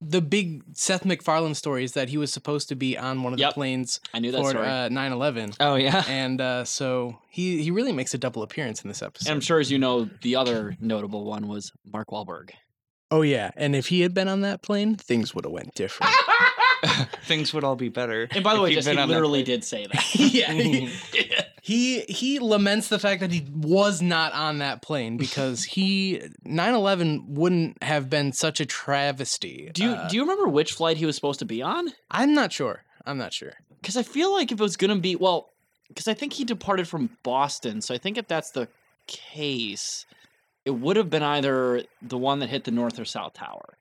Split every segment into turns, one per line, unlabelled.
the big Seth MacFarlane story is that he was supposed to be on one of
Yep.
the planes
I knew that
for
story.
uh, 9/11,
Oh yeah.
and uh, so he he really makes a double appearance in this episode.
and I'm sure, as you know, the other notable one was Mark Wahlberg.
oh yeah, and if he had been on that plane, things would have went different.
Things would all be better.
And by the
if
way,
he'd
just
been
he
on that
literally
plane.
did say that.
yeah. He, he he laments the fact that he was not on that plane because he 9/11 wouldn't have been such a travesty.
Do you
Uh,
do you remember which flight he was supposed to be on?
I'm not sure. I'm not sure.
Because I feel like if it was gonna be well, because I think he departed from Boston, so I think if that's the case, it would have been either the one that hit the North or South Tower.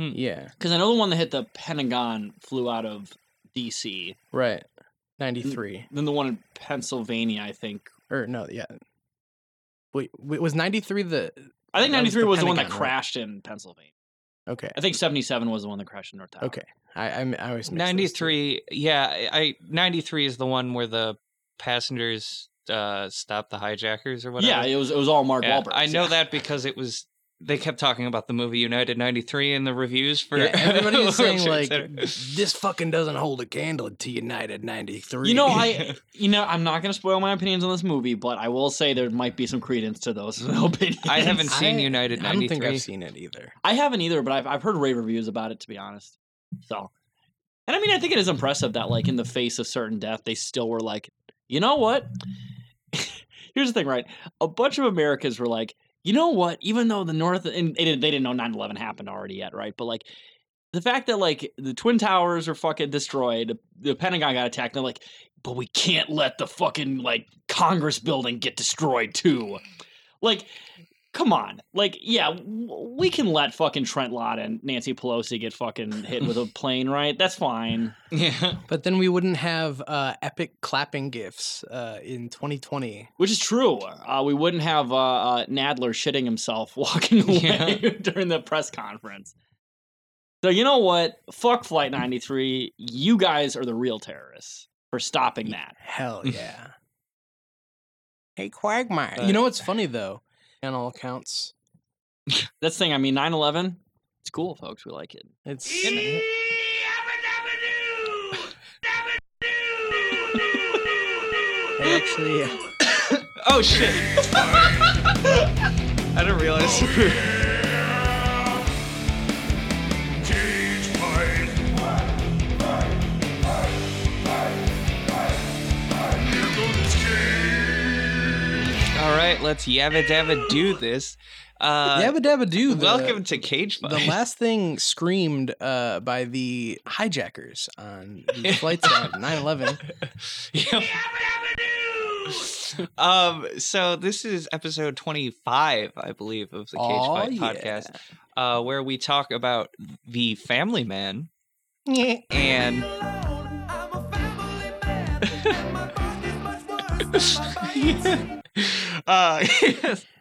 Hmm.
Yeah.
Because I know the one that hit the Pentagon flew out of D.C.
Right.
Hmm.
93
Then the one in Pennsylvania, I think.
or no, yeah. Wait, wait, was 93 the
I think
That was
ninety three
the
was the one that
Pentagon, right?
crashed in Pennsylvania.
Okay.
I think seventy seven was the one that crashed in North Tower.
Okay. I I, I always mix those two.
93 yeah I- i 93 is the one where the passengers uh stop the hijackers or whatever
Yeah, it was it was all Mark
Yeah,
Wahlberg.
i know that because it was they kept talking about the movie united 93 in the reviews for
Yeah, everybody was saying
Wilshire
like
Center.
this fucking doesn't hold a candle to United 93.
You know, I you know I'm not gonna spoil my opinions on this movie, but I will say there might be some credence to those opinions.
i haven't seen
I-
united
I don't think
93
I've seen it either.
I haven't either, but I've I've heard rave reviews about it to be honest. So, and I mean, I think it is impressive that like in the face of certain death, they still were like, you know what? Here's the thing, right? A bunch of Americans were like, you know what? Even though the North and they didn't they didn't know 9/11 happened already yet, right? But like. The fact that like the twin towers are fucking destroyed, the Pentagon got attacked. They're like, but we can't let the fucking like Congress building get destroyed too. Like, come on. Like, yeah, w- we can let fucking Trent Lott and Nancy Pelosi get fucking hit with a plane, right? That's fine.
yeah
But then we wouldn't have uh, epic clapping gifts uh, in 2020.
Which is true. Uh, we wouldn't have uh, uh, Nadler shitting himself walking away during the press conference. So you know what? Fuck Flight 93. You guys are the real terrorists for stopping that.
Hell yeah. hey, Quagmire.
But-
you know what's funny though? On all accounts,
That's the thing. I mean, 9/11. It's cool, folks. We like it.
it's I actually.
oh shit i didn't realize all right let's yabba dabba do this uh
Yabba dabba do. the-
welcome to cage
The
fight
last thing screamed uh, by the hijackers on the flights of 9/11.
Yep. um, so this is episode 25, I believe, of the Cage
Aw,
Fight
yeah.
podcast, uh, where we talk about the family man and uh,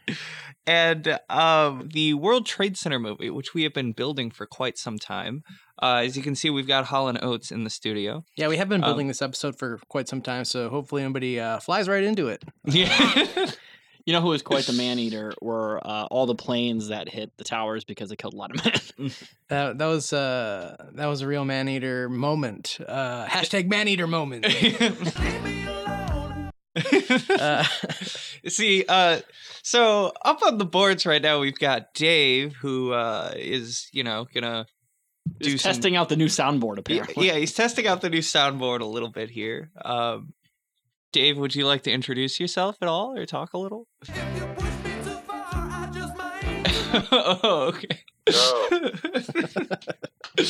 and um, the World Trade Center movie, which we have been building for quite some time. Uh, as you can see, we've got Holland Oates in the studio.
Yeah, we have been
Um,
building this episode for quite some time, so hopefully nobody uh, flies right into it.
Yeah.
You know who was quite the man eater were uh, all the planes that hit the towers because they killed a lot of men.
That, that was uh, that was a real man eater moment. Uh, hashtag man eater moment. Uh,
See, uh, so up on the boards right now, we've got Dave, who uh, is, you know, gonna do
Just
some-
testing out the new soundboard
Yeah,
apparently.
yeah, he's testing out the new soundboard a little bit here. Um, Dave, would you like to introduce yourself at all or talk a little? oh, okay. uh,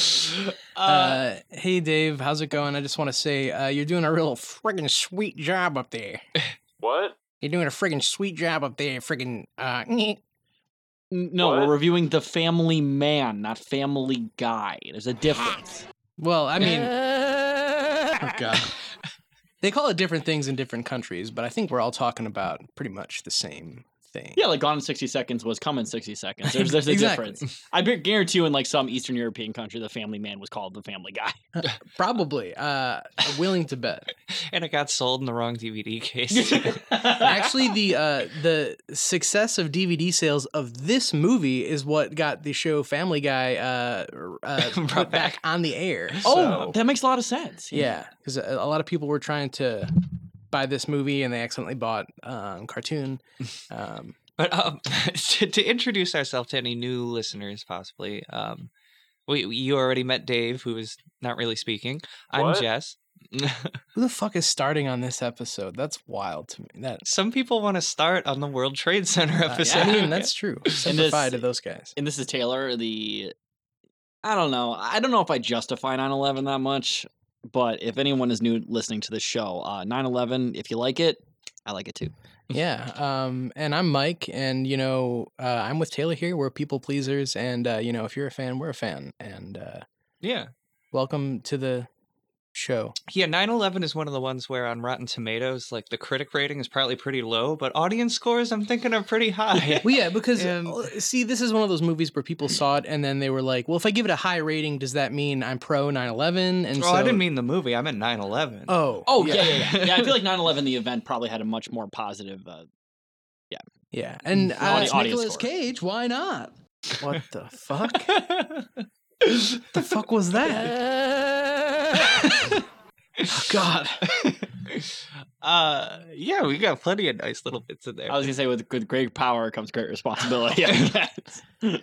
uh, hey Dave, how's it going? I just want to say uh, you're doing a real friggin' sweet job up there.
What?
You're doing a friggin' sweet job up there. Friggin' uh,
N- No,
What?
we're reviewing the Family Man, not Family Guy. There's a difference.
well, I mean, oh god, they call it different things in different countries, but I think we're all talking about pretty much the same thing.
Yeah, like Gone in 60 Seconds was Come in 60 Seconds. There's, there's a
Exactly.
difference. I bet- guarantee you, in like some Eastern European country, the family man was called the family guy.
Probably. Uh, I'm willing to bet.
and it got sold in the wrong DVD case.
Actually,
Actually, the uh, the success of DVD sales of this movie is what got the show Family Guy uh, uh,
Brought
put
back.
back on the air.
oh,
So,
that makes a lot of sense.
yeah, because a, a lot of people were trying to buy this movie and they accidentally bought um, cartoon. Um,
But um, to, to introduce ourselves to any new listeners, possibly, um, we you already met Dave, who is not really speaking.
What?
I'm Jess.
who the fuck is starting on this episode? That's wild to me. That
Some people want to start on the World Trade Center
uh,
episode.
I mean, that's true. Simplify
this-
to those guys.
And this is Taylor, the. I don't know. I don't know if I justify 9 11 that much, but if anyone is new listening to this show, 9 11, if you like it, I like it too.
Yeah. Um, and I'm Mike, and you know, uh, I'm with Taylor here. We're people pleasers, and uh, you know, if you're a fan, we're a fan. And uh,
yeah.
welcome to the show.
Yeah, 9/11 is one of the ones where on Rotten Tomatoes, like the critic rating is probably pretty low, but audience scores I'm thinking are pretty high.
Well, yeah, because
And-
uh, see, this is one of those movies where people saw it and then they were like, "Well, if I give it a high rating, does that mean I'm pro 9/11?" And
well,
so,
Oh, I didn't mean the movie. I meant 9/11.
Oh,
Oh, yeah, yeah, yeah. Yeah, I feel like 9 11, the event, probably had a much more positive. Uh,
yeah. And
Audi-
uh, it's
audience
Nicolas
score.
Cage. Why not? What the fuck? the fuck was that? Oh, God.
uh, yeah, we got plenty of nice little bits in there.
I was going to say, with, with great power comes great responsibility. I guess.
Um,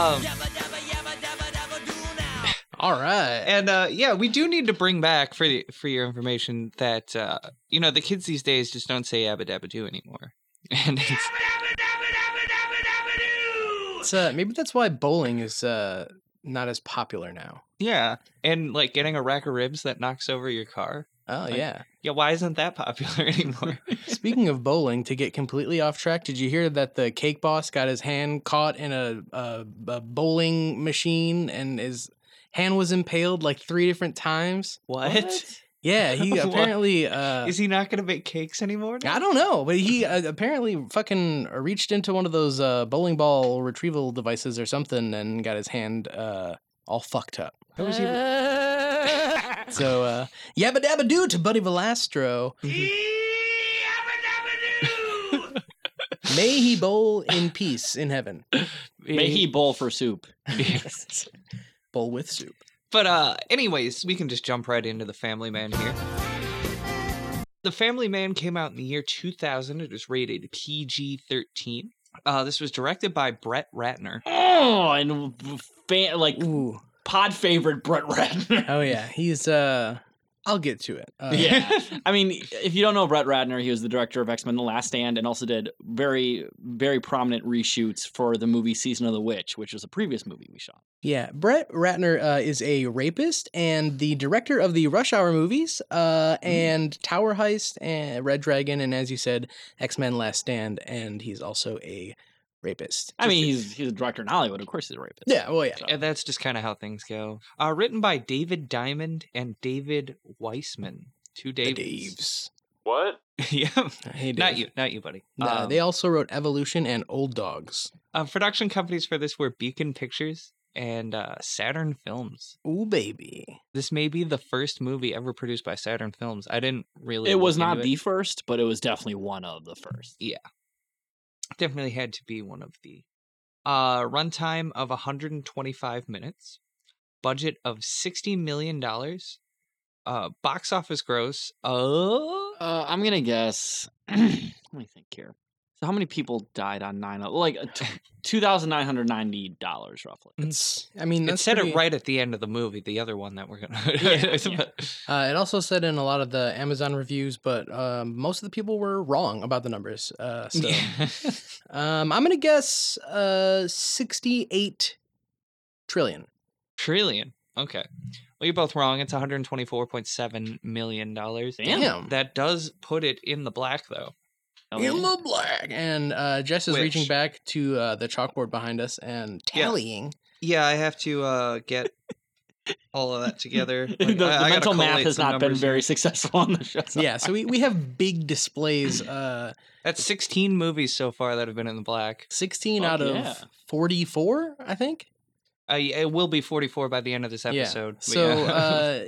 All right.
and uh, yeah, we do need to bring back for the, for your information that uh, you know the kids these days just don't say "abba dabba doo" anymore. And it's,
It's, uh, maybe that's why bowling is uh, not as popular now.
yeah, and like getting a rack of ribs that knocks over your car.
Oh
Like-
yeah.
Yeah, why isn't that popular anymore?
Speaking of bowling, to get completely off track, did you hear that the cake boss got his hand caught in a, a, a bowling machine and his hand was impaled like three different times?
what?
Yeah, he
What?
apparently. Uh,
Is he not going to make cakes anymore? now?
I don't know, but he uh, apparently fucking reached into one of those uh, bowling ball retrieval devices or something and got his hand uh, all fucked up.
How was he-
So, uh, yabba dabba doo to Buddy Velastro. May he bowl in peace in heaven.
May he bowl for soup. Yes.
Bowl with soup.
But uh, anyways, we can just jump right into the Family Man here. The Family Man came out in the year 2000. It was rated PG-13. Uh, this was directed by Brett Ratner.
Oh, and fan, like
Ooh.
pod favorite Brett Ratner.
Oh, yeah. He's, uh, I'll get to it. Uh,
yeah, I mean, if you don't know Brett Ratner, he was the director of X Men: The Last Stand, and also did very, very prominent reshoots for the movie Season of the Witch, which was a previous movie we shot.
Yeah. Brett Ratner uh, is a rapist and the director of the Rush Hour movies uh, and Tower Heist and Red Dragon. And as you said, X Men Last Stand. And he's also a rapist.
I mean, he's he's a director in Hollywood, of course, he's a rapist.
Yeah. Well, yeah.
And that's just kind of how things go. Uh, written by David Diamond and David Weissman. Two
The Daves.
Davids.
What?
yeah,
Hey, Dave.
not you, not you, buddy.
Nah,
Um,
they also wrote Evolution and Old Dogs.
uh, production companies for this were Beacon Pictures and uh, Saturn Films.
Ooh, baby.
This may be the first movie ever produced by Saturn Films. I didn't really.
It was
look into
not
it.
the first, but it was definitely one of the first.
Definitely had to be one of the. Uh, runtime of 125 minutes, budget of 60 million dollars, uh, box office gross of
Uh, I'm gonna guess. let me think here. So, how many people died on nine? Like uh, two thousand nine hundred ninety dollars, roughly.
It's. I mean,
it
that's
said
pretty-
it right at the end of the movie. The other one that we're gonna.
Yeah, yeah.
Uh, it also said in a lot of the Amazon reviews, but um, most of the people were wrong about the numbers. Uh, so
Yeah.
um, I'm gonna guess uh, 68 trillion.
Trillion. Okay. Well, you're both wrong. It's 124.7 million dollars.
Damn.
That does put it in the black, though.
Oh,
In
yeah.
the black. And uh, Jess is reaching
Which-
back to uh, the chalkboard behind us and
Yeah.
tallying.
Yeah, I have to uh, get all of that together.
the
Like,
the
I- I gotta
mental math
collate
has
some
not been
numbers
very
here.
successful on the show. so
yeah, so we, we have big displays. Uh,
That's 16 movies so far that have been in the black.
16
Fuck
out of
yeah.
44, I think.
I, it will be 44 by the end of this episode.
Yeah.
but
So
yeah.
uh,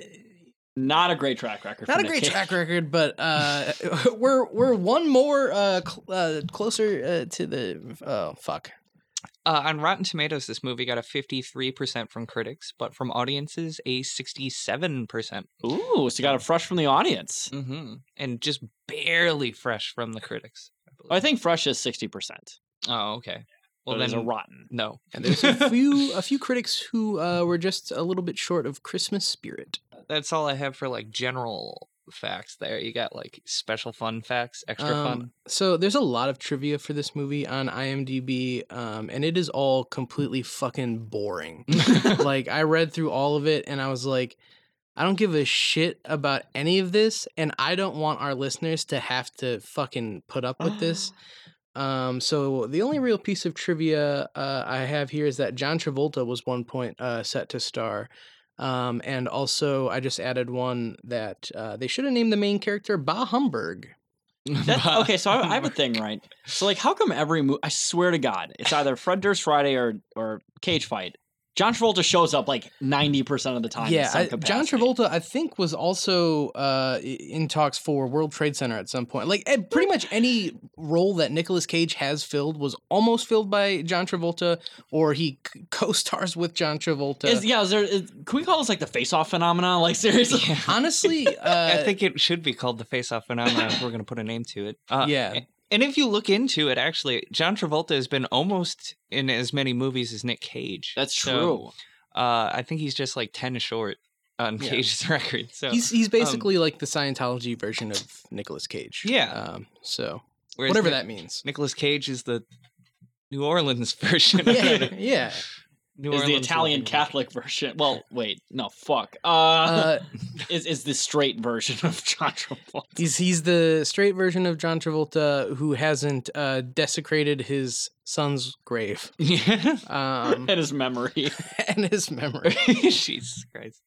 Not a great track record.
not
for
a
Nick
great
Cage.
track record, but uh, we're we're one more uh, cl- uh, closer uh, to the oh fuck.
Uh, on Rotten Tomatoes, this movie got a 53% from critics, but from audiences, a 67%. percent
Ooh, so you got a fresh from the audience.
Mm-hmm.
hmm And just barely fresh from the
Oh,
critics.
I
Mm.
believe.
think fresh is sixty percent.
Oh, okay.
Well,
Well,
there's
then,
a rotten.
no.
And there's a few a few critics who uh, were just a little bit short of Christmas spirit.
That's all I have for like general facts there. You got like special fun facts, extra
Um,
fun.
So there's a lot of trivia for this movie on IMDb, um, and it is all completely fucking boring. like I read through all of it, and I was like, I don't give a shit about any of this, and I don't want our listeners to have to fucking put up with this. Um, so the only real piece of trivia uh, I have here is that John Travolta was one point uh, set to star. Um, and also, I just added one that uh, they should have named the main character Bah Humbug. Um,
That's, okay, so I, I have a thing, right? So, like, how come every movie? I swear to God, it's either Fred Durst Friday or or Cage Fight. John Travolta shows up like ninety percent of the time. in
yeah,
some
I- John
capacity.
Travolta, I think, was also uh, i- in talks for World Trade Center at some point. Like, eh, pretty much any role that Nicolas Cage has filled was almost filled by John Travolta, or he c- co-stars with John Travolta.
Is, yeah, is there, is, can we call this like the face-off phenomenon? Like seriously,
Yeah.
Honestly, uh,
I think it should be called the Face Off Phenomenon if we're going to put a name to it. Uh,
yeah,
And if you look into it, actually, John Travolta has been almost in as many movies as Nick Cage.
that's
So,
true.
uh, I think he's just like 10 short on
Yeah.
Cage's record. So Um,
he's he's basically like the Scientology version of Nicolas Cage.
Yeah.
Um, so
whereas
whatever
Nic-
that means.
Nicolas Cage is the New Orleans version. of
yeah,
it.
yeah.
New
Is the
Orleans
Italian
version.
Catholic version? Well, wait, no, fuck. Uh,
Uh,
is is the straight version of John Travolta?
he's he's the straight version of John Travolta who hasn't uh, desecrated his son's grave
Yeah.
um,
and his memory.
and his memory.
Jesus Christ.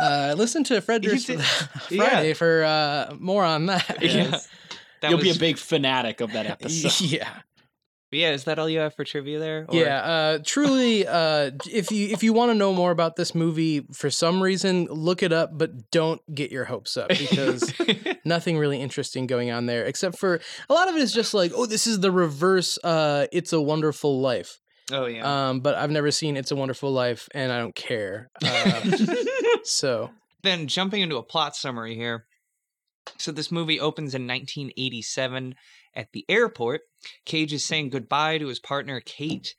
Uh, listen to Fred
You
Durst
did-
Friday for uh, more on that.
Yeah. That
You'll
was,
be a big fanatic of that episode.
Yeah.
yeah, is that all you have for trivia there? Or-
Yeah, uh, truly. Uh, if you if you want to know more about this movie for some reason, look it up, but don't get your hopes up because nothing really interesting going on there except for a lot of it is just like, oh, this is the reverse. Uh, it's a Wonderful Life.
oh, yeah.
Um, but I've never seen It's a Wonderful Life, and I don't care. Uh, so
then jumping into a plot summary here. So this movie opens in 1987 at the airport. Cage is saying goodbye to his partner Kate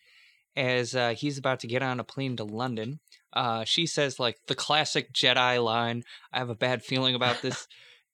as uh, he's about to get on a plane to London. Uh, she says like the classic Jedi line, "I have a bad feeling about this,"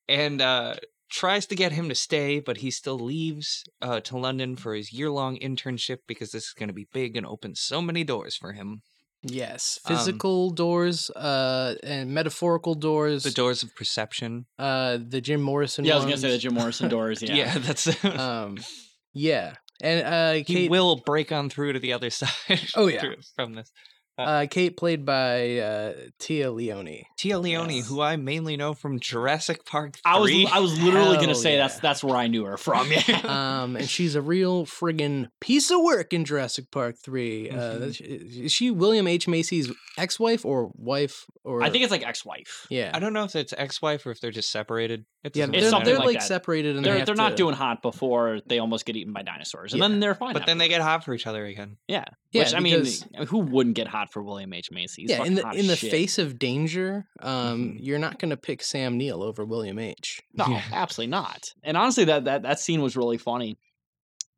and uh, tries to get him to stay, but he still leaves uh, to London for his year-long internship because this is going to be big and open so many doors for him.
yes,
Um,
physical doors, uh, and metaphorical doors.
The doors of perception.
uh, the Jim Morrison.
yeah, I was gonna say the
ones.
Jim Morrison doors.
Yeah,
Yeah,
that's. uh,
Um, yeah, and uh,
he
Kate-
will break on through to the other side.
Oh, yeah.
through- from this
Uh, Kate, played by uh, Tia Leone.
Tia Leone, who I mainly know from Jurassic Park. 3.
I was I was literally gonna
Hell
say that's
yeah.
that's where I knew her from. Yeah.
Um, and she's a real friggin' piece of work in Jurassic Park 3. Uh,
Mm-hmm.
Mhm.
sh- is she William H. Macy's ex wife or wife? Or
I think it's like ex-wife.
yeah.
I don't know if it's ex-wife or if they're just separated.
yeah,
It doesn't
they're,
It's
matter.
something
they're
like
like,
that.
separated and they
They're
have
they're not
to-
doing hot before they almost get eaten by dinosaurs, and
Yeah.
then they're fine.
but then
after.
they get hot for each other again.
Yeah,
which I mean,
because-
who wouldn't get hot for William H Macy? He's
yeah, in
fucking
the
hot
in the
as shit.
face of danger, um,
Mhm.
you're not going to pick Sam Neill over William H.
No,
Yeah.
absolutely not. And honestly, that that that scene was really funny.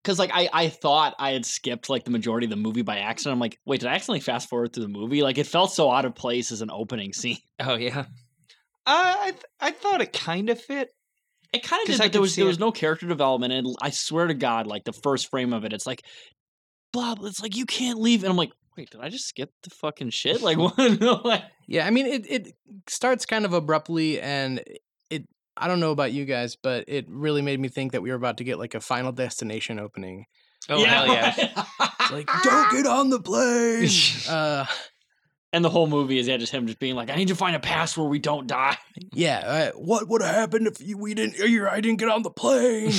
Cause like I, I thought I had skipped like the majority of the movie by accident. I'm like, wait, did I accidentally fast forward through the movie? Like it felt so out of place as an opening scene.
Oh yeah. Uh, I th- I thought it kind of fit.
It kind of
'Cause
did,
I
but
could
there was
see
there
it.
was no character development, and I swear to God, like the first frame of it, it's like, Bob, it's like you can't leave, and I'm like, wait, did I just skip the fucking shit? Like what? No, like,
Yeah, I mean it it starts kind of abruptly and it I don't know about you guys, but it really made me think that we were about to get like a final destination opening.
Oh hell yeah.
It's like, don't get on the plane. Uh
And the whole movie is yeah, just him just being like, I need to find a pass where we don't die.
Yeah, uh, what would have happened if you, we didn't? Or I didn't get on the plane.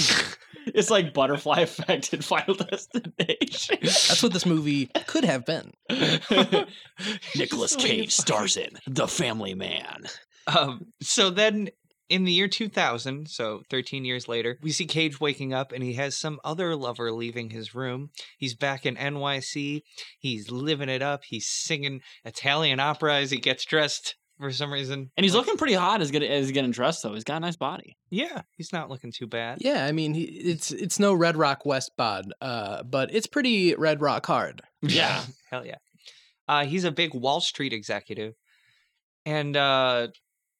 It's like butterfly effect in Final Destination.
That's what this movie could have been.
Nicholas Cage stars in The Family Man.
Um, so then in the year 2000, so 13 years later, we see Cage waking up and he has some other lover leaving his room. He's back in NYC. He's living it up. He's singing Italian opera as he gets dressed for some reason.
And he's looking pretty hot as, get, as he's getting dressed, though. He's got a nice body.
Yeah, he's not looking too bad.
Yeah, I mean, he, it's it's no Red Rock West bod, uh, but it's pretty Red Rock hard.
Yeah.
Hell yeah. Uh, he's a big Wall Street executive. And uh,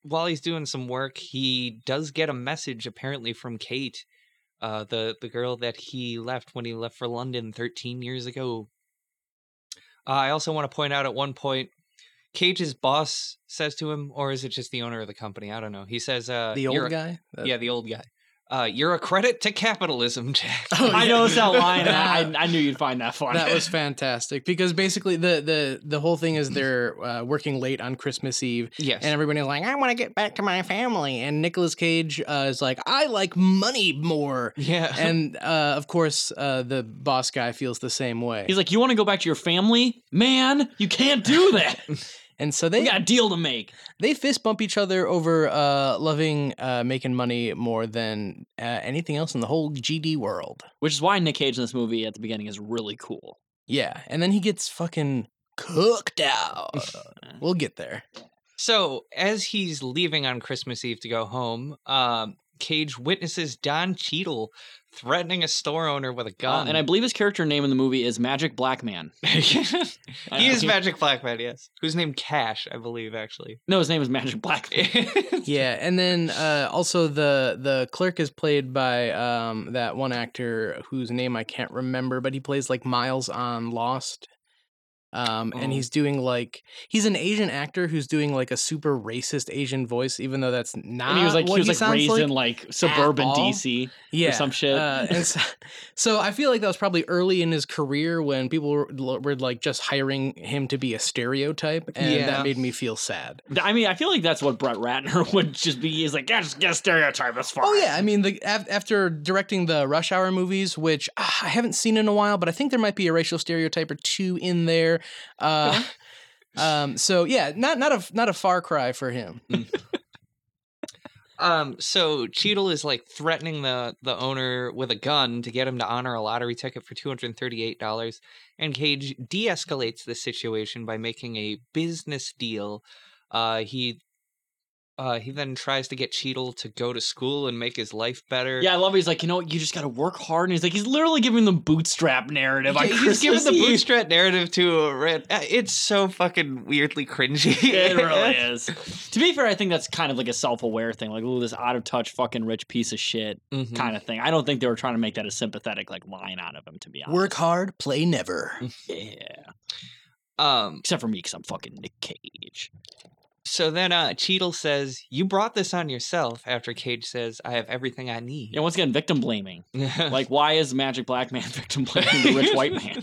while he's doing some work, he does get a message apparently from Kate, uh, the, the girl that he left when he left for London 13 years ago. Uh, I also want to point out at one point, Cage's boss says to him, or is it just the owner of the company? I don't know. He says, uh,
the
"You're
old
a-
guy. Uh,
Yeah, the old guy. Uh, you're a credit to capitalism, Jack.
Oh,
I
yeah.
noticed that line, and I, I knew you'd find that funny.
That was fantastic because basically the the the whole thing is they're uh, working late on Christmas Eve
yes.
and everybody's like, I want to get back to my family, and Nicolas Cage uh, is like, I like money more,
yeah.
and uh, of course uh, the boss guy feels the same way.
He's like, you want to go back to your family, man? You can't do that.
and so
We
they
got a deal to make.
they fist bump each other over uh, loving uh, making money more than uh, anything else in the whole GD world.
Which is why Nick Cage in this movie at the beginning is really cool.
Yeah, and then he gets fucking cooked out. we'll get there.
So as he's leaving on Christmas Eve to go home, um, Cage witnesses Don Cheadle threatening a store owner with a
Uh,
gun.
and I believe his character name in the movie is Magic Black Man. I
he
know,
is Magic Black Man, yes. Who's named Cash, I believe, actually.
No, his name is Magic Black Man.
Yeah, and then uh, also the the clerk is played by um, that one actor whose name I can't remember, but he plays like Miles on Lost. Um, and
Oh.
he's doing like he's an Asian actor who's doing like a super racist Asian voice, even though that's not
And he was like,
what
he was like
sounds
raised
like.
in like suburban
all.
DC.
yeah,
some shit.
Uh, and so, so I feel like that was probably early in his career when people were, were like just hiring him to be a stereotype, and
Yeah.
that made me feel sad.
Th- I mean, I feel like that's what Brett Ratner would just be. He's like, yeah, just get a stereotype. That's fine.
Oh yeah, I mean, the af- after directing the Rush Hour movies, which ah, I haven't seen in a while, but I think there might be a racial stereotype or two in there. Uh, um, so yeah, not not a not a far cry for him.
um, so Cheadle is like threatening the, the owner with a gun to get him to honor a lottery ticket for $238. And Cage de escalates the situation by making a business deal. Uh, he. Uh, he then tries to get Cheadle to go to school and make his life better.
Yeah, I love. It. He's like, you know, what? you just got to work hard, and he's like, he's literally giving the bootstrap narrative. on
Yeah, he's giving the
Christmas Eve.
bootstrap narrative to a red. uh, It's so fucking weirdly cringy.
It really is. to be fair, I think that's kind of like a self-aware thing, like, ooh, this out-of-touch fucking rich piece of shit
Mm-hmm.
Mhm.
kind of thing. I don't think they were trying to make that a sympathetic like line out of him, to be honest.
Work hard, play never.
yeah,
Um.
except for me, because I'm fucking Nick Cage.
So then, uh, Cheadle says, "You brought this on yourself." After Cage says, "I have everything I need."
Yeah, once again, victim blaming. Like, why is Magic Black Man victim blaming the rich white man?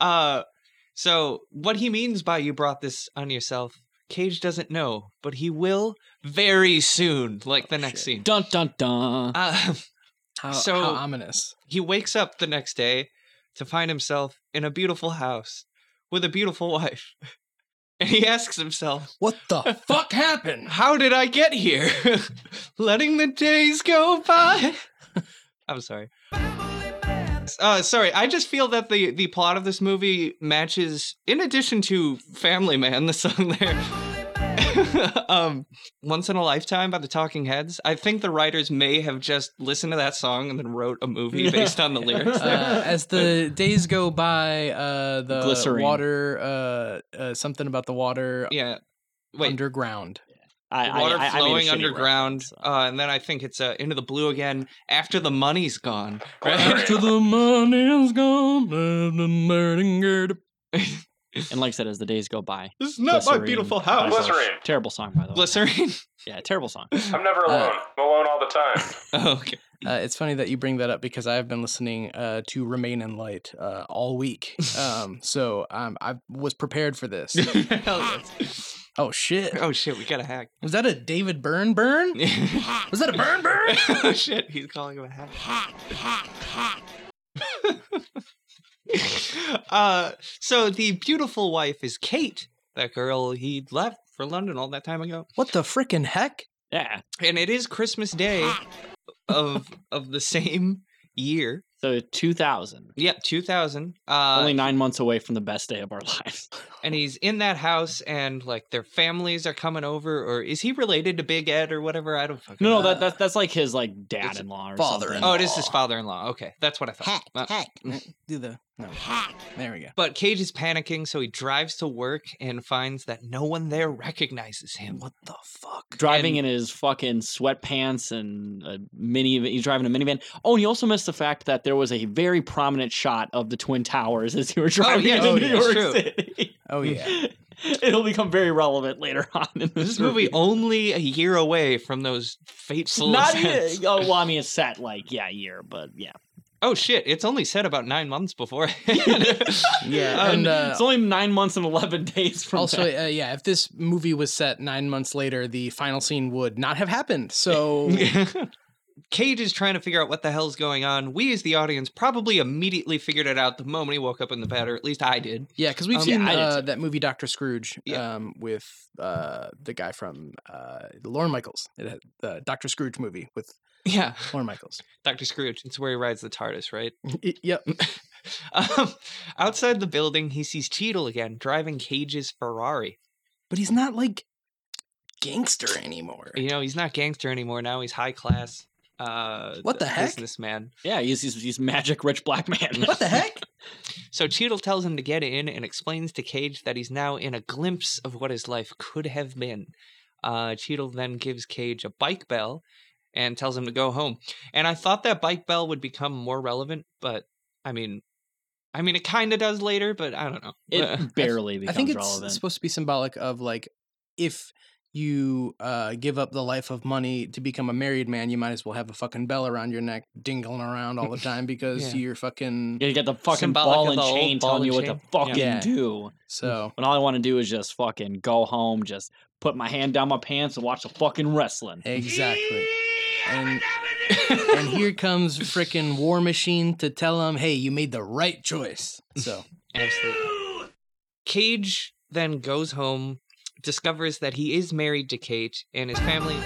uh, so what he means by "you brought this on yourself," Cage doesn't know, but he will very soon, like the next scene.
Dun dun dun.
Uh,
How,
So-
how ominous.
He wakes up the next day to find himself in a beautiful house with a beautiful wife. And he asks himself,
What the fuck happened?
How did I get here? Letting the days go by. I'm sorry. Uh, sorry, I just feel that the, the plot of this movie matches, in addition to Family Man, the song there. um, Once in a Lifetime by the Talking Heads. I think the writers may have just listened to that song and then wrote a movie based on the lyrics there.
Uh, as the days go by, uh, the
Glycerine.
water, uh, uh, something about the water
Yeah. Wait,
underground.
I, I- I-
water
I made a
flowing
shitty
underground.
reference, so.
Uh, and then I think it's uh, Into the Blue again after the money's gone. Right?
After the money's gone, and the murder
And like I said, as the days go by,
this is not my
Glycerine
beautiful
by Bush.
house.
Glycerine.
Terrible song, by the way.
Glycerine.
Yeah, terrible song.
I'm never alone. I'm alone all the time.
Oh, okay.
Uh, it's funny that you bring that up because I've been listening uh, to Remain in Light uh, all week. Um, so um, I was prepared for this.
Hell yes.
Oh, shit.
Oh shit, we got a hack.
Was that a David Byrne burn? Was that a burn burn?
oh shit, he's calling him a hack. uh, so the beautiful wife is Kate, that girl he left for London all that time ago,
What the frickin' heck?
Yeah.
and it is Christmas Day of of the same year.
So 2000.
Yep, two thousand. Uh,
Only nine months away from the best day of our lives.
and he's in that house, and like their families are coming over, or is he related to Big Ed or whatever? I don't fucking
No, no,
know.
that, that that's like his like dad-in-law or
father-in-law.
something.
Oh, it is his father-in-law. Okay, that's what I thought. Uh,
heck.
Mm.
Do the. No. There we go.
But Cage is panicking, so he drives to work and finds that no one there recognizes him.
What the fuck?
Driving in his fucking sweatpants and a mini, he's driving a minivan. Oh, and you also missed the fact that there was a very prominent shot of the Twin Towers as you were driving
yeah,
into
oh,
New
yeah,
York
true.
City.
Oh, yeah.
It'll become very relevant later on in this,
This movie only a year away from those fateful
Not
events.
even, oh, well, I mean, it's set like yeah, a year, but yeah,
Oh shit! It's only set about nine months before.
Yeah. And uh,
it's only nine months and eleven days Um, from
also,
that.
uh, yeah, if this movie was set nine months later, the final scene would not have happened. So.
Cage is trying to figure out what the hell's going on. We, as the audience, probably immediately figured it out the moment he woke up in the bed, or at least I did.
Yeah, because we've
Um,
seen
yeah, I did
uh, that movie Doctor Scrooge
Yeah.
um, with uh, the guy from uh, Lorne Michaels. It had the Doctor Scrooge movie with
Yeah,
Lorne Michaels.
Doctor Scrooge. It's where he rides the TARDIS, right?
Y- yep.
Um, outside the building, he sees Cheadle again driving Cage's Ferrari.
But he's not like gangster anymore.
You know, he's not gangster anymore. Now he's high class. Uh,
What the heck?
Businessman.
Yeah, he's he's, he's magic rich black man.
What the heck?
So Cheadle tells him to get in and explains to Cage that he's now in a glimpse of what his life could have been. Uh, Cheadle then gives Cage a bike bell and tells him to go home. And I thought that bike bell would become more relevant, but I mean, I mean, it kind of does later, but I don't know.
It barely
I
becomes
think it's
relevant.
supposed to be symbolic of like if you uh, give up the life of money to become a married man, you might as well have a fucking bell around your neck, dingling around all the time because
Yeah.
you're fucking.
you get the fucking
Symbolic
ball
of
and
the old
chain
ball
telling
and
you what
chain.
to fucking
Yeah.
do.
So
When all I want to do is just fucking go home, just put my hand down my pants and watch the fucking wrestling.
exactly. And and here comes frickin' War Machine to tell him, "Hey, you made the right choice." So
Absolutely. Cage then goes home, discovers that he is married to Kate, and his family.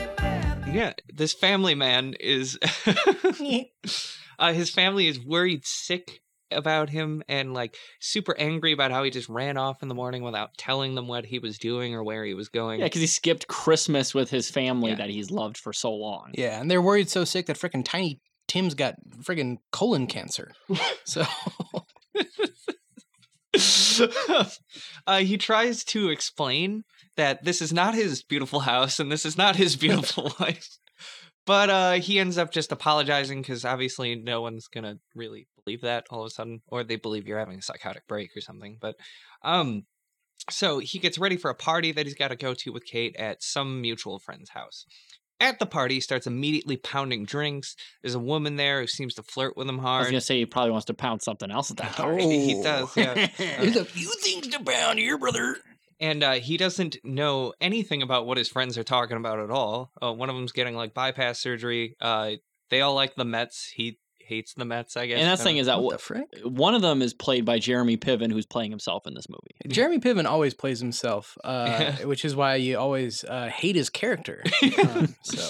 Yeah, this family man is. uh, his family is worried sick about him and like super angry about how he just ran off in the morning without telling them what he was doing or where he was going.
Yeah, because he skipped Christmas with his family
Yeah.
that he's loved for so long.
yeah, and they're worried so sick that frickin' Tiny Tim's got frickin' colon cancer. So
uh, he tries to explain that this is not his beautiful house and this is not his beautiful wife. But uh, he ends up just apologizing because obviously no one's gonna really believe that all of a sudden, or they believe you're having a psychotic break or something. But um, so he gets ready for a party that he's got to go to with Kate at some mutual friend's house. At the party, he starts immediately pounding drinks. There's a woman there who seems to flirt with him
I was
hard.
gonna say he probably wants to pound something else at that party.
Oh. He does, yeah.
there's a few things to pound here, brother.
and uh, he doesn't know anything about what his friends are talking about at all. Uh, one of them's getting like bypass surgery. Uh, they all like the Mets. He hates the Mets, I guess.
and that's the
I don't
thing is that
What
w-
the frick?
one of them is played by Jeremy Piven, who's playing himself in this movie.
Jeremy Piven always plays himself, uh, which is why you always uh, hate his character. Um, so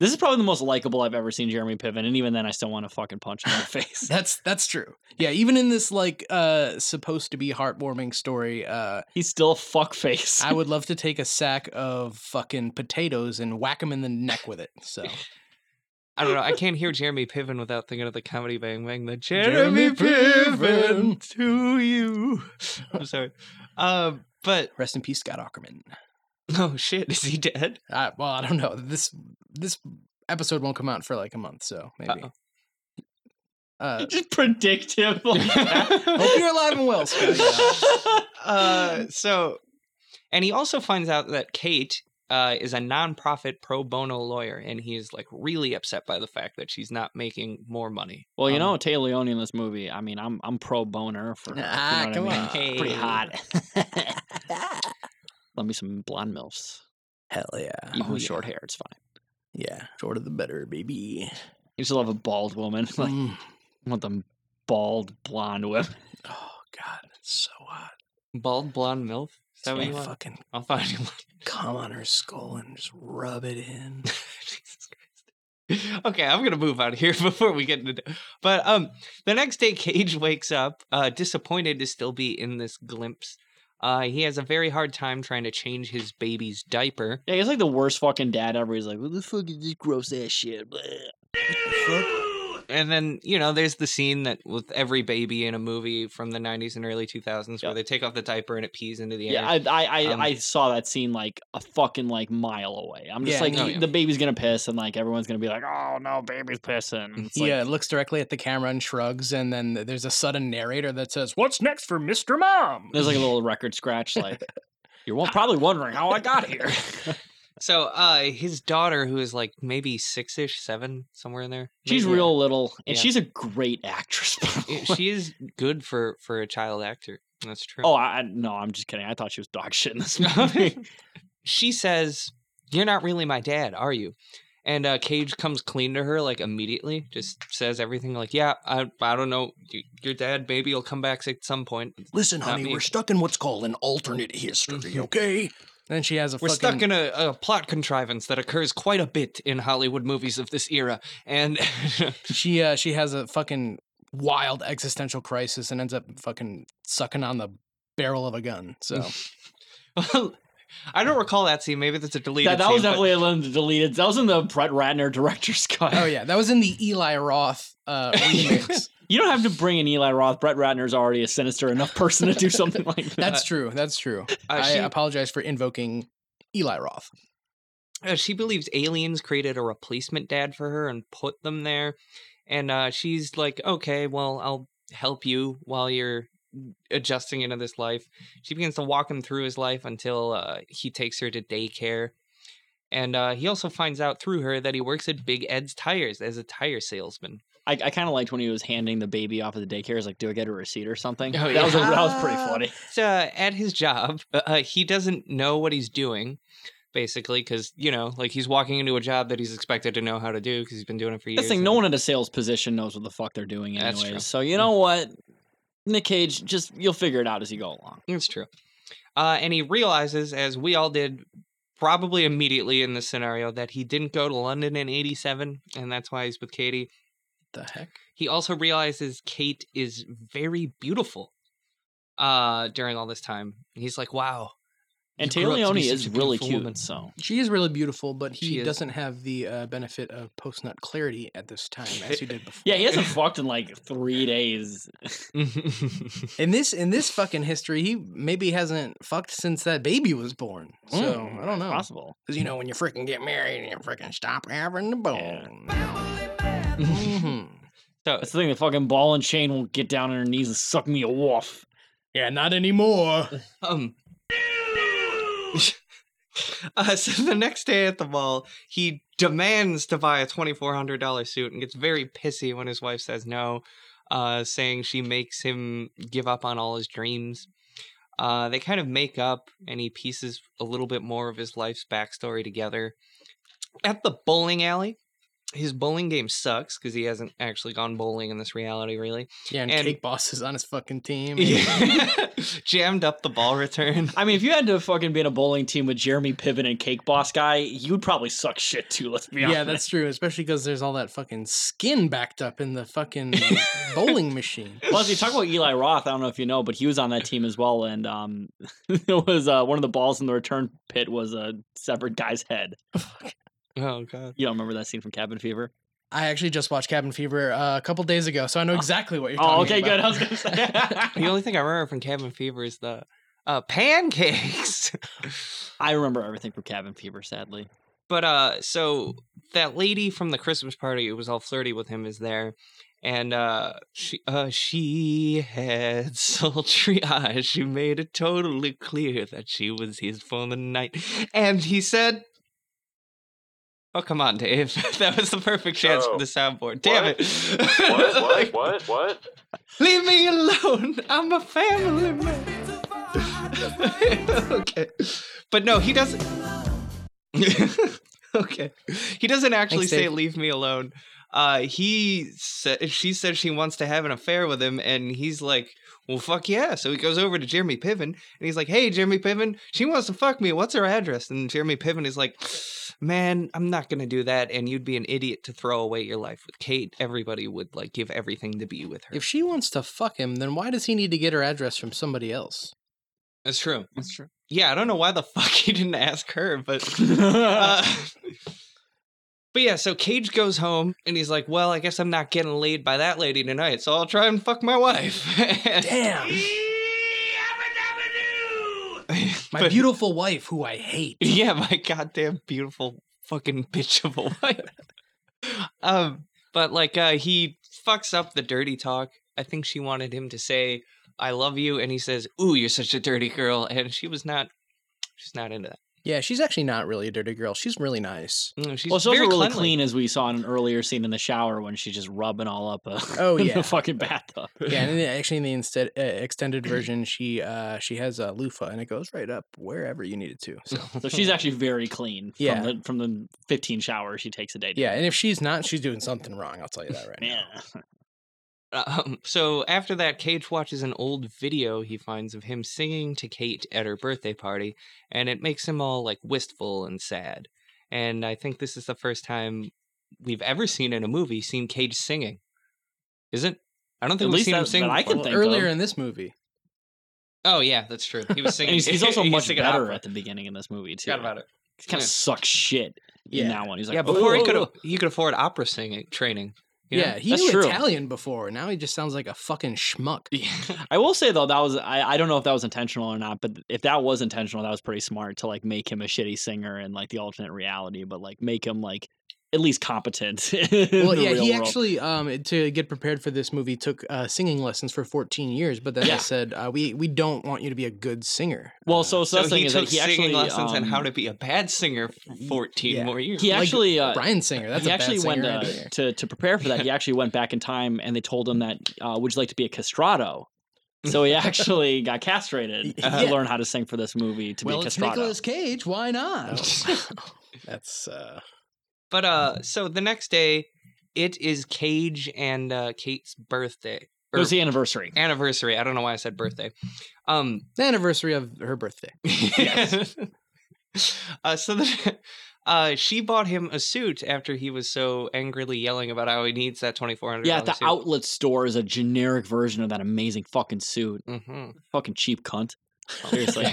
This is probably the most likable I've ever seen Jeremy Piven, and even then, I still want to fucking punch him in the face.
that's that's true. Yeah, even in this like uh, supposed to be heartwarming story, uh,
He's still fuck face.
I would love to take a sack of fucking potatoes and whack him in the neck with it. So
I don't know. I can't hear Jeremy Piven without thinking of the comedy Bang Bang. The Jeremy, Piven to you. I'm sorry. Uh, but
rest in peace, Scott Ackerman.
oh shit, is he dead?
I, well, I don't know. This this episode won't come out for like a month, so maybe.
Uh-oh.
Uh,
just predictive like
hope
that.
you're alive and well, Scott.
uh, so, and he also finds out that Kate uh, is a nonprofit pro bono lawyer, and he is like really upset by the fact that she's not making more money.
Well, you
Um,
know, Tay Leone in this movie. I mean, I'm I'm pro boner for her.
Ah,
you know
come
what I mean?
on.
It's pretty
Hey.
hot. Love me some blonde milfs,
Hell yeah.
even
Oh,
with
yeah.
short hair. It's fine.
Yeah. Shorter the better, baby.
You just love a bald woman. Like,
Mm.
I want them bald blonde women.
Oh, God. It's so hot.
bald blonde milf. Is that what
I
you want?
fucking
I'll find you one.
come on her skull and just rub it in.
Jesus Christ. Okay, I'm gonna move out of here before we get into. But um, the next day, Cage wakes up uh, disappointed to still be in this glimpse. Uh, he has a very hard time trying to change his baby's diaper.
Yeah, he's like the worst fucking dad ever. He's like, what the fuck is this gross ass shit? Blah.
And then you know, there's the scene that with every baby in a movie from the '90s and early 2000s where
Yep.
they take off the diaper and it pees into the air.
Yeah, I I I,
Um,
I saw that scene like a fucking like mile away. I'm just
Yeah,
like
no,
y-
yeah.
the baby's gonna piss and like everyone's gonna be like, oh no, baby's pissing. It's like,
yeah, looks directly at the camera and shrugs, and then th- there's a sudden narrator that says, "What's next for Mr. Mom?"
There's like a little record scratch. Like "Ah." you're wo- probably wondering how I got here.
So uh, his daughter, who is like maybe six-ish, seven, somewhere in there.
She's
maybe-
real little, and
Yeah.
she's a great actress. by the
Yeah,
way.
she is good for for a child actor. That's true.
oh, I, I- no, I'm just kidding. I thought she was dog shit in this movie.
she says, "You're not really my dad, are you?" And uh, Cage comes clean to her like immediately. Just says everything like, "Yeah, I I don't know. Y- Your dad maybe will come back at some point.
Listen,
Not
honey,
me.
we're stuck in what's called an alternate history,
Mhm.
okay? Mm-hmm. Then she has a
We're
fucking
stuck in a, a plot contrivance that occurs quite a bit in Hollywood movies of this era." And
she uh, she has a fucking wild existential crisis and ends up fucking sucking on the barrel of a gun. So
I don't recall that scene. Maybe that's a deleted.
that, that was
scene, but-
definitely in the deleted. That was in the Brett Ratner director's cut.
oh yeah, that was in the Eli Roth uh, remix.
You don't have to bring in Eli Roth. Brett Ratner's already a sinister enough person to do something like that.
That's true. That's true.
uh,
I
she-
apologize for invoking Eli Roth.
uh, she believes aliens created a replacement dad for her and put them there and uh, she's like okay well i'll help you while you're adjusting into this life she begins to walk him through his life until uh, he takes her to daycare and uh, he also finds out through her that he works at big ed's tires as a tire salesman
I, I kind of liked when he was handing the baby off at the daycare. He's like, "Do I get a receipt or something?"
Oh,
that, was,
yeah.
that was pretty funny.
so, uh, at his job uh, uh, he doesn't know what he's doing basically because you know like he's walking into a job that he's expected to know how to do because he's been doing it for years
That's the thing.
and-
No one in a sales position knows what the fuck they're doing,
That's
anyways.
true. Mm.
So you know what, Nick Cage, just you'll figure it out as you go along.
It's true. Uh, and he realizes, as we all did, probably immediately in this scenario, that he didn't go to London in 87, and that's why he's with Katie.
The heck?
He also realizes Kate is very beautiful uh, during all this time. He's like, wow.
And
you
Taylor
grew up
Leone
to be
is
such a
really
beautiful
cute,
woman."
so
She is really beautiful, but he
She is.
doesn't have the uh, benefit of post nut clarity at this time as he did before.
yeah, he hasn't fucked in like three days.
In this in this fucking history, he maybe hasn't fucked since that baby was born. So I don't
Oh.
know.
Possible.
Because you know when you freaking get married and you freaking stop having the bone. Mhm.
so,
That's the thing. The fucking ball and chain won't get down on her knees and suck me a wolf.
Yeah, not anymore.
um. Uh, so the next day at the mall, he demands to buy a $2,400 suit and gets very pissy when his wife says no, uh, saying she makes him give up on all his dreams. Uh, they kind of make up and he pieces a little bit more of his life's backstory together. At the bowling alley, his bowling game sucks because he hasn't actually gone bowling in this reality, really.
Yeah, and,
And-
Cake Boss is on his fucking team.
Jammed up the ball return.
I mean, if you had to fucking be in a bowling team with Jeremy Piven and Cake Boss guy, you'd probably suck shit too. Let's be honest.
Yeah, that's true, especially because there's all that fucking skin backed up in the fucking bowling machine.
Plus, you talk about Eli Roth. I don't know if you know, but he was on that team as well. And um, it was uh, one of the balls in the return pit was a severed guy's head.
Oh, God.
You don't remember that scene from Cabin Fever?
I actually just watched Cabin Fever uh, a couple days ago, so I know exactly what you're talking
Oh, okay,
about.
good. I was gonna
The
say.
only thing I remember from Cabin Fever is the uh, pancakes.
I remember everything from Cabin Fever. Sadly,
Mm.
but uh, so that lady from the Christmas party who was all flirty with him is there, and uh she uh she had sultry eyes she made it totally clear that she was his for the night and he said oh come on dave that was the perfect chance
Oh.
for the soundboard damn
What?
it
What?
Like,
What? What? What?
leave me alone i'm a family man okay but no he doesn't okay he doesn't actually
Thanks,
say
Dave.
leave me alone uh he said she said she wants to have an affair with him and he's like well fuck yeah so he goes over to jeremy piven and he's like hey jeremy piven she wants to fuck me what's her address and jeremy piven is like man i'm not gonna do that and you'd be an idiot to throw away your life with kate everybody would like give everything to be with her
If she wants to fuck him, then why does he need to get her address from somebody else?
that's true
That's true.
yeah i don't know why the fuck he didn't ask her but Uh, but yeah, so Cage goes home and he's like, "Well, I guess I'm not getting laid by that lady tonight, so I'll try and fuck my wife."
Damn, my
But-
beautiful wife, who I hate.
yeah, my goddamn beautiful fucking bitch of a wife. um, but like, uh, he fucks up the dirty talk. I think she wanted him to say, "I love you," and he says, "Ooh, you're such a dirty girl," and she was not. She's not into that.
Yeah, she's actually not really a dirty girl. She's really nice.
Mm, She's
well, she's also
very
really
cleanly.
clean, as we saw in an earlier scene in the shower when she's just rubbing all up uh,
Oh,
in
yeah.
the fucking bathtub.
Yeah, and then actually in the instead, uh, extended version, she uh, she has a loofah and it goes right up wherever you need it to. So
So she's actually very clean from,
Yeah.
the, from the 15 showers she takes a day. to
yeah,
do
and if she's not, she's doing something wrong. I'll tell you that right
that.
now.
Yeah.
Um, so after that, Cage watches an old video he finds of him singing to Kate at her birthday party, and it makes him all like wistful and sad. And I think this is the first time we've ever seen in a movie seen Cage singing. Isn't? I don't think
At
we've
least
seen him
that-
sing.
that I
before.
can
Well,
think
earlier
of.
in this movie,
Oh yeah, that's true. He was
And
singing.
he's, he's also much
singing
better
opera.
at the beginning in this movie, too.
Forgot about it.
He kind
Yeah.
of sucks shit
Yeah.
in that one. He's like,
yeah, before he
"Oh,
could he could afford opera singing training. you know?
yeah, he
That's
knew
true.
Italian before. Now he just sounds like a fucking schmuck.
I will say though that was I, I don't know if that was intentional or not, but if that was intentional, that was pretty smart to like make him a shitty singer and like the alternate reality, but like make him like at least competent.
Well, yeah, he actually um to get prepared for this movie took uh, singing lessons for 14 years, but then
Yeah.
they said uh, we we don't want you to be a good singer.
Well,
Uh,
so, so,
So
that's the
he
thing is
took
that he
singing
actually
lessons on how
um,
to be a bad singer. for Fourteen
yeah.
more years.
he
like,
actually uh,
Brian Singer, that's
he
a
actually
bad singer right
went uh,
there.
to to prepare for that. He actually went back in time, and they told him that uh, would you like to be a castrato? So he actually got castrated
Uh-huh.
to learn how to sing for this movie to
well,
be a
it's
castrato.
Nicolas Cage. Why not? that's uh,
But uh, so the next day, it is Cage and uh, Kate's birthday
it was the anniversary.
anniversary. I don't know why I said birthday. Um,
the anniversary of her birthday.
uh, so the, uh, she bought him a suit after he was so angrily yelling about how he needs that twenty four hundred.
Yeah, at the outlet store is a generic version of that amazing fucking suit.
Mm-hmm.
Fucking cheap cunt. Seriously.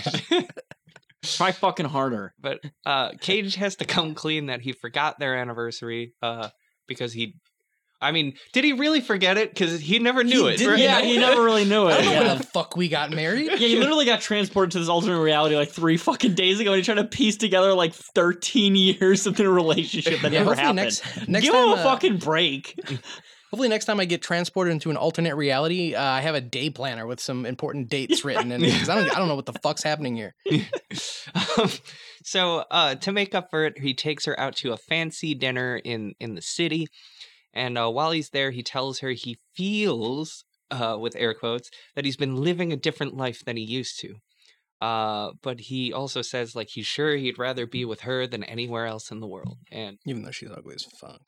Try fucking harder.
but uh, Cage has to come clean that he forgot their anniversary uh, because he. I mean, did he really forget it? Because he never knew
He
it.
didn't
right?
Yeah, he never really knew
I
it.
don't know
Yeah.
when the fuck we got married.
Yeah, he literally got transported to this alternate reality like three fucking days ago, and he tried to piece together like 13 years of the relationship that
Yeah,
never
hopefully
happened.
next next
Give
time
him a
uh,
fucking break.
hopefully next time I get transported into an alternate reality, uh, I have a day planner with some important dates written in it 'cause I don't I don't know what the fuck's happening here.
Um, so uh, to make up for it, he takes her out to a fancy dinner in in the city, and uh, while he's there, he tells her he feels, uh, with air quotes, that he's been living a different life than he used to. Uh, but he also says like he's sure he'd rather be with her than anywhere else in the world, and
Even though she's ugly as fuck.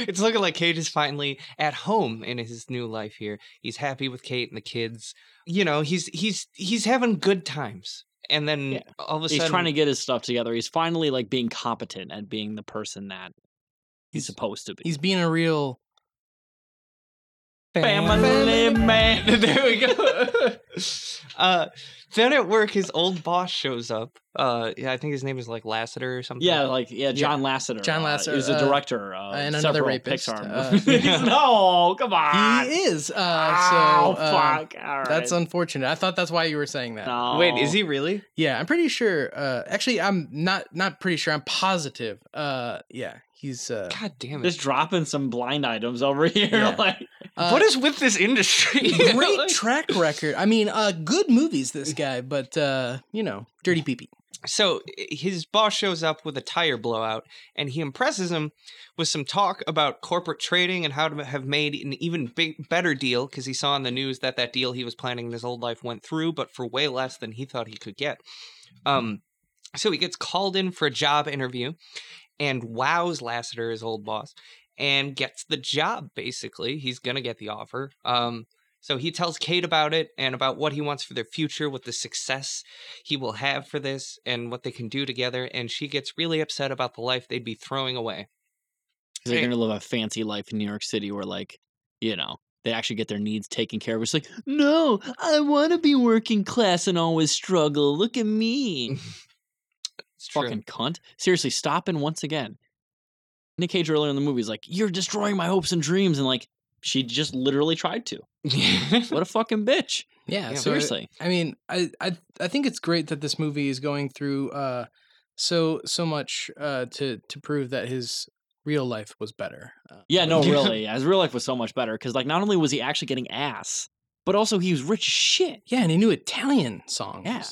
it's looking like Cage is finally at home in his new life here. He's happy with Kate and the kids. You know, he's he's he's having good times. And then
Yeah.
all of a
He's
sudden,
trying to get his stuff together. He's finally like being competent at being the person that he's supposed to be.
He's being a real
Family man.
there we go. uh, then at work, his old boss shows up. Uh, yeah, I think his name is like Lassiter or something.
Yeah, like yeah, John Lasseter.
John Lasseter,
uh, is a
uh,
director of
and another
several
rapist,
Pixar
uh,
movies. no, come on.
He is. Uh,
oh
so uh,
fuck! All right.
that's unfortunate. I thought that's why you were saying that.
No.
Wait, is he really?
Yeah, I'm pretty sure. Uh, actually, I'm not not pretty sure. I'm positive. Uh, yeah, he's. Uh,
God damn it!
just dropping some blind items over here?
Yeah.
Like,
uh,
what is with this industry?
great track record? I mean, uh, good movies. This guy, but uh, you know, Dirty Pee Pee.
So i- his boss shows up with a tire blowout, and he impresses him with some talk about corporate trading and how to have made an even big, better deal because he saw in the news that that deal he was planning in his old life went through, but for way less than he thought he could get. Um, so he gets called in for a job interview, and wows Lassiter, his old boss, and gets the job. Basically, he's gonna get the offer. Um, so he tells Kate about it and about what he wants for their future, what the success he will have for this and what they can do together. And she gets really upset about the life they'd be throwing away.
they're
Hey.
gonna live a fancy life in New York City, where like, you know, they actually get their needs taken care of. It's like, no, I want to be working class and always struggle. Look at me,
It's true.
fucking cunt. Seriously, stopping once again. Nick Cage earlier in the movie is like, you're destroying my hopes and dreams, and like, she just literally tried to. What a fucking bitch.
Yeah,
Yeah.
so
Seriously.
I mean, I, I I think it's great that this movie is going through uh so so much uh to to prove that his real life was better. Uh,
Yeah, no,
Yeah.
really. His real life was so much better because, like, not only was he actually getting ass, but also he was rich as shit.
Yeah, and he knew Italian songs.
Yeah.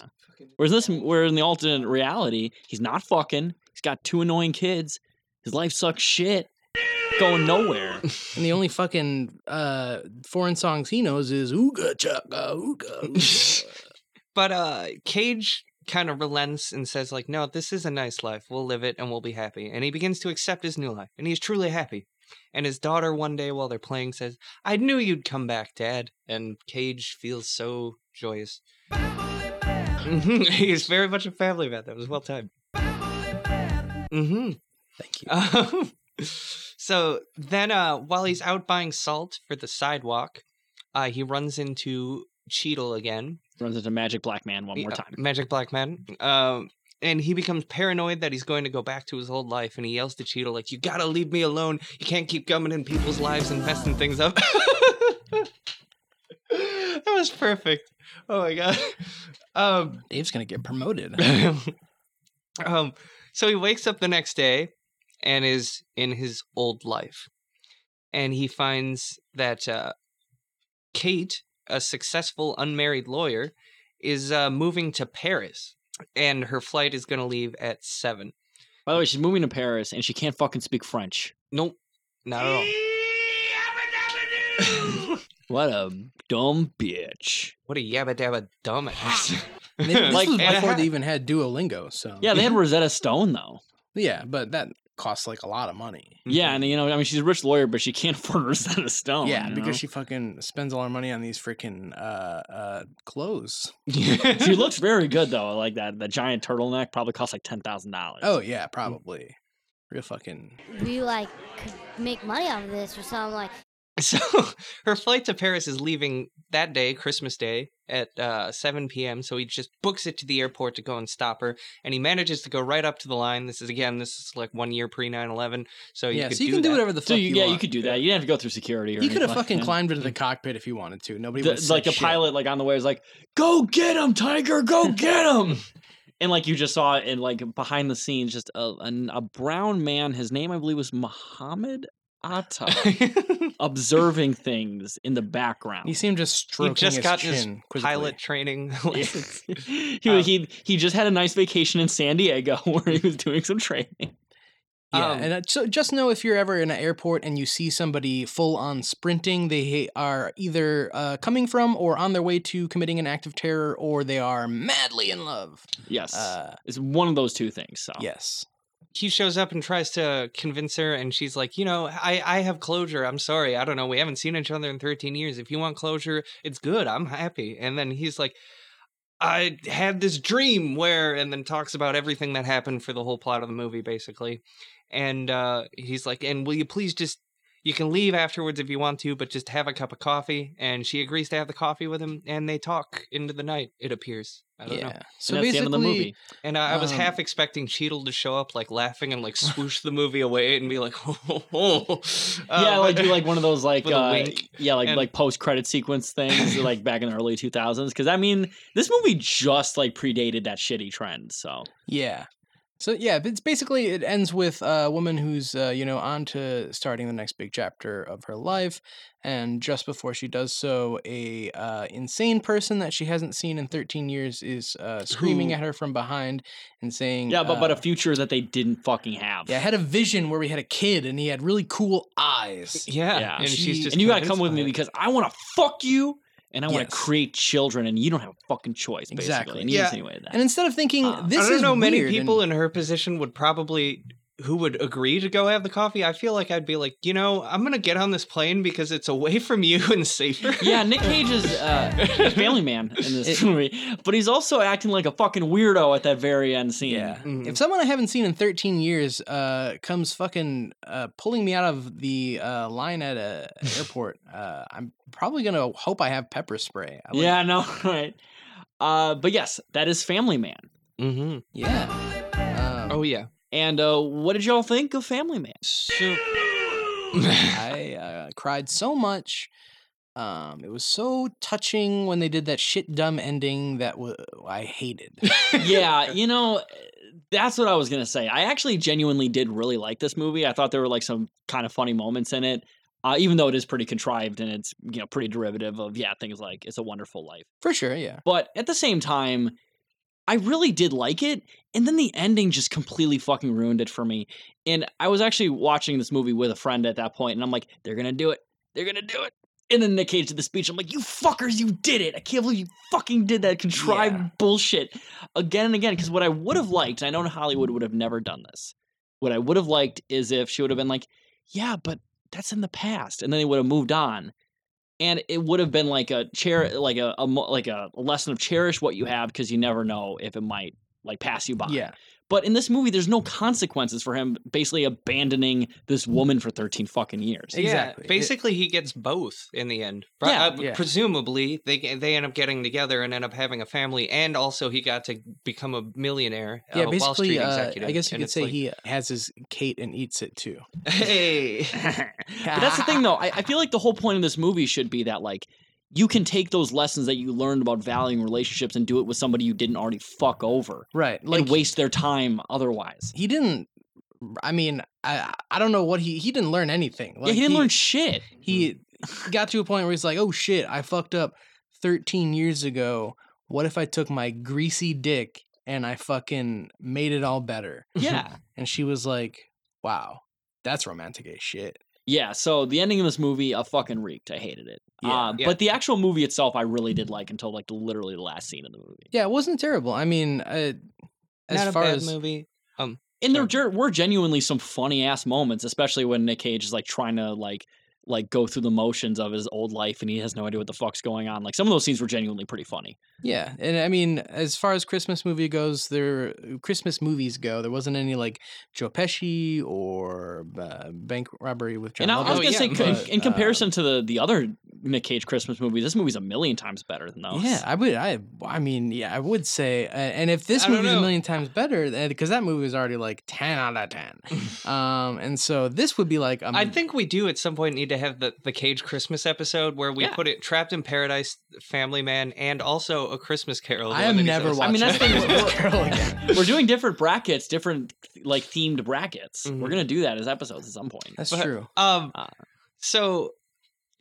Whereas this, where in the alternate reality, he's not fucking. He's got two annoying kids. His life sucks shit. Going nowhere.
And the only fucking uh foreign songs he knows is ooga chaka ooga. ooga."
but uh, Cage kind of relents and says, like, no, this is a nice life. We'll live it and we'll be happy. And he begins to accept his new life. And he's truly happy. And his daughter, one day while they're playing, says, I knew you'd come back, Dad. And Cage feels so joyous. he is very much a family man. That was well timed. Mm-hmm.
Thank you.
Um, so then, uh, while he's out buying salt for the sidewalk, uh, he runs into Cheadle again.
Runs into Magic Black Man one more
Yeah,
time.
Magic Black Man. Um, and he becomes paranoid that he's going to go back to his old life, and he yells to Cheadle, like, you gotta leave me alone. You can't keep coming in people's lives and messing things up. that was perfect. Oh my god. Um,
Dave's gonna get promoted.
um, so he wakes up the next day and is in his old life. And he finds that uh, Kate, a successful unmarried lawyer, is uh, moving to Paris. And her flight is going to leave at seven.
By the way, she's moving to Paris and she can't fucking speak French.
Nope, not at all.
What a dumb bitch.
What a yabba dabba dumbass.
And this
Like,
was
and
before
ha-
they even had Duolingo, so
Yeah, they had Rosetta Stone, though.
yeah, but that costs like a lot of money.
Mm-hmm.
Yeah, and, you know, I mean, she's a rich lawyer, but she can't afford Rosetta
Oh,
Stone.
yeah,
you know?
because she fucking spends all her money on these freaking uh uh clothes.
she looks very good though. Like that, that giant turtleneck probably cost like ten thousand dollars.
Oh
Mm.
yeah, probably. Real fucking
we like could make money off of this or something like
So her flight to Paris is leaving that day, Christmas Day, at uh, 7 p.m. So he just books it to the airport to go and stop her. And he manages to go right up to the line. This is, again, this is like one year pre 9 11. So Oh, you,
yeah.
could
So you
do
can do
that.
whatever the fuck
so you,
you
yeah,
want.
you could do that. You didn't have to go through security. Or
He could have
anything.
fucking
Yeah.
climbed into the cockpit if he wanted to. Nobody
The-
would
like the
shit.
pilot, like on the way, was like, "Go get him, Tiger! Go get him!" and like you just saw, and like behind the scenes, just a, a, a brown man. His name, I believe, was Muhammad Atta, observing things in the background.
He seemed just stroking
just
his
got his
chin. quizzically.
Pilot training
Yeah.
lessons.
he,
Um,
he he just had a nice vacation in San Diego where he was doing some training.
Yeah,
Um,
and uh, so just know if you're ever in an airport and you see somebody full on sprinting, they are either uh, coming from or on their way to committing an act of terror, or they are madly in love.
Yes,
Uh,
it's one of those two things. So
Yes.
He shows up and tries to convince her, and she's like, You know, I, I have closure. I'm sorry. I don't know. We haven't seen each other in 13 years. If you want closure, it's good. I'm happy. And then he's like, I had this dream where, and then talks about everything that happened for the whole plot of the movie, basically. And uh, he's like, and will you please just, You can leave afterwards if you want to, but just have a cup of coffee. And she agrees to have the coffee with him, and they talk into the night. It appears. I don't
yeah.
know.
So
that's the end
basically,
of the movie.
And I, I was
Um,
half expecting Cheadle to show up, like laughing and like swoosh the movie away and be like, "Ho ho ho!" Uh,
yeah, like
but-
do like one of those like
with a
uh,
wink.
yeah, like
And-
like post credit sequence things like back in the early two thousands. Because I mean, this movie just like predated that shitty trend. So
Yeah. So yeah, but it's basically it ends with a woman who's uh, you know on to starting the next big chapter of her life, and just before she does so, a uh, insane person that she hasn't seen in 13 years is uh, screaming
Who-
at her from behind and saying,
yeah, but but a
uh,
future that they didn't fucking have.
yeah, I had a vision where we had a kid and he had really cool eyes.
yeah.
Yeah.
And
She-
she's just
and you gotta
convinced
come with
by
me
it.
because I want to fuck you, and I want
Yes.
to create children, and you don't have a fucking choice. Basically.
Exactly.
And you
Yeah.
insinuated that.
And instead of thinking
Uh, I
this
I don't
is
know many
weird," and-
people in her position would probably who would agree to go have the coffee. I feel like I'd be like, you know, I'm gonna get on this plane because it's away from you and safer.
yeah, Nick Cage is uh, family man in this movie, but he's also acting like a fucking weirdo at that very end scene.
Yeah.
Mhm.
If someone I haven't seen in 13 years uh, comes fucking uh, pulling me out of the uh, line at a an airport, uh, I'm probably gonna hope I have pepper spray. I would-
yeah, no, right. Uh, but yes, that is Family Man.
Mm-hmm.
yeah. Um,
Oh yeah.
And uh, what did y'all think of Family Man?
So
I uh, cried so much. Um, it was so touching when they did that shit dumb ending that wa I hated.
yeah, you know, that's what I was gonna say. I actually genuinely did really like this movie. I thought there were like some kind of funny moments in it, uh, even though it is pretty contrived and it's you know pretty derivative of yeah things like It's a Wonderful Life.
For sure, yeah.
But at the same time, I really did like it. And then the ending just completely fucking ruined it for me. And I was actually watching this movie with a friend at that point, and I'm like, they're gonna do it. They're gonna do it. And then Nick Cage did the speech. I'm like, you fuckers, you did it. I can't believe you fucking did that contrived
Yeah.
bullshit again and again. Because what I would have liked, and I know Hollywood would have never done this, what I would have liked is if she would have been like, yeah, but that's in the past. And then they would have moved on and it would have been like a chair like a, a mo- like a lesson of cherish what you have because you never know if it might like pass you by
Yeah.
but in this movie there's no consequences for him basically abandoning this woman for 13 fucking years
Exactly.
Yeah,
It-
basically, he gets both in the end. Pro-
Yeah,
uh,
yeah.
Presumably, they g- they end up getting together and end up having a family, and also he got to become a millionaire. uh,
Yeah,
Wall
basically,
Street
uh,
executive,
I guess you
and
could
it's
say
like,
he has his cake and eats it too.
Hey,
but that's the thing though I, I feel like the whole point of this movie should be that like you can take those lessons that you learned about valuing relationships and do it with somebody you didn't already fuck over
Right.
and waste their time otherwise
he didn't i mean i i don't know what he he didn't learn anything like
yeah he didn't learn shit
mm-hmm.
he got to a point where he's like oh shit i fucked up 13 years ago what if i took my greasy dick and i fucking made it all better
yeah
and she was like wow that's romantic as shit
Yeah, so the ending of this movie, I fucking reeked. I hated it.
Yeah.
uh,
Yeah.
But the actual movie itself, I really did like until like literally the last scene of the movie.
yeah it wasn't terrible i mean uh, as
not
far
a bad
as
movie.
And there ger- were genuinely some funny ass moments, especially when Nick Cage is like trying to like like go through the motions of his old life and he has no idea what the fuck's going on. Like some of those scenes were genuinely pretty funny.
Yeah, and I mean, as far as Christmas movie goes, there Christmas movies go, there wasn't any like Joe Pesci or uh, bank robbery with John.
and I, I was
Oh,
gonna
yeah,
say, in-
but, uh,
in, comparison to the the other Nick Cage Christmas movie, this movie's a million times better than those.
yeah, I would. I I mean, yeah, I would say. Uh, and if this
I don't
movie's a
know.
million times better, because that movie was already like ten out of ten, um, and so this would be like a
I think we do at some point need to have the, the Cage Christmas episode where we
Yeah.
put it Trapped in Paradise, Family Man, and also A Christmas Carol. the
I
one
am
that he
never
says.
watching.
I mean, that's the thing,
Christmas
we're-
Carol again.
we're doing different brackets, different like themed brackets. We're
Mhm.
gonna do that as episodes at some point.
That's
But-
true.
Um,
Ah.
Uh.
so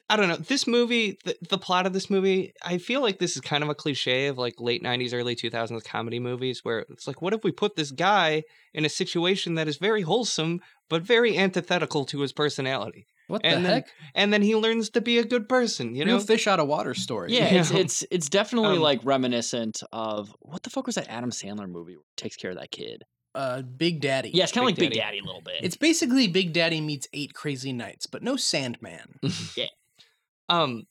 I don't know. This movie, the, the plot of this movie, I feel like this is kind of a cliche of like late '90s, early 2000s comedy movies, where it's like, what if we put this guy in a situation that is very wholesome but very antithetical to his personality,
What the
and then
heck?
and then he learns to be a good person, you know?
Real fish out of water story.
Yeah, it's
Yeah.
it's it's definitely
Um,
like reminiscent of what the fuck was that Adam Sandler movie where he takes care of that kid?
Uh, Big Daddy.
Yeah, it's kind of like
Big
Big
Daddy.
Daddy a little bit.
It's basically Big Daddy meets Eight Crazy Nights, but no Sandman.
um,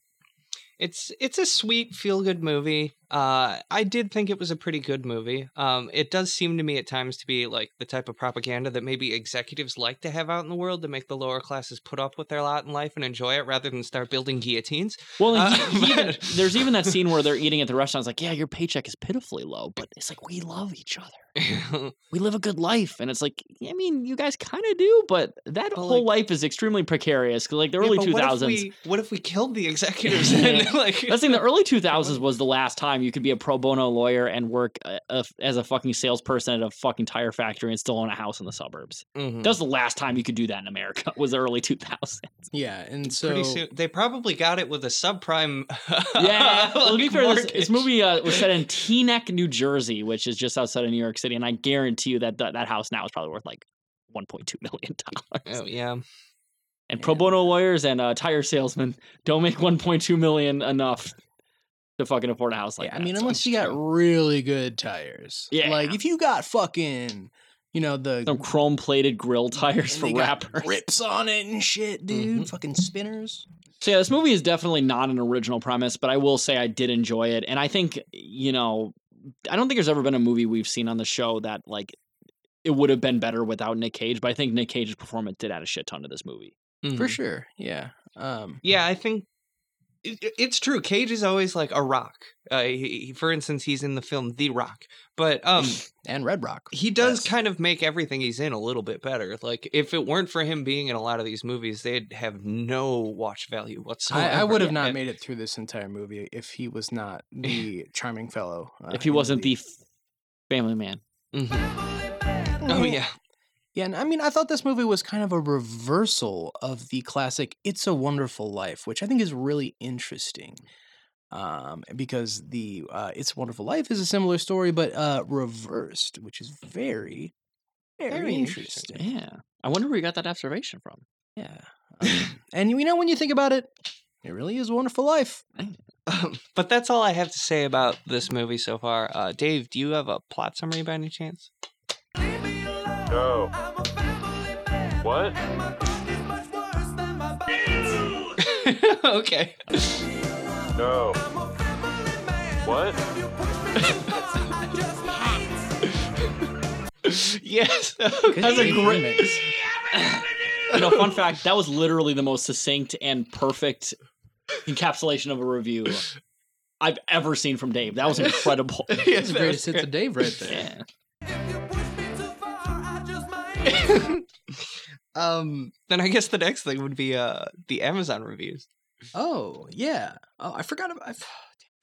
it's it's a sweet feel good movie. Uh, I did think it was a pretty good movie. Um, it does seem to me at times to be like the type of propaganda that maybe executives like to have out in the world to make the lower classes put up with their lot in life and enjoy it rather than start building guillotines.
Well, and
Uh,
he, he even,
but-
there's even that scene where they're eating at the restaurant. It's like, yeah, your paycheck is pitifully low, but it's like we love each other. We live a good life, and it's like, I mean, you guys kind of do, but that
But,
whole life is extremely precarious. 'cause, like the early
Yeah,
two
but what if
thousands.
we- What if we killed the executives? then? like,
That's the thing. The early 2000s was the last time you could be a pro bono lawyer and work uh, uh, as a fucking salesperson at a fucking tire factory and still own a house in the suburbs.
Mhm.
That was the last time you could do that in America. Was the early 2000s.
Yeah, and so
pretty soon they probably got it with a subprime.
Yeah.
like,
well, to be fair, this,
mortgage.
this movie uh, was set in Teaneck, New Jersey, which is just outside of New York City, and I guarantee you that that, that house now is probably worth like 1.2 million dollars.
Oh yeah.
And pro
man.
bono lawyers and uh, tire salesmen don't make 1.2 million enough to fucking afford a house like
yeah,
that.
I mean,
so-
unless you got
true.
really good tires.
Yeah.
Like if you got fucking, you know, the
some chrome plated grill
and
tires
they
for
got
rappers.
grips on it and shit, dude.
Mhm.
Fucking spinners.
So yeah, this movie is definitely not an original premise, but I will say I did enjoy it, and I think you know, I don't think there's ever been a movie we've seen on the show that like it would have been better without Nick Cage, but I think Nick Cage's performance did add a shit ton to this movie.
For
Mhm.
sure. Yeah. Um
Yeah, I think it, it- it's true. Cage is always like a rock. Uh, he, he- for instance, he's in the film The Rock, but um,
and Red Rock.
he does
Yes.
kind of make everything he's in a little bit better. Like if it weren't for him being in a lot of these movies, they'd have no watch value whatsoever.
I, I would have
Yeah.
not made it through this entire movie if he was not the charming fellow. uh,
if he
in
wasn't the
lead.
f- Family Man,
Mhm. Oh yeah.
Yeah, and I mean, I thought this movie was kind of a reversal of the classic "It's a Wonderful Life," which I think is really interesting, um, because the uh, "It's a Wonderful Life" is a similar story, but uh, reversed, which is very, very,
Very
interesting.
interesting.
yeah, I wonder where you got that observation from.
Yeah, um, and you know, when you think about it, it really is a wonderful life.
Um, but that's all I have to say about this movie so far. Uh, Dave, do you have a plot summary by any chance?
No. What?
okay.
No. What?
yes. Okay.
That's a great-
mix.
You know, fun fact that was literally the most succinct and perfect encapsulation of a review I've ever seen from Dave. That was incredible.
That's the greatest hits of Dave right there.
Yeah.
Um, then I guess the next thing would be uh the Amazon reviews.
Oh yeah. Oh, I forgot about. I, f-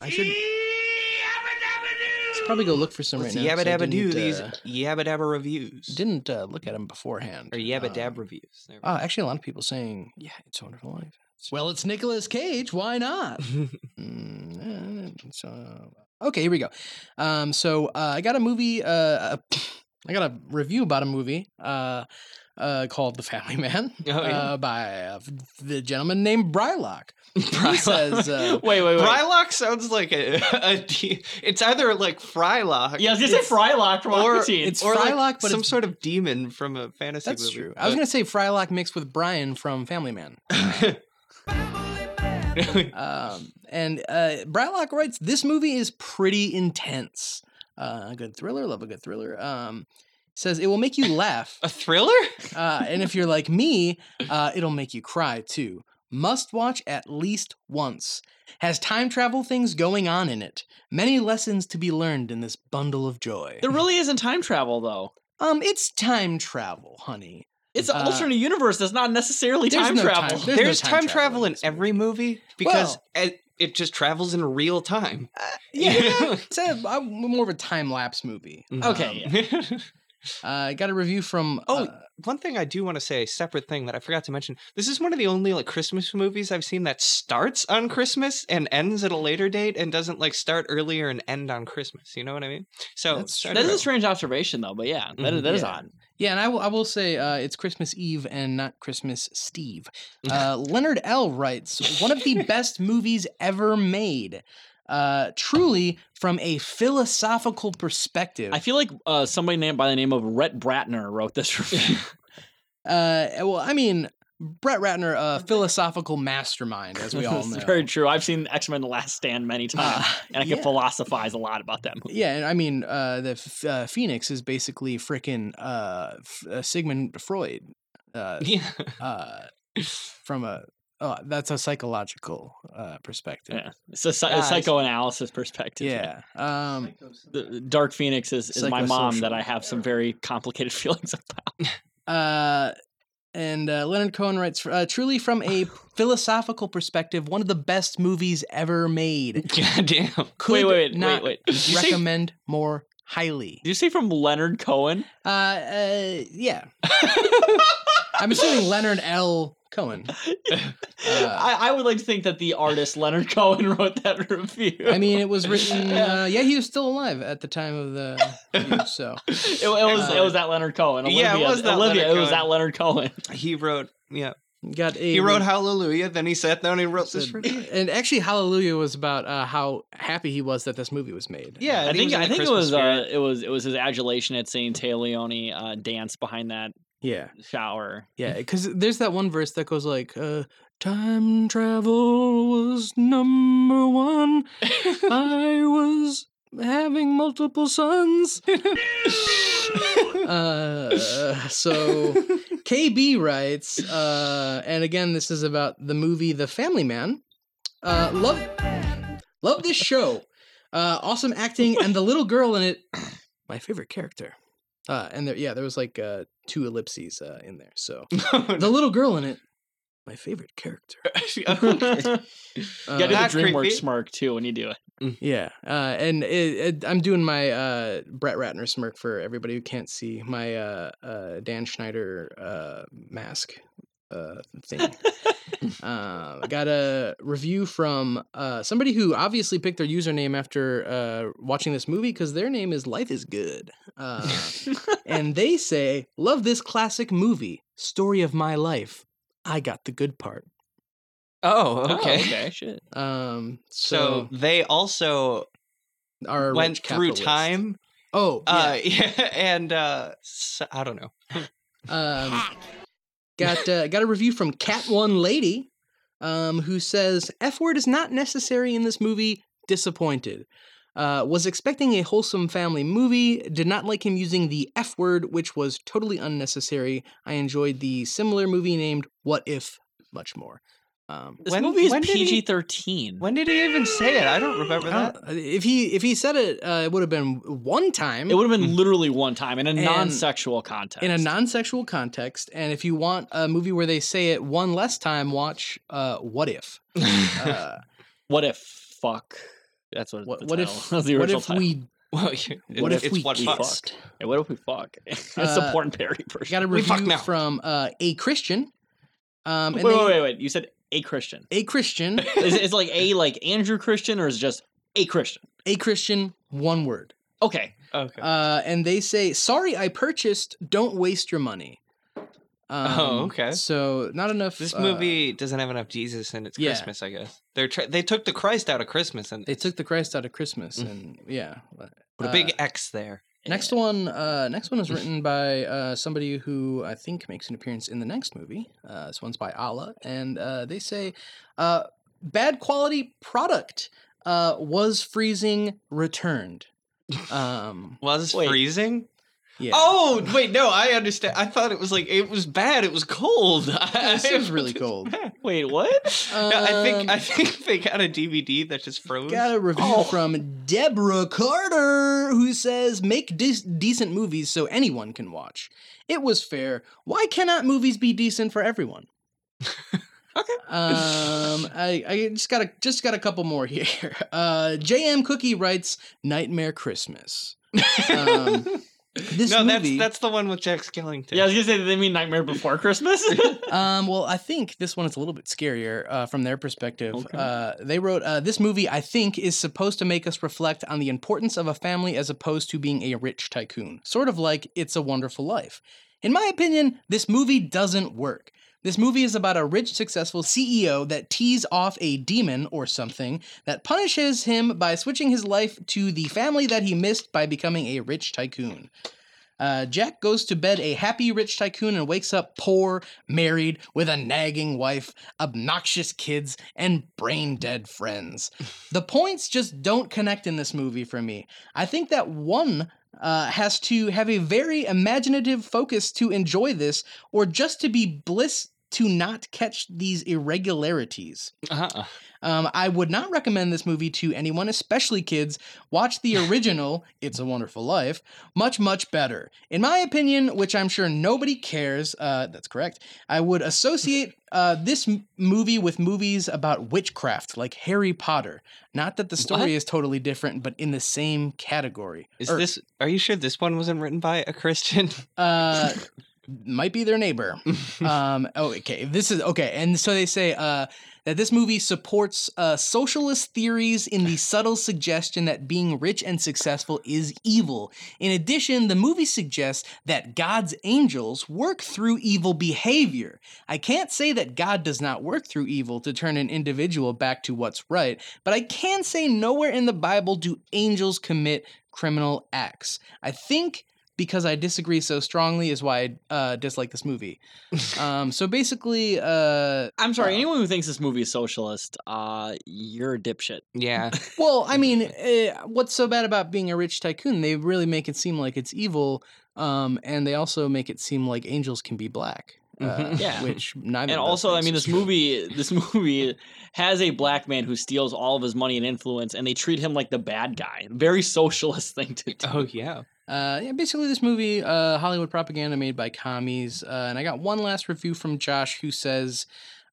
I should. I should probably go look for some
Let's
right now.
yabba
'cause I
dabba do
didn't,
these
uh,
yabba dabba reviews
Didn't uh, look at them beforehand.
or yabba dab
Um,
reviews. There we
oh, actually, a lot of people saying, "Yeah, it's a Wonderful Life." Well, it's Nicolas Cage. Why not?
go.
Mm, uh, so okay, here we go. Um, so uh, I got a movie. Uh, a- I got a review about a movie uh, uh, called The Family Man
Oh, yeah.
uh, by uh, the gentleman named Brylock. He says, uh,
Wait, wait, wait.
Brylock sounds like a, a de- it's either like Frylock.
yeah, I was gonna say Frylock from
or
Aquatine.
it's
or like
Frylock, but
some
it's-
sort of demon from a fantasy
That's
movie.
true. I was
but-
gonna say Frylock mixed with Brian from Family Man. Um, and uh, Brylock writes, "This movie is pretty intense. Uh, a good thriller. Love a good thriller." Um, says it will make you laugh,
a thriller?
uh, and if you're like me, uh, it'll make you cry too. Must watch at least once. Has time travel things going on in it. Many lessons to be learned in this bundle of joy.
there really isn't time travel though.
Um, it's time travel, honey.
It's an
Uh,
alternate universe that's not necessarily
there's
time
no time-
travel.
There's
There's,
no time
time,
travel
travel
in
in
this
every movie because
Well-
it, it just travels in real time.
Yeah, it's a, I'm more of a time lapse movie.
Okay,
Um, uh, I got a review from.
Oh,
uh,
one thing I do want to say, separate thing that I forgot to mention. This is one of the only like Christmas movies I've seen that starts on Christmas and ends at a later date and doesn't like start earlier and end on Christmas. You know what I mean? So
That's
time
true.
that is a
travel.
strange observation though. But yeah, that is
Mhm,
that is
Mm-hmm. yeah.
odd.
yeah, and I will. I will say uh, it's Christmas Eve and not Christmas Steve. Uh, Leonard L writes one of the best movies ever made. Uh, truly, from a philosophical perspective.
I feel like uh, somebody named by the name of Rhett Bratner wrote this review.
uh, well, I mean, Brett Ratner, a philosophical mastermind, as we all
This
know.
is very true. I've seen X Men: The Last Stand many times,
Ah,
and I can
yeah.
philosophize a lot about that movie.
Yeah, and I mean, uh, the f- uh, Phoenix is basically frickin' uh, f- uh, Sigmund Freud uh,
Yeah.
uh, from a oh, that's a psychological uh, perspective.
Yeah, it's a, psy-
Ah, I
a
see.
psychoanalysis perspective.
Yeah. Um,
The Dark Phoenix is, is my mom that
Psychosocial.
I have some very complicated feelings about.
uh, and uh, Leonard Cohen writes uh, truly from a philosophical perspective, one of the best movies ever made.
Goddamn.
Could
wait, wait,
not
wait, wait. Did you, say, did
recommend more highly.
you say from Leonard Cohen?
Uh, uh, yeah. I'm assuming Leonard L. Cohen. Uh,
I, I would like to think that the artist Leonard Cohen wrote that review.
I mean, it was written. Uh, yeah, he was still alive at the time of the. review, So
it, it was it
uh,
was that Leonard Cohen. Olivia,
yeah, it was that
Olivia,
Leonard
it was
Cohen.
that Leonard Cohen.
He wrote, yeah.
got a.
He wrote Hallelujah, then he sat down and wrote this
said-
review.
and actually, Hallelujah was about uh, how happy he was that this movie was made.
Yeah,
I
and he
think
was in
I
the
think it
Christmas
was uh,
spirit.
it was it was his adulation at Saint Leone uh, dance behind that
yeah,
shower.
yeah. Because there's that one verse that goes like, uh, "Time travel was number one. I was having multiple sons." uh, so KB writes, uh, and again, this is about the movie The Family Man. Uh, love, love this show. Uh, awesome acting and the little girl in it, my favorite character. Uh, and there, yeah, there was like uh, two ellipses uh, in there. So the little girl in it, my favorite character. Uh,
you gotta
Not
do the DreamWorks
creepy.
smirk too when you do it.
yeah, uh, and it, it, I'm doing my uh, Brett Ratner smirk for everybody who can't see my uh, uh, Dan Schneider uh, mask uh, thing. uh, I got a review from uh, somebody who obviously picked their username after uh, watching this movie because their name is Life is Good, uh, and they say, "Love this classic movie, story of my life. I got the good part."
oh,
Oh,
okay.
okay, shit.
Um,
So
so,
they also
our
went
rich
through
capitalist-
time.
Oh, yeah.
Uh, yeah, and uh, s I don't know.
Um,
Hack.
got uh, got a review from Cat One Lady, um, who says F word is not necessary in this movie. Disappointed. Uh, was expecting a wholesome family movie. Did not like him using the F word, which was totally unnecessary. I enjoyed the similar movie named What If much more. Um,
This
When-
movie is
when did he-
PG thirteen.
When did he even say it? I don't remember
I
that.
don't- if he if he said it, uh, it would have been one time.
It would have been literally one time in a
Mm. And-
non-sexual context.
in a non-sexual context and if you want a movie where they say it one less time watch uh what if uh,
what if fuck? That's what.
what,
the
what
title-
if
that's the
what
original
if
title.
we
Well, you-
what if
it's
we
what
kissed?
fuck.
Hey, what if we fuck? That's the
Uh,
porn parody version.
got a
We fuck
review
now.
from uh a christian um and
wait, wait,
they-
wait, wait. You said a Christian.
a christian
is it is it like a like Andrew Christian or is it just a Christian?
a christian one word
Okay.
Okay.
uh and they say sorry i purchased don't waste your money um,
Oh, okay.
so not enough
this
uh,
movie doesn't have enough Jesus and it's
yeah.
Christmas, I guess. They're try they took the Christ out of Christmas and
they took the christ out of christmas
Mm-hmm.
and
Mm.
yeah
put a
uh,
big X there.
Next one, uh, next one is written by uh, somebody who I think makes an appearance in the next movie. Uh, this one's by Ala, and uh, they say, uh, "Bad quality product uh, was freezing returned." Um,
Was
Wait.
freezing?
yeah.
Oh wait, no, I understand. I thought it was like it was bad. It was cold.
this is really cold.
Wait, what?
No, I think I
Um,
think they got a DVD that just froze.
Got a review from Deborah Carter who says, Make de- decent movies so anyone can watch. It was fair. Why cannot movies be decent for everyone? okay. Um, I, I just got a just got a couple more here. Uh, J.M. Cookie writes Nightmare Christmas. Um, this
no,
movie,
that's that's the one with Jack Skellington.
Yeah, I was gonna say did they mean Nightmare Before Christmas.
Um, well, I think this one is a little bit scarier uh, from their perspective.
Okay.
Uh, they wrote, uh, This movie, I think, is supposed to make us reflect on the importance of a family as opposed to being a rich tycoon, sort of like It's a Wonderful Life. In my opinion, this movie doesn't work. This movie is about a rich, successful CEO that tees off a demon or something that punishes him by switching his life to the family that he missed by becoming a rich tycoon. Uh, Jack goes to bed a happy rich tycoon and wakes up poor, married, with a nagging wife, obnoxious kids, and brain dead friends. The points just don't connect in this movie for me. I think that one uh, has to have a very imaginative focus to enjoy this, or just to be bliss to not catch these irregularities.
Uh-huh.
Um, I would not recommend this movie to anyone, especially kids. Watch the original, It's a Wonderful Life, much, much better. In my opinion, which I'm sure nobody cares, uh, that's correct, I would associate uh, this m- movie with movies about witchcraft, like Harry Potter. Not that the
What?
story is totally different, but in the same category. Er,
Is
Or,
this? Are you sure this one wasn't written by a Christian?
Uh, might be their neighbor. um oh, okay this is okay and so they say uh that this movie supports uh socialist theories in the subtle suggestion that being rich and successful is evil in addition the movie suggests that god's angels work through evil behavior i can't say that god does not work through evil to turn an individual back to what's right but i can say nowhere in the bible do angels commit criminal acts i think because I disagree so strongly is why I uh, dislike this movie. Um, so basically, uh,
I'm sorry.
Uh,
anyone who thinks this movie is socialist, uh, you're a dipshit.
yeah.
well, I mean, uh, what's so bad about being a rich tycoon? They really make it seem like it's evil, um, and they also make it seem like angels can be black. Uh,
Mhm.
Mm-hmm. Yeah.
which neither.
And
of those
also, I
things
mean,
is
this
true.
movie, this movie has a black man who steals all of his money and influence, and they treat him like the bad guy. Very socialist thing to do.
Oh yeah.
Uh, yeah, basically, this movie, uh, Hollywood propaganda made by commies. Uh, and I got one last review from Josh who says,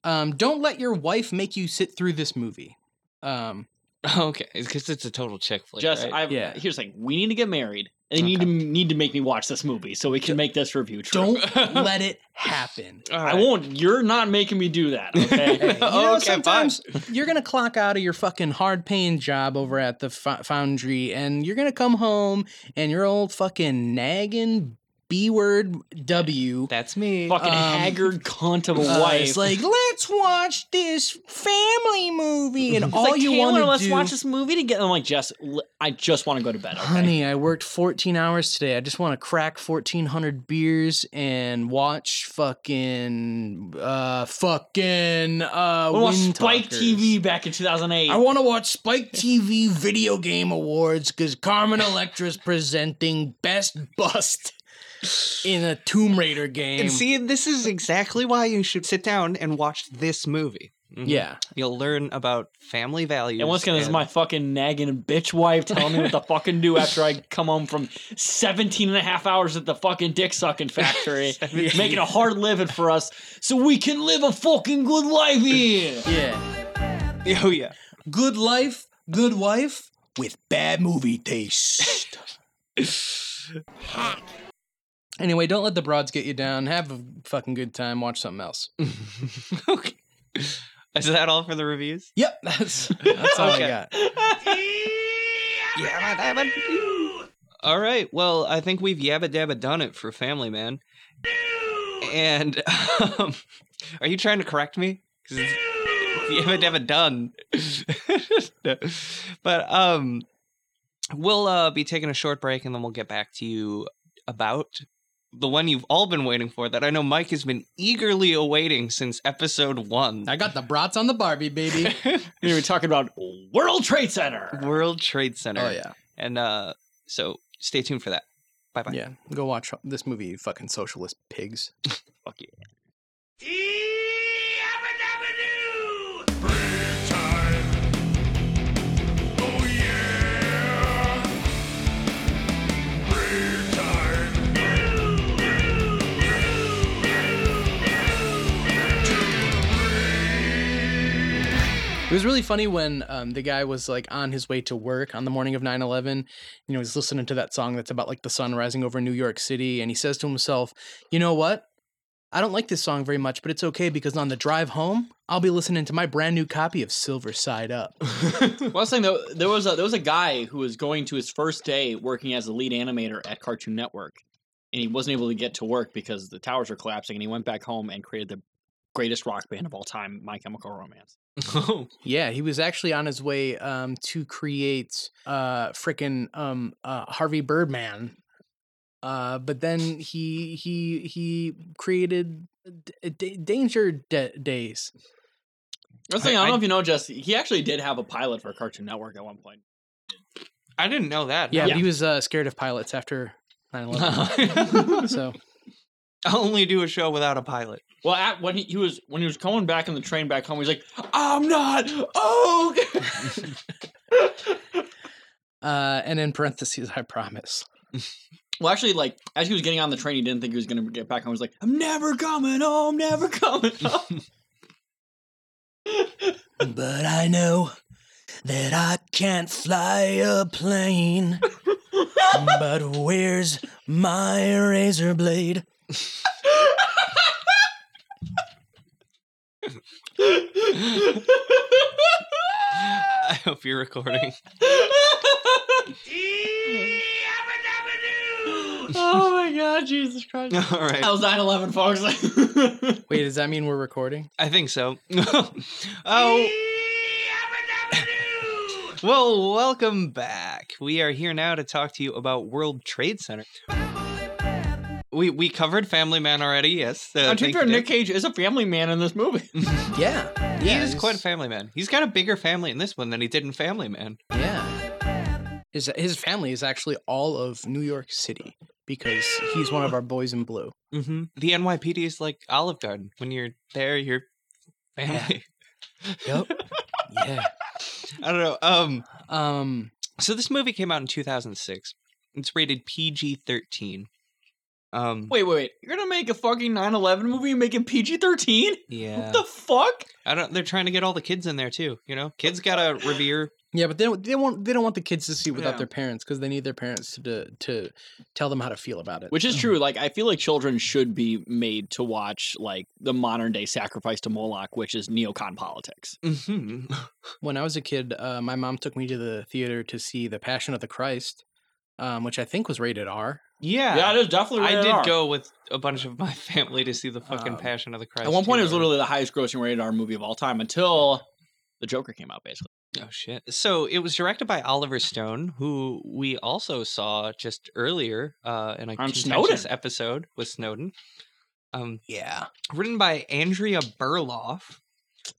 um, "Don't let your wife make you sit through this movie." Um,
Okay, because it's a total chick flick.
Just,
right?
I,
Yeah.
here's like, we need to get married, and you need to need to make me watch this movie so we can make this review true.
don't let it happen.
All
I
right.
won't. You're not making me do that. Okay.
Hey, you know,
Okay, fine.
sometimes you're gonna clock out of your fucking hard-paying job over at the fo- foundry, and you're gonna come home, and your old fucking nagging b-word W
That's me.
Fucking
Um,
haggard cunt of a
uh,
wife.
is like, "Let's watch this family movie," and
It's
all
like,
you
Taylor,
want to
let's
do,
watch this movie together. I'm like, Jess, l- I just want to go to bed. Okay?
honey, I worked 14 hours today. I just want to crack 1,400 beers and watch fucking, uh, fucking, uh,
I want
Wind
Spike
Talkers.
TV back in 2008.
I want to watch Spike TV Video Game Awards because Carmen Electra's presenting Best Bust in a Tomb Raider game.
And see, this is exactly why you should sit down and watch this movie. Mhm.
yeah.
You'll learn about family values.
And once again, this is my fucking nagging bitch wife telling me what to fucking do after I come home from 17 and a half hours at the fucking dick sucking factory, making a hard living for us so we can live a fucking good life here.
Yeah.
Oh yeah.
Good life, good wife with bad movie taste. anyway, don't let the broads get you down. Have a fucking good time. Watch something else.
okay. Is that all for the reviews?
Yep, that's, that's all
Okay.
I got.
Yeah, All right. Well, I think we've yabba dabba done it for Family Man. And um, are you trying to correct me? 'Cause it's Yabba dabba done. No. But um, we'll uh, be taking a short break and then we'll get back to you about the one you've all been waiting for that I know Mike has been eagerly awaiting since episode one.
I got the brats on the Barbie, baby.
We were talking about World Trade Center.
World Trade Center.
oh, yeah.
And uh, so stay tuned for that. Bye bye.
Yeah. Go watch this movie, you fucking socialist pigs.
Fuck you.
It was really funny when um, the guy was like on his way to work on the morning of 9 11. You know, he's listening to that song that's about like the sun rising over New York City. And he says to himself, You know what? I don't like this song very much, but it's okay because on the drive home, I'll be listening to my brand new copy of Silver Side Up.
Well, I was saying though, there was a there was a guy who was going to his first day working as a lead animator at Cartoon Network, and he wasn't able to get to work because the towers were collapsing, and he went back home and created the greatest rock band of all time, My Chemical Romance.
yeah, he was actually on his way um, to create uh, frickin' um, uh, Harvey Birdman. Uh, but then he he he created D- D- Danger D- Days.
That's the thing, I don't know if you know, Jesse. He actually did have a pilot for Cartoon Network at one point.
I didn't know that.
Yeah,
Yeah.
he was uh, scared of pilots after 9-11. so
I'll only do a show without a pilot.
Well, at, when he, he was when he was coming back in the train back home, he's like, "I'm not oh
uh, and in parentheses, I promise.
well, actually, like as he was getting on the train, he didn't think he was going to get back home. He was like, "I'm never coming home. Never coming home."
But I know that I can't fly a plane. but where's my razor blade?
I hope you're recording.
oh my god, Jesus Christ!
All right.
That was 9/11, folks.
Wait, does that mean we're recording?
I think so. oh. Well, welcome back. We are here now to talk to you about World Trade Center. We we covered Family Man already. Yes. Uh,
Now, to be
thank
fair,
you,
Nick
Dick.
Cage is a family man in this movie.
Yeah.
he is quite a Family Man. He's got a bigger family in this one than he did in Family Man.
Yeah. His, his family is actually all of New York City because he's one of our boys in blue.
Mm-hmm. The NYPD is like Olive Garden. When you're there, you're family.
Yep. yeah.
I don't know. Um.
Um,
So this movie came out in 2006. It's rated PG-13. Um.
Wait, wait, wait. You're gonna make a fucking 9-11 movie and make it PG-13?
Yeah.
What the fuck?
I don't. They're trying to get all the kids in there too. You know, kids gotta revere.
yeah, but they don't, they won't they don't want the kids to see it without
Yeah.
their parents because they need their parents to, to to tell them how to feel about it.
Which is true. Like, I feel like children should be made to watch, like, the modern day sacrifice to Moloch, which is neocon politics.
hmm
When I was a kid, uh, my mom took me to the theater to see The Passion of the Christ, um, which I think was rated R.
Yeah.
it is definitely
I
rated
did
R.
go with a bunch of my family to see the fucking
Um,
Passion of the Christ.
At one point,
too,
it was
or-
literally the highest grossing rated R movie of all time until the Joker came out, basically.
Oh shit! So it was directed by Oliver Stone, who we also saw just earlier uh, in a
On
contentious
Snowden.
episode with Snowden. Um,
Yeah.
written by Andrea Burloff.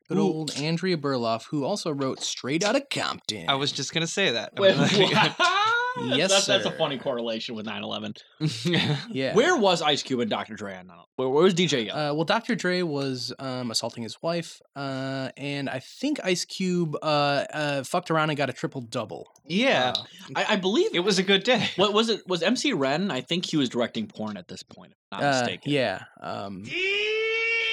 Good
Ooh.
old Andrea Burloff, who also wrote Straight Outta Compton.
I was just gonna say that. I
Wait,
was like-
what?
Yes,
that's, that's a
sir.
funny correlation with 9 11.
yeah.
Where was Ice Cube and Dr. Dre on that? Where, where was DJ Yo?
Uh, well, Dr. Dre was um, assaulting his wife, uh, and I think Ice Cube uh, uh, fucked around and got a triple double.
yeah,
I, I believe
it was a good day.
What was it? Was MC Ren? I think he was directing porn at this point, if I'm not
Uh,
mistaken.
yeah. Um,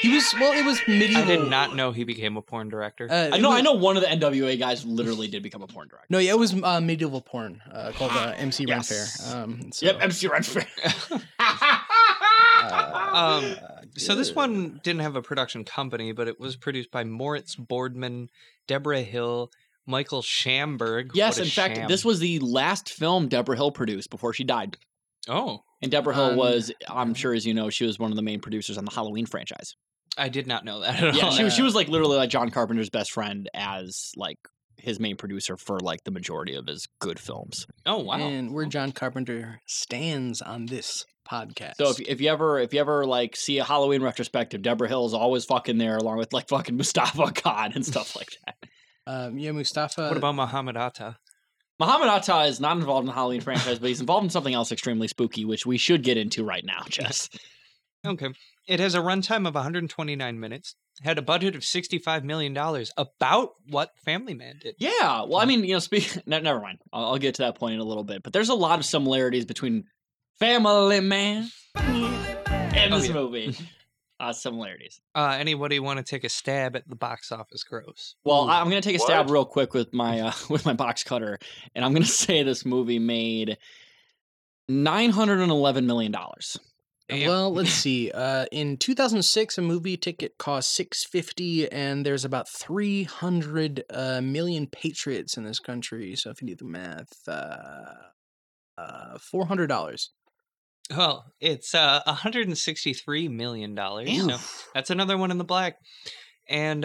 he was well. It was medieval.
I did not know he became a porn director.
Uh,
I
it
know.
was-
I know one of the NWA guys literally did become a porn director.
No, yeah, it was uh, medieval porn uh, called uh, MC
Yes.
Renfair. Um, so,
Yep, MC Ren.
uh,
um,
uh,
So this
yeah.
one didn't have a production company, but it was produced by Moritz Boardman, Deborah Hill, Michael Schamberg.
yes,
What a
in fact,
sham.
this was the last film Deborah Hill produced before she died.
Oh,
And Deborah Hill
Um,
was, I'm sure, as you know, she was one of the main producers on the Halloween franchise.
I did not know that at
Yeah,
all.
she, was- she was like literally like John Carpenter's best friend as like his main producer for like the majority of his good films.
oh wow.
And where John Carpenter stands on this podcast.
So if, if you ever if you ever like see a Halloween retrospective, Deborah Hill is always fucking there along with like fucking Mustafa Khan and stuff like that.
um, yeah, Mustafa.
what about Muhammad Atta?
Muhammad Atta is not involved in the Halloween franchise, but he's involved in something else extremely spooky, which we should get into right now, Jess.
Okay, it has a runtime of 129 minutes. Had a budget of 65 million dollars, about what Family Man did.
Yeah, well, I mean, you know, speak. No, never mind. I'll, I'll get to that point in a little bit. But there's a lot of similarities between Family Man and
Oh,
this
yeah.
movie. Uh, similarities.
Uh, anybody want to take a stab at the box office gross?
Well, I- I'm gonna take a stab
What?
real quick with my uh, with my box cutter, and I'm gonna say this movie made nine hundred and eleven million dollars.
Damn.
Well, let's see. Uh, in 2006, a movie ticket cost 650, and there's about 300 uh, million patriots in this country. So if you do the math, uh, uh, $400.
Well, it's uh, 163 million dollars. So that's another one in the black. and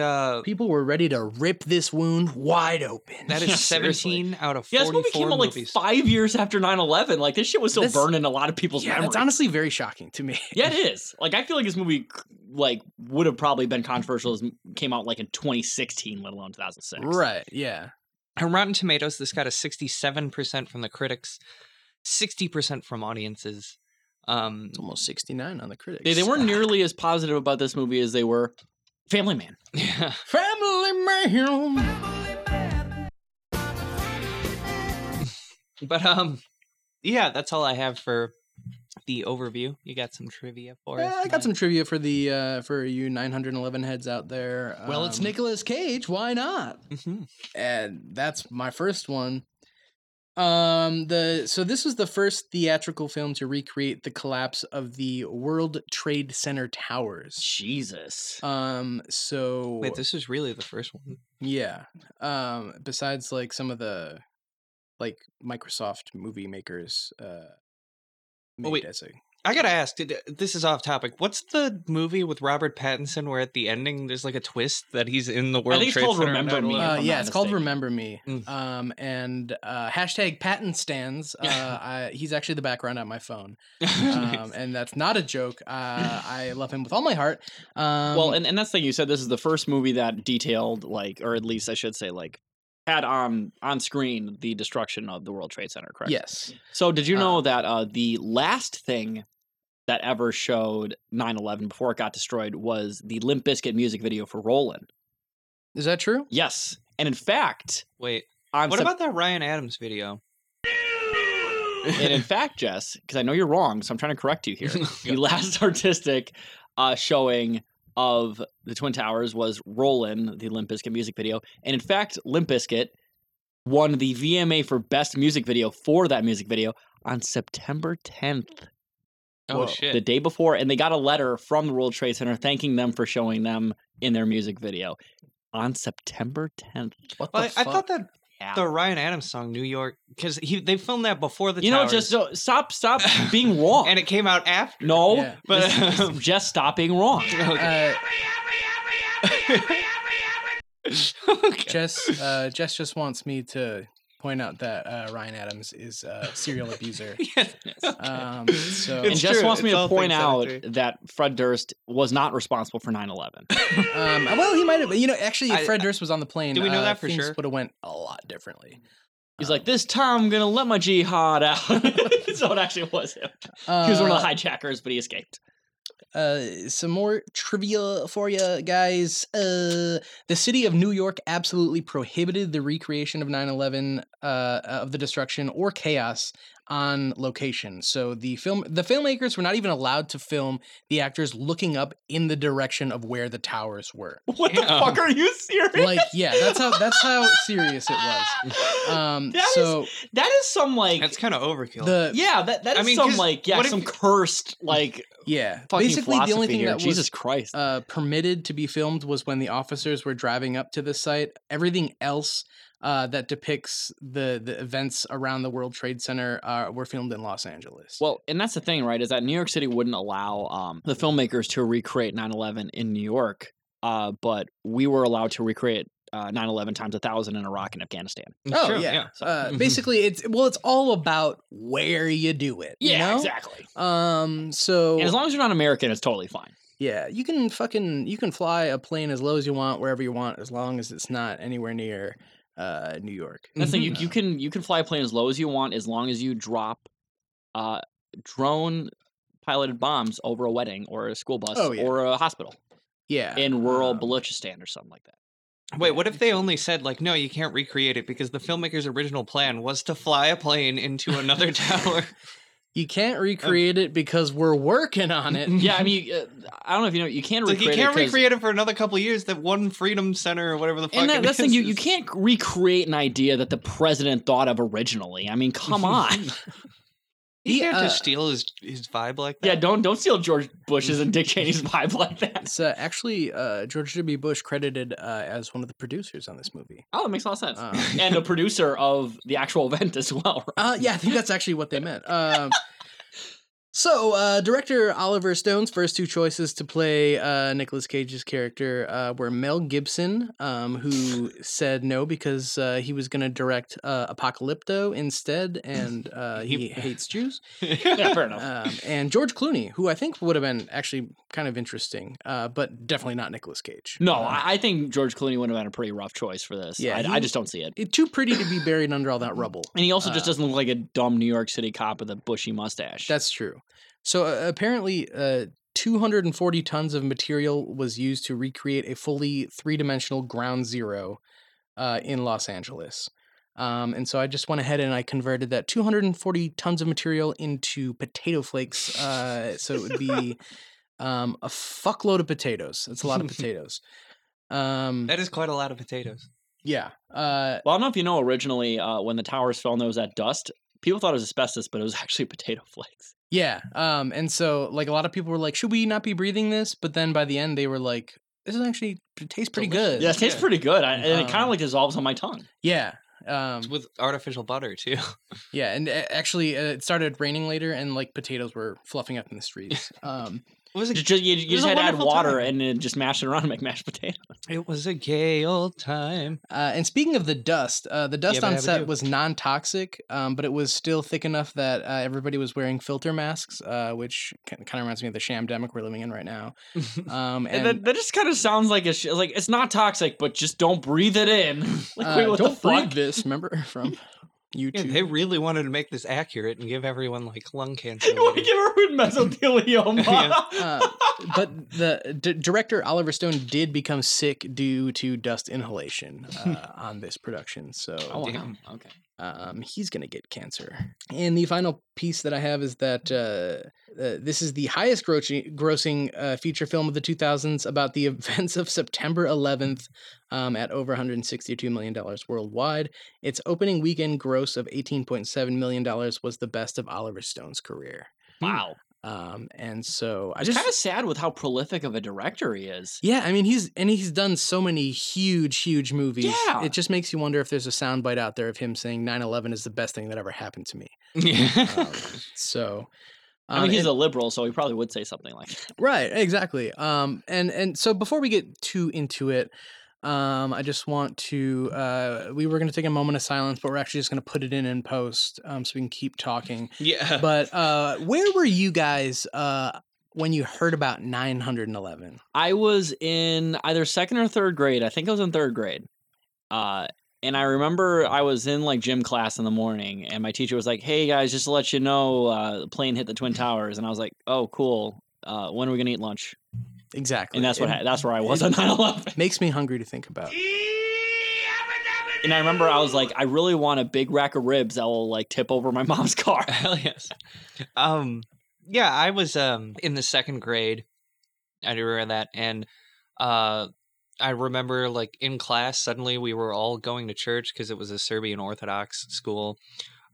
uh,
People were ready to rip this wound wide open.
that
Yeah,
is
seriously.
seventeen out of
Yeah,
forty-four
this movie came out like
movies.
five years after 9-11. Like this shit was still
This-
burning a lot of people's
yeah,
memories.
that's honestly very shocking to me.
yeah, it is. Like I feel like this movie like would have probably been controversial. as came out like in 2016, let alone 2006.
right. Yeah.
And Rotten Tomatoes, this got a 67% from the critics, 60% from audiences. Um,
It's almost 69 on the critics.
They, they weren't
Ah.
nearly as positive about this movie as they were Family Man.
yeah.
Family man.
But um, yeah, that's all I have for the overview. You got some trivia for us?
Yeah, I got
tonight?
some trivia for the uh, for you 911 heads out there. well, it's
Um,
Nicolas Cage. Why not?
Mhm.
and that's my first one. Um, the so this was the first theatrical film to recreate the collapse of the World Trade Center towers.
Jesus.
Um, so
Wait, this is really the first one.
yeah. Um, besides like some of the like Microsoft movie makers, uh, made
wait.
as a-
I gotta ask. Did, uh, this is off topic. What's the movie with Robert Pattinson where at the ending there's like a twist that he's in the World
think it's
Trade
called
Center?
Remember Me.
9/11?
Uh,
I'm
yeah,
not
it's called
mistaken.
Remember Me.
Mm.
Um, and uh, hashtag Patton stands. Uh, I, he's actually the background on my phone, um, and that's not a joke. Uh, I love him with all my heart. Um,
well, and, and that's the thing you said. This is the first movie that detailed, like, or at least I should say, like, had on on screen the destruction of the World Trade Center. Correct.
yes,
So did you
Uh,
know that uh, the last thing that ever showed 9/11 before it got destroyed was the Limp Bizkit music video for Roland?
is that true?
Yes, and in fact,
Wait,
on
what
Sep-
about that Ryan Adams video?
and in fact, Jess, because I know you're wrong, so I'm trying to correct you here. the last artistic uh, showing of the Twin Towers was Rollin', the Limp Bizkit music video. And in fact, Limp Bizkit won the VMA for Best Music Video for that music video on September 10th,
oh
Whoa.
shit!
the day before. And they got a letter from the World Trade Center thanking them for showing them in their music video on September 10th.
What
Well,
the
I, I
fuck?
thought that
Yeah.
the Ryan Adams song "New York" because he they filmed that before the
you know,
towers,
just don't- stop, stop being wrong.
and it came out after.
no,
Yeah.
but
But- um,
just stop being wrong.
Uh,
Okay.
Jess, uh, Jess just wants me to point out that uh, Ryan Adams is a serial abuser.
Yes.
Um, so
and
It's
just
true.
wants me
It's
to
all things
point out
sanitary.
that Fred Durst was not responsible for 9/11.
Um, well, he might have. You know, actually, if
I-
Fred Durst was on the plane,
Do we know that for sure?
Would have went a lot differently.
He's
Oh.
like, this time I'm gonna let my jihad out. so it actually was him. He was one of the hijackers, but he escaped.
Um, Uh, some more trivia for you guys. Uh, the city of New York absolutely prohibited the recreation of 9/11, uh, of the destruction or chaos on location. So the film, the filmmakers were not even allowed to film the actors looking up in the direction of where the towers were.
What the
Damn.
fuck are you serious?
Like, yeah, that's how that's how serious it was. Um,
That is-
so
that is some like
That's kind of overkill.
the
yeah, that, that
I
is
mean,
some
'cause
like yeah,
what if-
some cursed like
yeah,
fucking
basically the only
philosophy
thing
here.
that was
Jesus Christ.
uh, permitted to be filmed was when the officers were driving up to the site. Everything else uh, that depicts the the events around the World Trade Center uh, were filmed in Los Angeles.
Well, and that's the thing, right? Is that New York City wouldn't allow um, the filmmakers to recreate 9 11 in New York, uh, but we were allowed to recreate 9 11 times a thousand in Iraq and Afghanistan.
It's
oh
true,
yeah,
so-
Uh,
Mhm.
basically it's well, it's all about where you do it. you know?
exactly.
Um, so
And as long as you're not American, it's totally fine.
yeah, you can fucking you can fly a plane as low as you want, wherever you want, as long as it's not anywhere near uh, New York.
That's the thing,
Mhm.
Mm-hmm.
you, you can you can fly a plane as low as you want as long as you drop uh, drone piloted bombs over a wedding or a school bus
Oh, yeah.
or a hospital
Uh,
Yeah,
in rural
um,
Balochistan or something like that.
Wait, what if they only said like, no, you can't recreate it because the filmmaker's original plan was to fly a plane into another tower?
You can't recreate it because we're working on it.
Yeah, I mean, you- uh, I don't know if you know, you can't
It's like
recreate
you can't
it 'cause-
recreate it for another couple years. That one Freedom Center or whatever the fuck.
And that,
it
that's the thing,
is
you, you
is-
can't recreate an idea that the president thought of originally. I mean, come on.
You can't
Yeah,
just
uh,
steal his his vibe like
yeah,
that.
don't don't steal George Bush's and Dick Cheney's vibe like that.
So actually, uh, George W. Bush credited uh, as one of the producers on this movie.
Oh, that makes a lot of sense.
Um,
and a producer of the actual event as well. Right?
uh, yeah, I think that's actually what they meant. Um, So, uh, director Oliver Stone's first two choices to play uh, Nicolas Cage's character uh, were Mel Gibson, um, who said no because uh, he was going to direct uh, Apocalypto instead, and uh, he hates Jews.
yeah, fair enough.
Um, and George Clooney, who I think would have been actually kind of interesting, uh, but definitely not Nicolas Cage.
No,
Um,
I, I think George Clooney would have been a pretty rough choice for this.
Yeah,
I,
he
I
was-
just don't see it.
it, too pretty to be buried under all that rubble.
And he also
Uh,
just doesn't look like a dumb New York City cop with a bushy mustache.
That's true. So uh, apparently, uh, 240 tons of material was used to recreate a fully three dimensional ground zero uh, in Los Angeles. Um, and so I just went ahead and I converted that 240 tons of material into potato flakes. Uh, so it would be um, a fuckload of potatoes. That's a lot of potatoes. Um,
That is quite a lot of potatoes.
yeah. Uh,
well, I don't know if you know originally uh, when the towers fell and there was that dust, people thought it was asbestos, but it was actually potato flakes.
Yeah. Um, and so like a lot of people were like, should we not be breathing this? But then by the end they were like, this is actually it tastes pretty
Delicious.
good.
Yeah, Uh. it tastes pretty good. I, and it kind
Um,
of like dissolves on my tongue.
Yeah. Um,
It's with artificial butter too.
yeah. And a- actually uh, it started raining later and like potatoes were fluffing up in the streets. Um,
It was a,
Ju- ju- you you just
was a
had to add
wonderful
water
time.
and then just mash it around and make mashed potatoes.
it was a gay old time.
uh, and speaking of the dust, uh, the dust
but
on
have it
set
do.
was non-toxic, um, but it was still thick enough that uh, everybody was wearing filter masks, uh, which kind of reminds me of the shamdemic we're living in right now. Um,
And, that, that just kind of sounds like a sh- like it's not toxic, but just don't breathe it in. like,
uh,
wait, what
don't
the fuck?
breathe this. Remember from
Yeah,
YouTube?
they really wanted to make this accurate and give everyone like lung cancer.
You want to
later.
give everyone mesothelioma?
Uh, but the d- director Oliver Stone did become sick due to dust inhalation uh, on this production,
Oh,
so
damn.
Okay.
um, he's gonna get cancer. And the final piece that I have is that uh, uh, this is the highest groci- grossing uh, feature film of the 2000s about the events of September 11th um, at over 162 million dollars worldwide. Its opening weekend gross of 18.7 million dollars was the best of Oliver Stone's career.
Wow.
Um, and so I
It's
just
kind of sad with how prolific of a director he is.
Yeah, I mean he's and he's done so many huge, huge movies.
Yeah.
It just makes you wonder if there's a soundbite out there of him saying 9-11 is the best thing that ever happened to me. Um, so
I mean,
um,
he's
and-
a liberal, so he probably would say something like that.
right, exactly. Um and and so before we get too into it, um, I just want to uh we were gonna take a moment of silence, but we're actually just gonna put it in in post um so we can keep talking.
yeah.
But uh where were you guys uh when you heard about 911?
I was in either second or third grade. I think I was in third grade. Uh, and I remember I was in like gym class in the morning, and my teacher was like, "Hey guys, just to let you know, uh, the plane hit the twin towers." And I was like, "Oh, cool. Uh, when are we gonna eat lunch?"
Exactly.
And that's what
It
ha- that's where I was on 9/11.
Makes me hungry to think about.
And I remember I was like, "I really want a big rack of ribs that will like tip over my mom's car."
Hell yes. Um, yeah, I was um in the second grade. I do remember that, and uh, I remember like in class suddenly we were all going to church because it was a Serbian Orthodox school.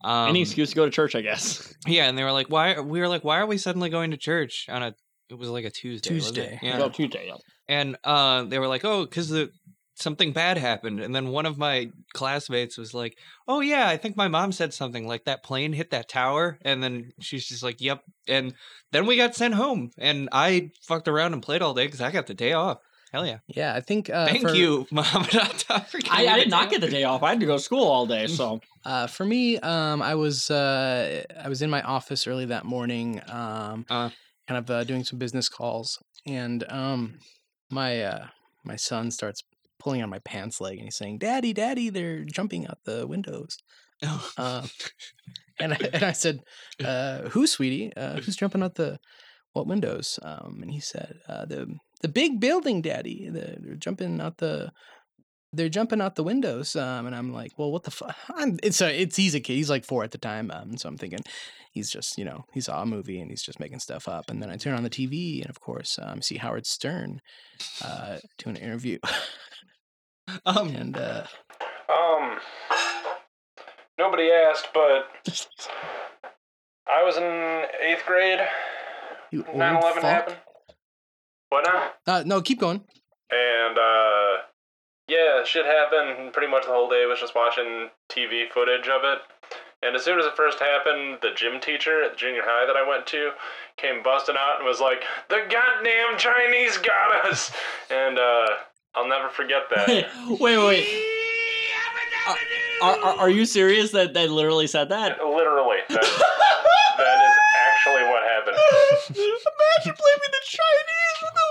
Um,
Any excuse to go to church, I guess.
Yeah, and they were like, "Why?" We were like, "Why are we suddenly going to church on a?" It was like a Tuesday. wasn't it?
Tuesday.
Yeah.
Well, Tuesday. yeah.
and uh, they were like, "Oh, because the something bad happened." And then one of my classmates was like, "Oh yeah, I think my mom said something like that plane hit that tower." And then she's just like, "Yep." And then we got sent home, and I fucked around and played all day because I got the day off. Hell yeah!
Yeah, I think. Uh,
Thank
for,
you, Muhammad Atta. for
I,
giving
I
me
did not
day
get the day off. I had to go to school all day. So
Uh, for me, um, I was uh, I was in my office early that morning, um,
Uh.
kind of uh, doing some business calls, and um, my uh, my son starts pulling on my pants leg, and he's saying, "Daddy, Daddy, they're jumping out the windows."
off.
Uh, and I, and I said, uh, "Who, sweetie? Uh, who's jumping out the what windows?" Um, and he said, uh, "The the big building, daddy. The, they're jumping out the." They're jumping out the windows, um, and I'm like, "Well, what the fuck?" It's a, it's he's a kid. He's like four at the time, um, so I'm thinking he's just, you know, he saw a movie and he's just making stuff up. And then I turn on the TV, and of course, um, see Howard Stern uh, doing an interview,
Um,
and uh,
Um, nobody asked, but I was in eighth grade.
you old
9 11
fuck.
happened. What now?
Uh, no, keep going.
And, uh, yeah, shit happened. and Pretty much the whole day was just watching TV footage of it. And as soon as it first happened, the gym teacher at junior high that I went to came busting out and was like, "The goddamn Chinese got us!" And uh, I'll never forget
wait,
that.
wait, wait. Are, are, are you serious that they literally said that?
Literally, that's, that is actually what happened.
Imagine blaming the Chinese for the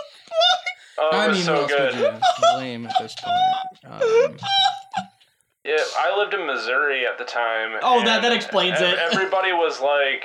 Oh, it
I
was
mean,
so
what else
good.
would you blame at this point? Um,
Yeah, I lived in Missouri at the time.
Oh, that-
and
that explains
ev-
it.
Everybody was like,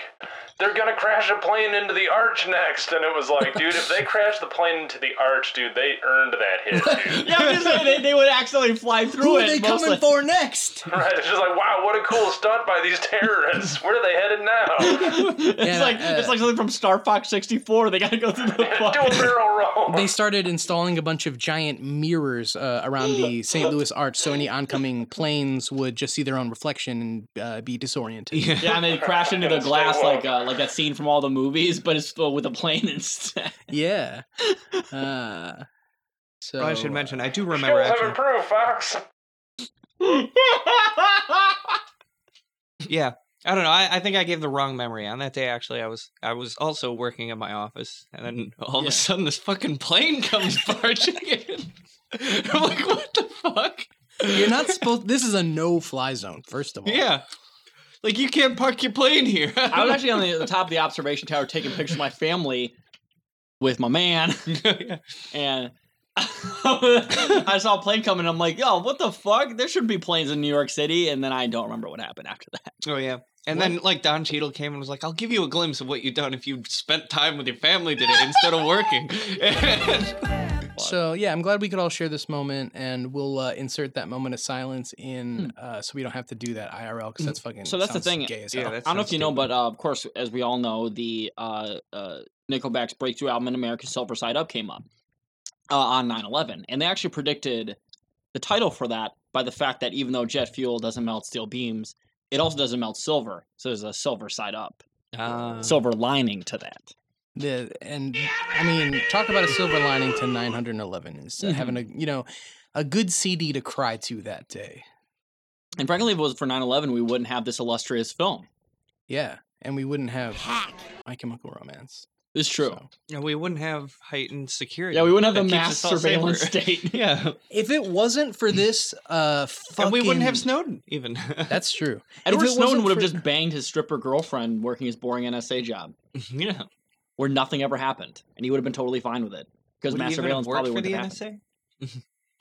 "They're gonna crash a plane into the arch next," and it was like, "Dude, if they crash the plane into the arch, dude, they earned that hit, dude."
Yeah, I'm just saying they, they would accidentally fly through
who
it.
are they
mostly.
coming for next?
Right? It's just like, wow, what a cool stunt by these terrorists. Where are they headed now?
it's
Yeah,
like
uh,
it's like something from Star Fox 64. They gotta go through the
Do a
fucking-
barrel roll.
They started installing a bunch of giant mirrors uh, around the St. Louis Arch, so any oncoming planes would just see their own reflection and uh, be disoriented.
Yeah.
Yeah, and they crash into the glass like uh, like that scene from all the movies, but it's uh, with a plane instead.
Yeah. Uh, so uh,
Probably should mention, I do remember
Skills have
actually.
improved, Fox.
Yeah. I don't know. I, I think I gave the wrong memory. On that day, actually, I was I was also working in my office, and then all of
Yeah.
a sudden, this fucking plane comes barging in. I'm like, what the fuck?
You're not supposed. This is a no-fly zone, first of all.
Yeah. Like you can't park your plane here.
I was actually on the, the top of the observation tower taking pictures of my family with my man,
Yeah.
and I saw a plane coming. I'm like, yo, what the fuck? There should be planes in New York City, and then I don't remember what happened after that.
Oh yeah. And then like Don Cheadle came and was like, "I'll give you a glimpse of what you've done if you spent time with your family today instead of working."
So yeah, I'm glad we could all share this moment, and we'll uh, insert that moment of silence in, uh, so we don't have to do that IRL because that's fucking.
So that's the
sounds
thing.
Gay as
Yeah,
hell.
that's-
I don't know
sounds
if you know,
stupid.
but uh, of course, as we all know, the uh, uh, Nickelback's breakthrough album in America, Silver Side Up, came up uh, on 9 11. And they actually predicted the title for that by the fact that even though jet fuel doesn't melt steel beams, it also doesn't melt silver. So there's a silver side up,
uh,
silver lining to that.
The and I mean, talk about a silver lining to 911 is uh, having a
Mm-hmm.
you know a good CD to cry to that day.
And frankly, if it was for 9 11, we wouldn't have this illustrious film.
Yeah, and we wouldn't have
Hack.
My Chemical Romance.
It's true.
So.
and we wouldn't have heightened security.
Yeah, we wouldn't have the
that keeps
mass
us all safer.
surveillance state.
yeah,
If it wasn't for this, uh, fucking,
Mm. and we wouldn't have Snowden even.
That's true. If
Edward
it wasn't
Snowden would have
for-
just banged his stripper girlfriend working his boring NSA job.
yeah,
where nothing ever happened, and he would have been totally fine with it because
Would it
mass
even have
surveillance probably
worked for
wouldn't
the
have happened.
NSA.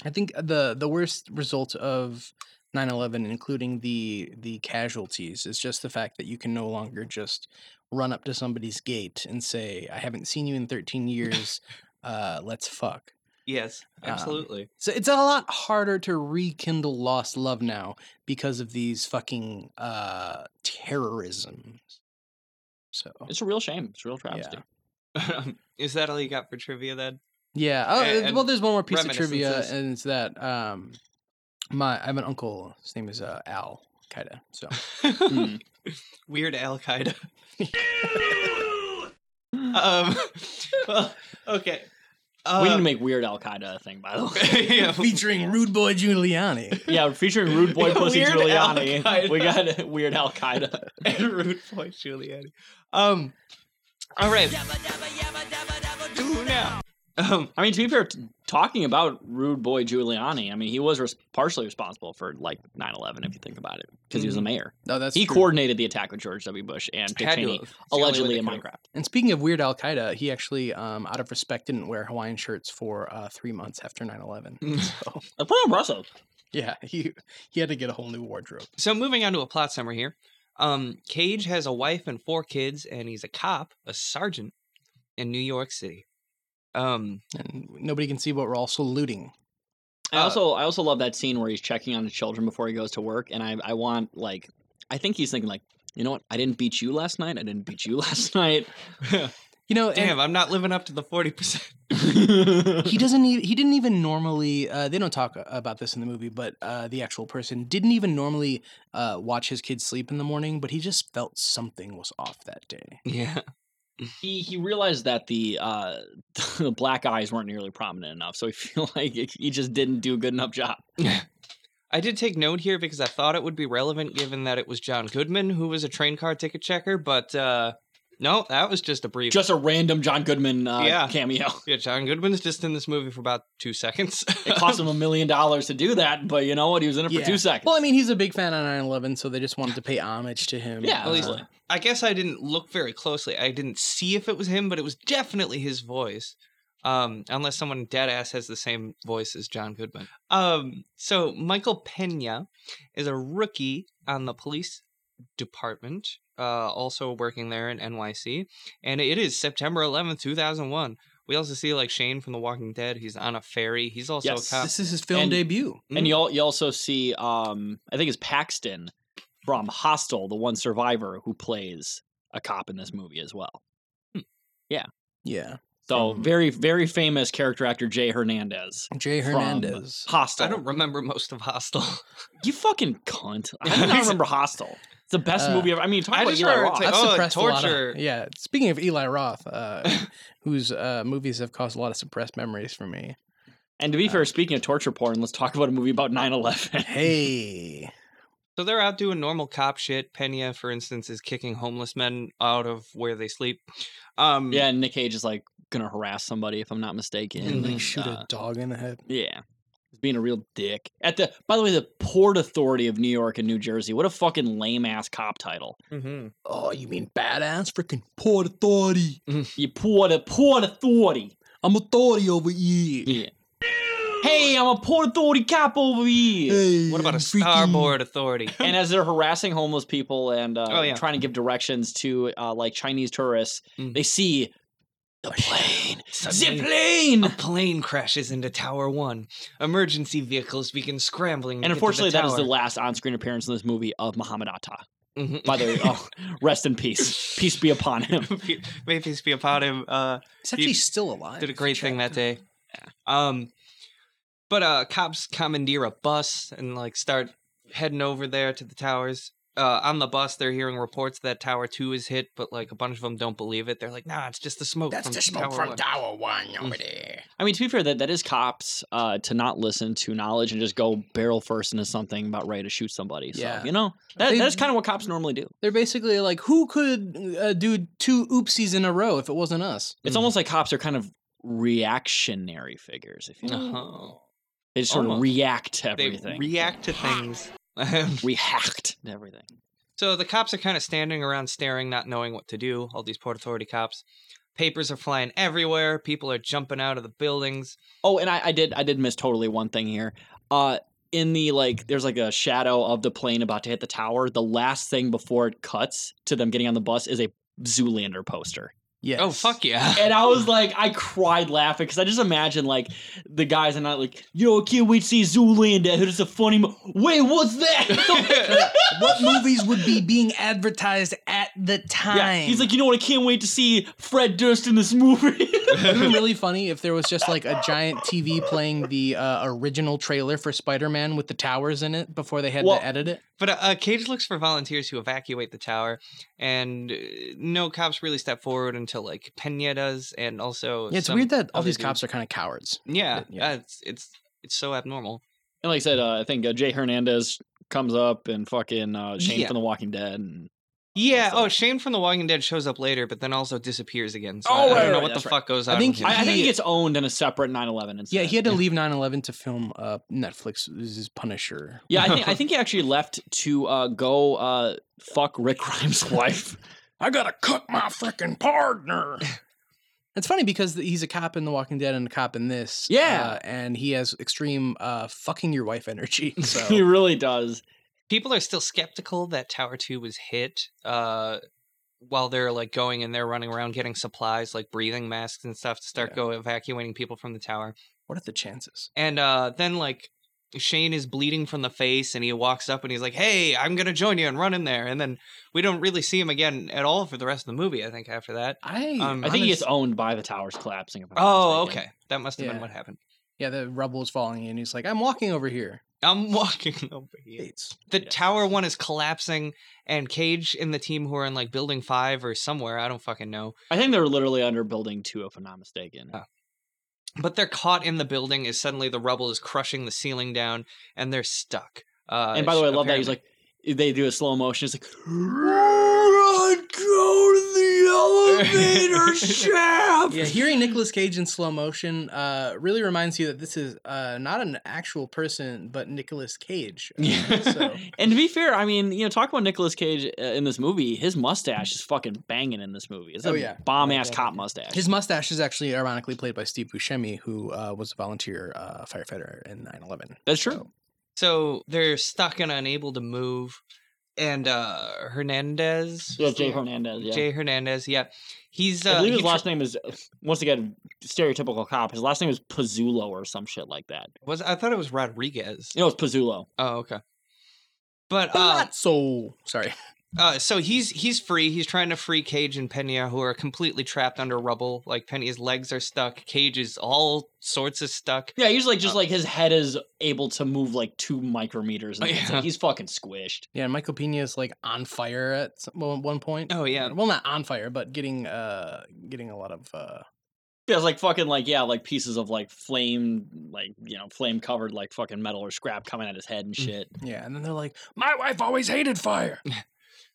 I think the the worst result of 9/11 including the the casualties is just the fact that you can no longer just run up to somebody's gate and say I haven't seen you in 13 years uh let's fuck.
Yes,
Ah.
Um,
absolutely.
So it's a lot harder to rekindle lost love now because of these fucking uh terrorisms. So
It's a real shame. It's a real travesty.
Um, Is that all you got for trivia then?
Yeah. Oh,
A-
uh, well,
and
there's one more piece of trivia,
reminiscences.
and it's that um, my I have an uncle. His name is uh, Al Qaeda. So
Hmm.
Weird Al Qaeda. um, well, okay.
we need
Uh,
to make Weird Al Qaeda a thing, by the way.
yeah,
featuring Rude Boy Giuliani.
yeah, featuring Rude Boy Pussy
Weird Al
Giuliani.
Qaeda.
We got Weird Al Qaeda.
and rude boy Giuliani. Um, all right. Do now. Um,
I mean, to be fair, t- talking about Rude Boy Giuliani, I mean, he was res- partially responsible for like 9/11 if you think about it, because he was a mayor.
No, that's
he
true.
coordinated the attack with George W. Bush and Dick
Had to
Cheney,
have. Hmm. It's the only way
allegedly
they
in
could have.
Minecraft.
And speaking of Weird Al Qaeda, he actually, um, out of respect, didn't wear Hawaiian shirts for uh, three months after 9/11. So
That's pretty impressive.
yeah, he he had to get a whole new wardrobe.
so moving on to a plot summary here. Um, Cage has a wife and four kids, and he's a cop, a sergeant, in New York City. Um,
And nobody can see what we're all saluting.
I
Uh,
also I also love that scene where he's checking on his children before he goes to work, and I I want like I think he's thinking like you know what I didn't beat you last night I didn't beat you last night
You know, and-
damn, I'm not living up to the forty percent.
he doesn't even he didn't even normally uh, they don't talk about this in the movie but uh, the actual person didn't even normally uh, watch his kids sleep in the morning but he just felt something was off that day
Yeah.
he he realized that the uh the black eyes weren't nearly prominent enough so he feel like he just didn't do a good enough job
I did take note here because I thought it would be relevant given that it was John Goodman who was a train car ticket checker, but uh, no, that was just a brief.
Just a random John Goodman uh,
Yeah.
cameo.
yeah, John Goodman's just in this movie for about two seconds.
It cost him a million dollars to do that, but you know what? He was in it
Yeah.
for two seconds.
Well, I mean, he's a big fan of 9/11, so they just wanted to pay homage to him.
yeah,
uh,
at least
I guess I didn't look very closely. I didn't see if it was him, but it was definitely his voice. Um, unless someone dead ass has the same voice as John Goodman. Um, so Michael Pena is a rookie on the police department, uh, also working there in NYC, and it is September 11th, 2001. We also see like Shane from The Walking Dead. He's on a ferry. He's also
Yes.
a cop.
This is his film
uh, And-
debut.
and you, al- you also see, um, I think it's Paxton from Hostel, the one survivor who plays a cop in this movie as well.
Yeah,
So
From-
very, very famous character actor Jay Hernandez.
Jay
from
Hernandez.
Hostel.
I don't remember most of Hostel.
You fucking cunt. I do not remember Hostel. It's the best
Uh,
movie ever. I mean, talk
I
about
just
Eli
remember
Roth.
it's like,
I've
oh,
suppressed A lot
torture.
of, yeah. Speaking of Eli Roth, uh, whose uh, movies have caused a lot of suppressed memories for me.
And to be fair,
uh,
speaking of torture porn, let's talk about a movie about 9 11.
Hey,
So they're out doing normal cop shit. Pena, for instance, is kicking homeless men out of where they sleep. Um,
Yeah, and Nick Cage is like gonna harass somebody, if I'm not mistaken.
and like
and,
shoot
uh,
a dog in the head.
Yeah. He's being a real dick. At the by the way, the Port Authority of New York and New Jersey. What a fucking lame ass cop title.
mhm.
Oh, you mean badass? Freaking Port Authority.
You Port Port Authority.
I'm authority over here.
Yeah. Hey, I'm a Port Authority cop over here.
Hey,
What about a
I'm freaking-
starboard authority?
and as they're harassing homeless people and uh,
Oh, yeah.
trying to give directions to uh, like Chinese tourists,
Mm.
they see the plane.
Suddenly,
The plane.
A plane crashes into Tower One. Emergency vehicles begin scrambling.
And
to get to
unfortunately, that is the
tower.
last on-screen appearance in this movie of Muhammad Atta.
Mhm.
By the way, oh, rest in peace. Peace be upon him.
May peace be upon him. Uh,
He's actually
You
still alive.
did a great thing that
Check.
day. Um, but uh, cops commandeer a bus and like start heading over there to the towers. Uh, on the bus, they're hearing reports that Tower Two is hit, but like a bunch of them don't believe it. They're like, "Nah, it's just the smoke."
That's
from
the smoke
Tower
from
One."
Tower One over
Mm.
there.
I mean, to be fair, that, that is cops uh, to not listen to knowledge and just go barrel first into something about ready to shoot somebody. So,
Yeah.
you know, that,
They-
that's kind of what cops normally do.
They're basically like, who could uh, do two oopsies in a row if it wasn't us?
It's
Mhm.
almost like cops are kind of reactionary figures, if you know.
Uh-huh.
They just sort of
Almost.
react to
They
everything.
react to things.
react to everything.
so the cops are kind of standing around staring, not knowing what to do. All these Port Authority cops. Papers are flying everywhere. People are jumping out of the buildings.
Oh, and I, I did I did miss totally one thing here. Uh in the like there's like a shadow of the plane about to hit the tower. The last thing before it cuts to them getting on the bus is a Zoolander poster.
Yes.
Oh fuck yeah!
And I was like, I cried laughing because I just imagine like the guys and I like, yo, kid, we see Zoolander. It's a funny. Mo- Wait, what's that?
what movies would be being advertised at the time?
yeah, he's like, you know what? I can't wait to see Fred Durst in this movie.
It would be really funny if there was just like a giant TV playing the uh, original trailer for Spider-Man with the towers in it before they had
Well-
to edit it.
But uh, uh, Cage looks for volunteers who evacuate the tower, and uh, no cops really step forward until like Pena does, and also
Yeah, it's
some
weird that all
other
these
dude.
cops are kind of cowards.
Yeah,
Yeah.
uh, it's it's it's so abnormal.
And like I said, uh, I think uh, Jay Hernandez comes up and fucking uh, Shane
Yeah.
from The Walking Dead. And
Yeah.
Also-
Oh, Shane from The Walking Dead shows up later, but then also disappears again. So
Oh,
I, I
right,
don't know
right,
what the
that's right.
fuck goes
I
on.
think
with
I,
him.
I think
He-
he gets owned in a separate 9/11 incident.
Yeah, he had to leave 9/11 to film uh, Netflix's Punisher.
Yeah, I think I think he actually left to uh, go uh, fuck Rick Grimes' wife.
I gotta cut my freaking partner. It's funny because he's a cop in The Walking Dead and a cop in this.
Yeah.
uh, and he has extreme uh, fucking your wife energy.
he
So
really does.
people are still skeptical that Tower Two was hit. Uh, while they're like going and they're running around getting supplies like breathing masks and stuff to start
Yeah.
go evacuating people from the tower.
what are the chances?
And uh, then like Shane is bleeding from the face, and he walks up and he's like, "Hey, I'm gonna join you and run in there." And then we don't really see him again at all for the rest of the movie. I think after that.
I
Um,
I think he gets
honest-
owned by the towers collapsing. if I'm not
Oh,
mistaken.
okay, that must have
Yeah.
been what happened.
yeah, the rubble is falling in. He's like, I'm walking over here.
I'm walking over here.
Gates.
The
Yeah.
tower one is collapsing, and Cage and the team who are in like building five or somewhere, I don't fucking know.
I think they were literally under building two, if I'm not mistaken.
Ah. but they're caught in the building as suddenly the rubble is crushing the ceiling down and they're stuck. Uh,
and by the way, I love that he's
apparently-
like eh, they do a slow motion. It's like run, go to the elevator shaft.
Yeah, hearing Nicolas Cage in slow motion uh, really reminds you that this is uh, not an actual person, but Nicolas Cage. Uh, so,
and to be fair, I mean, you know, talk about Nicolas Cage uh, in this movie. His mustache is fucking banging in this movie. It's a
Oh, yeah.
bomb ass
Yeah.
cop mustache.
his mustache is actually ironically played by Steve Buscemi, who uh, was a volunteer uh, firefighter in 9 11.
That's true.
so they're stuck and unable to move. And uh, Hernandez,
Yeah, Jay Hernandez. Yeah,
Jay Hernandez, yeah, he's
I
uh,
believe
he
his
tr-
last name is once again stereotypical cop. His last name is Pizzulo or some shit like that.
was I thought it was Rodriguez.
You know, it's Pizzulo.
Oh, okay.
Oh.
But uh,
Not so. Sorry.
Uh, so he's he's free. He's trying to free Cage and Pena, who are completely trapped under rubble. Like Pena's legs are stuck. Cage is all sorts of stuck.
Yeah, usually just
Uh,
like his head is able to move like two micrometers. And
Oh,
that's it.
yeah.
he's fucking squished.
Yeah, and Michael Pena is like on fire at some, one one point.
Oh yeah,
Well, not on fire, but getting uh, getting a lot of. Uh,
Yeah, it's like fucking like yeah, like pieces of like flame, like you know, flame covered like fucking metal or scrap coming at his head and
Mm.
shit.
yeah, and then they're like, my wife always hated fire.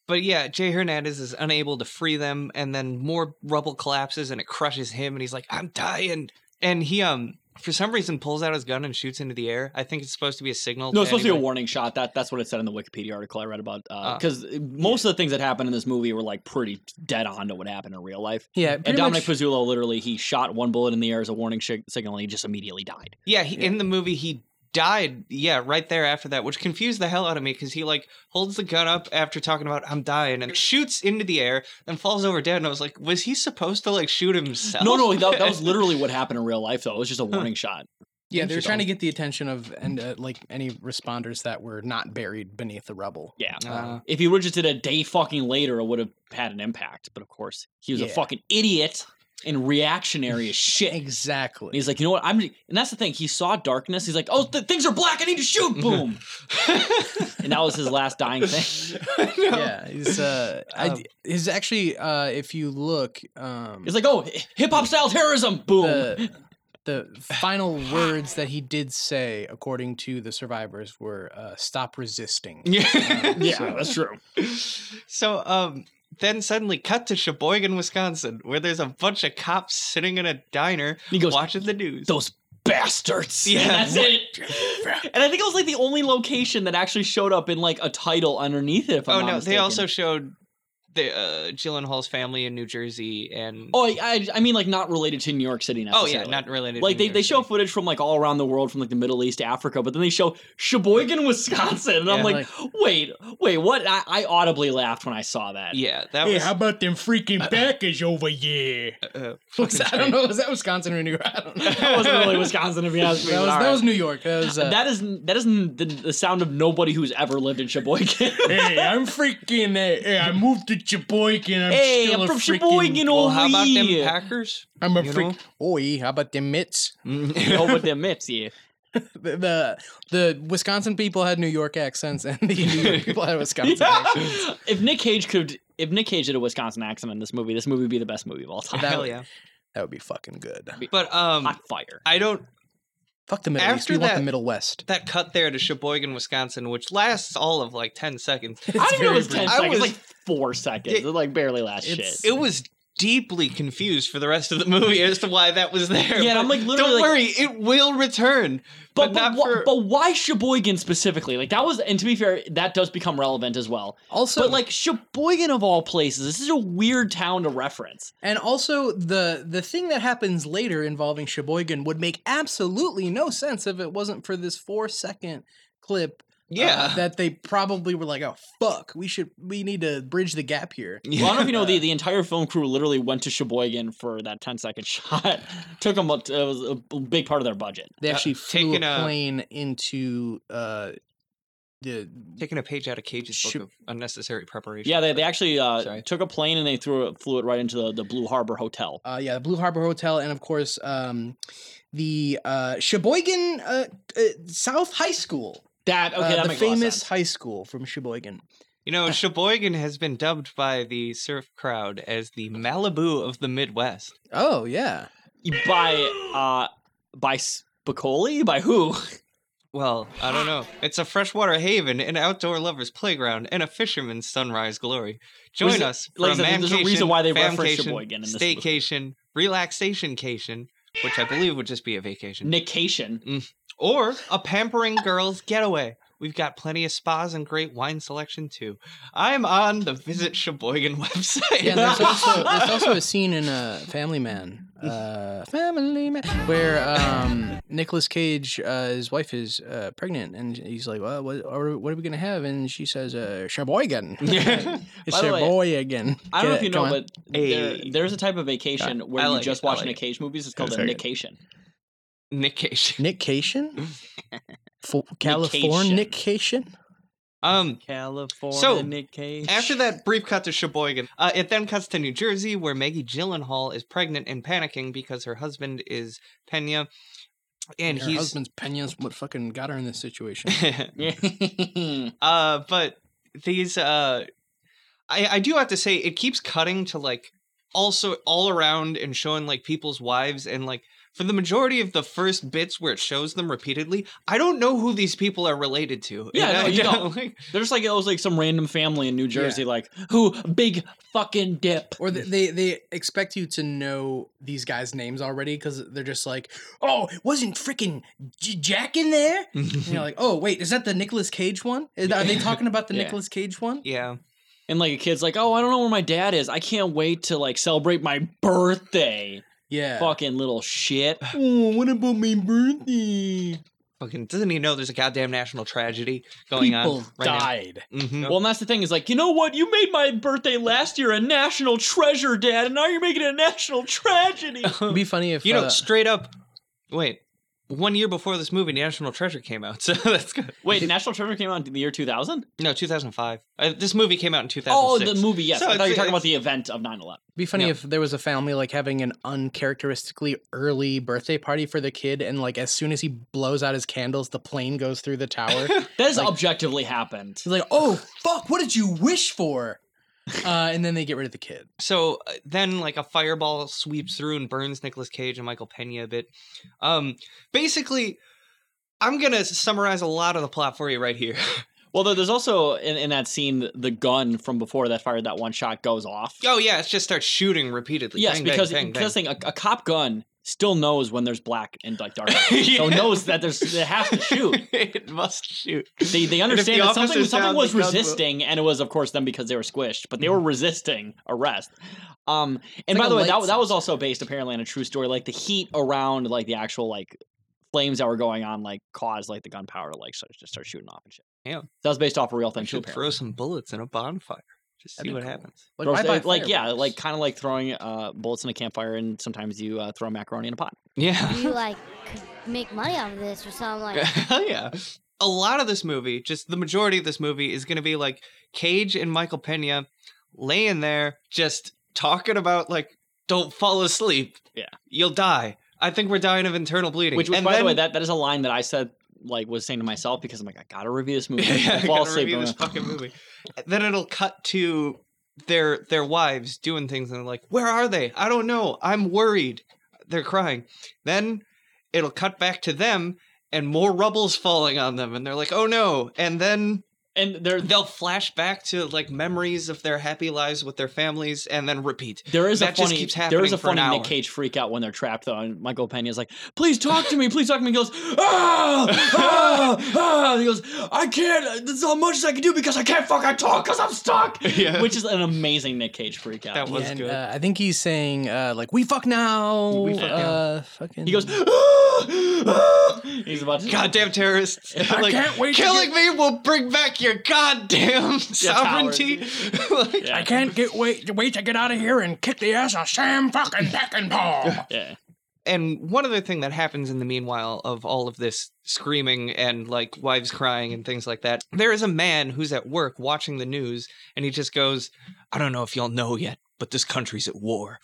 but yeah, Jay Hernandez is unable to free them, and then more rubble collapses and it crushes him, and he's like, "I'm dying," and he um for some reason pulls out his gun and shoots into the air. I think it's supposed to be a signal.
No, it's supposed to be a
anybody-
warning shot. That that's what it said in the Wikipedia article I read about.
Ah.
Because most of the things that happened in this movie were like pretty dead on to what happened in real life.
Yeah,
and
pretty
Dominic
much.
Pizzulo literally he shot one bullet in the air as a warning sh- signal and he just immediately died.
Yeah, he, in the movie he died. Yeah, right there after that, which confused the hell out of me because he like holds the gun up after talking about I'm dying and shoots into the air and falls over dead. And I was like, was he supposed to like shoot himself?
No, no, that, that was literally what happened in real life though. It was just a warning shot.
Yeah, they were
Interesting.
trying to get the attention of and uh, like any responders that were not buried beneath the rubble.
Yeah.
Uh,
If he would have just did a day fucking later, it would have had an impact. But of course, he was a
Yeah.
fucking idiot and reactionary as shit. And
Exactly.
he's like, you know what? I'm, and that's the thing. He saw darkness. He's like, oh, th- things are black. I need to shoot. Boom. and that was his last dying thing.
yeah, he's uh,
Um,
Oh.
I, he's actually uh, if you look, um,
He's like, oh, hip hop style terrorism. Boom.
the the final words that he did say, according to the survivors, were uh, "Stop resisting."
yeah.
yeah, that's true.
So um then suddenly cut to Sheboygan, Wisconsin, where there's a bunch of cops sitting in a diner
He goes,
watching the news.
those bastards.
Yeah.
Yeah, that's it. And I think it was like the only location that actually showed up in like a title underneath it. If I'm
oh
not
no, they
mistaken.
also showed the uh Gyllenhaal's family in New Jersey and
Oh, I, I, I mean, like not related to New York City.
Oh, yeah,
necessarily.
not related.
like
to
they,
New
they
York
show
City.
footage from like all around the world from like the middle east to africa but then they show sheboygan wisconsin and i'm
Yeah,
like, wait wait what I, I audibly laughed when i saw that
Yeah, that was
about them freaking backers over here?
uh,
I don't know. Was that Wisconsin or New York? I don't know. That
that wasn't really wisconsin to be honest
was,
with you but all
that
right.
was New York. That was. Uh,
that is that is the, the sound of nobody who's ever lived in Sheboygan.
hey, I'm freaking. Uh, hey, I moved to Sheboygan. I'm
hey, I'm from Sheboygan over
Well, how about them
here.
Packers?
I'm a
you
freak.
know?
Oh, yeah, how about them mitts?
oh, but them mitts, yeah.
The, the the Wisconsin people had New York accents, and the New York people had Wisconsin accents.
If Nick Cage could, if Nick Cage did a Wisconsin accent in this movie, this movie would be the best movie of all time.
That
Hell
would-
yeah!
That would be fucking good.
But um,
Hot fire.
I don't.
Fuck the Middle East.
After
We want
that-
the Middle West.
That cut there to Sheboygan, Wisconsin, which lasts all of like ten seconds.
It's
I don't even know
very
if it's 10
brief.
I
seconds,
was-
like four seconds.
It-
It, like barely last
it's-
shit.
It was deeply confused for the rest of the movie as to why that was there.
Yeah, and I'm,
but
like, literally,
Don't
like-
worry, it will return.
but
But, not
but, wh-
for.
but why Sheboygan specifically? Like that was, and to be fair, that does become relevant as well.
Also,
But like Sheboygan of all places, this is a weird town to reference.
and also the the thing that happens later involving Sheboygan would make absolutely no sense if it wasn't for this four second clip. uh,
yeah.
that they probably were like, oh fuck, we should we need to bridge the gap here.
Well, I don't know if you know the, the entire film crew literally went to Sheboygan for that 10 second shot. Took them, it was a big part of their budget.
They
Uh,
actually flew a
taking a-
plane into uh, the
Taking a page out of Cage's
Ship-
book of unnecessary preparation.
Yeah, they, they actually uh,
Sorry.
took a plane and they threw it, flew it right into the, the Blue Harbor Hotel.
uh, yeah the Blue Harbor Hotel, and of course um, the uh, Sheboygan uh, uh, South High School,
That okay,
Uh,
that
the
makes a lot of
famous
sense.
high school from Sheboygan.
You know, Sheboygan has been dubbed by the surf crowd as the Malibu of the Midwest.
Oh yeah,
by uh by Spicoli? By who?
Well, I don't know. It's a freshwater haven, an outdoor lover's playground, and a fisherman's sunrise glory. Join
Was it-
us for
like I
a
said,
mancation,
there's a reason why they reference
famcation,
Sheboygan in this movie.
staycation, relaxation-cation, which I believe would just be a vacation,
Nication.
or a pampering girls getaway. We've got plenty of spas and great wine selection too. I'm on the Visit Sheboygan website.
Yeah, there's also, there's also a scene in uh, Family Man, uh, Family Man, where um, Nicolas Cage, uh, his wife is uh, pregnant, and he's like, "Well, what are, what are we gonna have?" And she says, uh, "Sheboygan." it's
By the way,
Sheboygan.
I don't
Get
know
it?
if you know,
Come on.
but there,
Hey.
there's a type of vacation where
I
you
like
just
it, I
watch
like it.
Nickage movies. It's called
That's
a
very good.
Nickation.
Nickation.
Nickcation, Fo- Californication.
Um,
California
So,
Nickation.
After that brief cut to Sheboygan, uh, it then cuts to New Jersey, where Maggie Gyllenhaal is pregnant and panicking because her husband is Pena, and
Her
he's.
husband's Pena's what fucking got her in this situation.
uh, but these, uh, I I do have to say, it keeps cutting to like also all around and showing like people's wives and like. For the majority of the first bits where it shows them repeatedly, I don't know who these people are related to.
Yeah,
And
no,
I
you
don't,
don't.
like-
There's like it was like some random family in New Jersey, like who big fucking dip.
Or th- they they expect you to know these guys' names already because they're just like, oh, wasn't freaking J- Jack in there? And you're like, oh, wait, is that the Nicolas Cage one? Is- Are they talking about the
Yeah.
Nicolas Cage one?
yeah.
And like a kid's like, oh, I don't know where my dad is. I can't wait to like celebrate my birthday.
Yeah.
Fucking little shit.
Oh, what about my birthday?
Fucking doesn't he know there's a goddamn national tragedy going
People
on right now?
died.
Mhm.
Well, and that's the thing is like, you know what? You made my birthday last year a national treasure, Dad, and now you're making it a national tragedy.
It'd be funny if
you know,
uh,
straight up. Wait, one year before this movie, National Treasure came out, so that's good.
Wait, National Treasure came out in the year 2000?
No, 2005. Uh, this movie came out in
Oh,
2006.
the movie, yes.
So
I thought you were
it's-
talking about the event of 9 11.
Be funny
Yeah.
if there was a family like having an uncharacteristically early birthday party for the kid, and like as soon as he blows out his candles, the plane goes through the tower. He's
That has
Like-
objectively happened.
like, "Oh fuck, what did you wish for?" Uh, and then they get rid of the kid.
So uh, then, like a fireball sweeps through and burns Nicolas Cage and Michael Pena a bit. Um, basically, I'm gonna summarize a lot of the plot for you right here.
Well, there- there's also in, in that scene the gun from before that fired that one shot goes off.
oh yeah, it just starts shooting repeatedly.
yes,
Bang, bang,
because
bang,
because
bang.
thing, a, a cop gun still knows when there's black and like dark. So
Yeah.
knows that there's they have to shoot.
it must shoot.
They they
And if
understand
the
that something
officer's
something
down, Mm-hmm.
was
the guns will-
resisting, and it was of course them because they were squished, but they were resisting arrest. Um, and
like
by
a
the way,
light
that that was also based apparently on a true story. Like the heat around like the actual like flames that were going on like caused like the gunpowder to like start, just start shooting off and shit.
Yeah.
that was based off a real
I
thing too.
should
Apparently.
throw some bullets in a bonfire. Just
That'd
see
be
what
cool.
happens.
Like,
Throws
why buy
the- uh, like yeah,
fireworks?
like kind of like throwing uh, bullets in a campfire, and sometimes you uh, throw macaroni in a pot.
Yeah.
you like could make money off of this or something like
Hell yeah. A lot of this movie, just the majority of this movie, is going to be like Cage and Michael Pena laying there just talking about, like, don't fall asleep.
Yeah.
You'll die. I think we're dying of internal bleeding.
Which, which
And
by the
then-
way, that, that is a line that I said like was saying to myself because I'm like, I gotta review this movie.
Yeah,
I
I
fall
gotta
asleep.
review
I'm
this
like,
fucking movie. Then it'll cut to their their wives doing things, and they're like, "Where are they? I don't know. I'm worried." They're crying. Then it'll cut back to them, and more rubble's falling on them, and they're like, "Oh no!" And then
and there
they'll flash back to like memories of their happy lives with their families, and then repeat.
there is a
That just
funny
keeps
there
happening
is a
for an
funny Nick
hour.
Cage freak out when they're trapped though, and Michael Pena is like, please talk to me, please talk to me. He goes, ah, ah, ah. And he goes, I can't. This is as much as I can do because I can't fucking talk because I'm stuck.
Yeah.
Which is an amazing Nick Cage freak out.
That was
and,
good.
Uh, I think he's saying uh, like we fuck now.
We fuck now.
uh, Fucking.
he goes, ah, ah. he's about to
Goddamn terrorists!
I can't wait to
Killing me will bring back your goddamn sovereignty. Like-
Yeah.
I can't get wait wait to get out of here and kick the ass of Sam fucking Peckinpah.
Yeah.
and one other thing that happens in the meanwhile of all of this screaming and like wives crying and things like that, there is a man who's at work watching the news and he just goes, I don't know if y'all know yet, but this country's at war.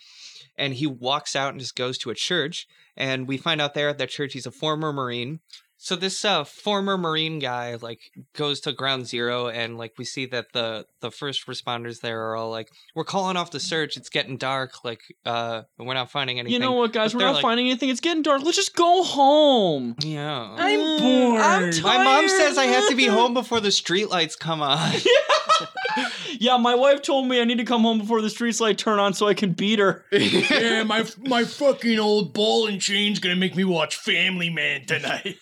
And he walks out and just goes to a church. And we find out there at that church he's a former Marine. So this uh, former Marine guy like goes to Ground Zero, and like we see that the the first responders there are all like, "We're calling off the search. It's getting dark. Like, uh, we're not finding anything."
You know what, guys?
But
We're
they're
not
like-
finding anything. It's getting dark. Let's just go home.
Yeah.
I'm
Mm,
bored.
I'm
My
My mom
tired.
says I have to be home before the streetlights come on.
yeah, my wife told me I need to come home before the streets light turn on so I can beat her.
yeah, my my fucking old ball and chain's gonna make me watch Family Man tonight.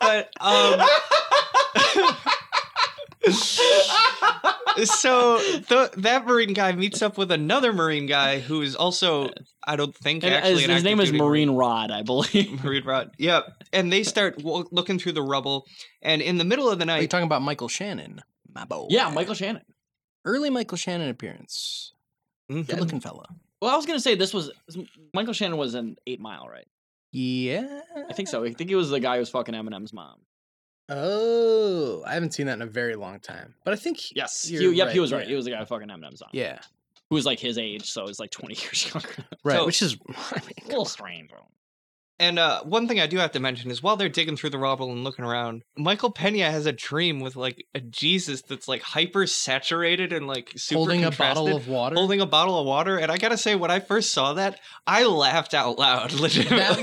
but um so the, that marine guy meets up with another marine guy who is also i don't think
And uh,
actually
his,
an
his
active
name is
duty
Marine Rod, I believe.
marine rod yep and they start w- looking through the rubble and in the middle of the
Are you
night
talking about Michael Shannon? My boy.
Yeah, Michael Shannon.
Early Michael Shannon appearance.
Mhm.
Good looking fella.
Well, I was gonna say this was Michael Shannon was in Eight Mile, right?
Yeah.
I think so. I think he was the guy who was fucking Eminem's mom.
Oh, I haven't seen that in a very long time. But I think he-
Yes. He,
you're
yep, he was right.
yeah.
He was the guy who fucking Eminem's mom.
yeah,
Who was like his age, so it's like twenty years younger.
right.
So-
Which is, I
a
mean,
little strange, bro.
and uh, one thing i do have to mention is while they're digging through the rubble and looking around michael pena has a dream with like a jesus that's like hyper saturated and like super
holding a bottle
contrasted.
of water.
holding a bottle of water and i gotta say when i first saw that i laughed out loud legitimately.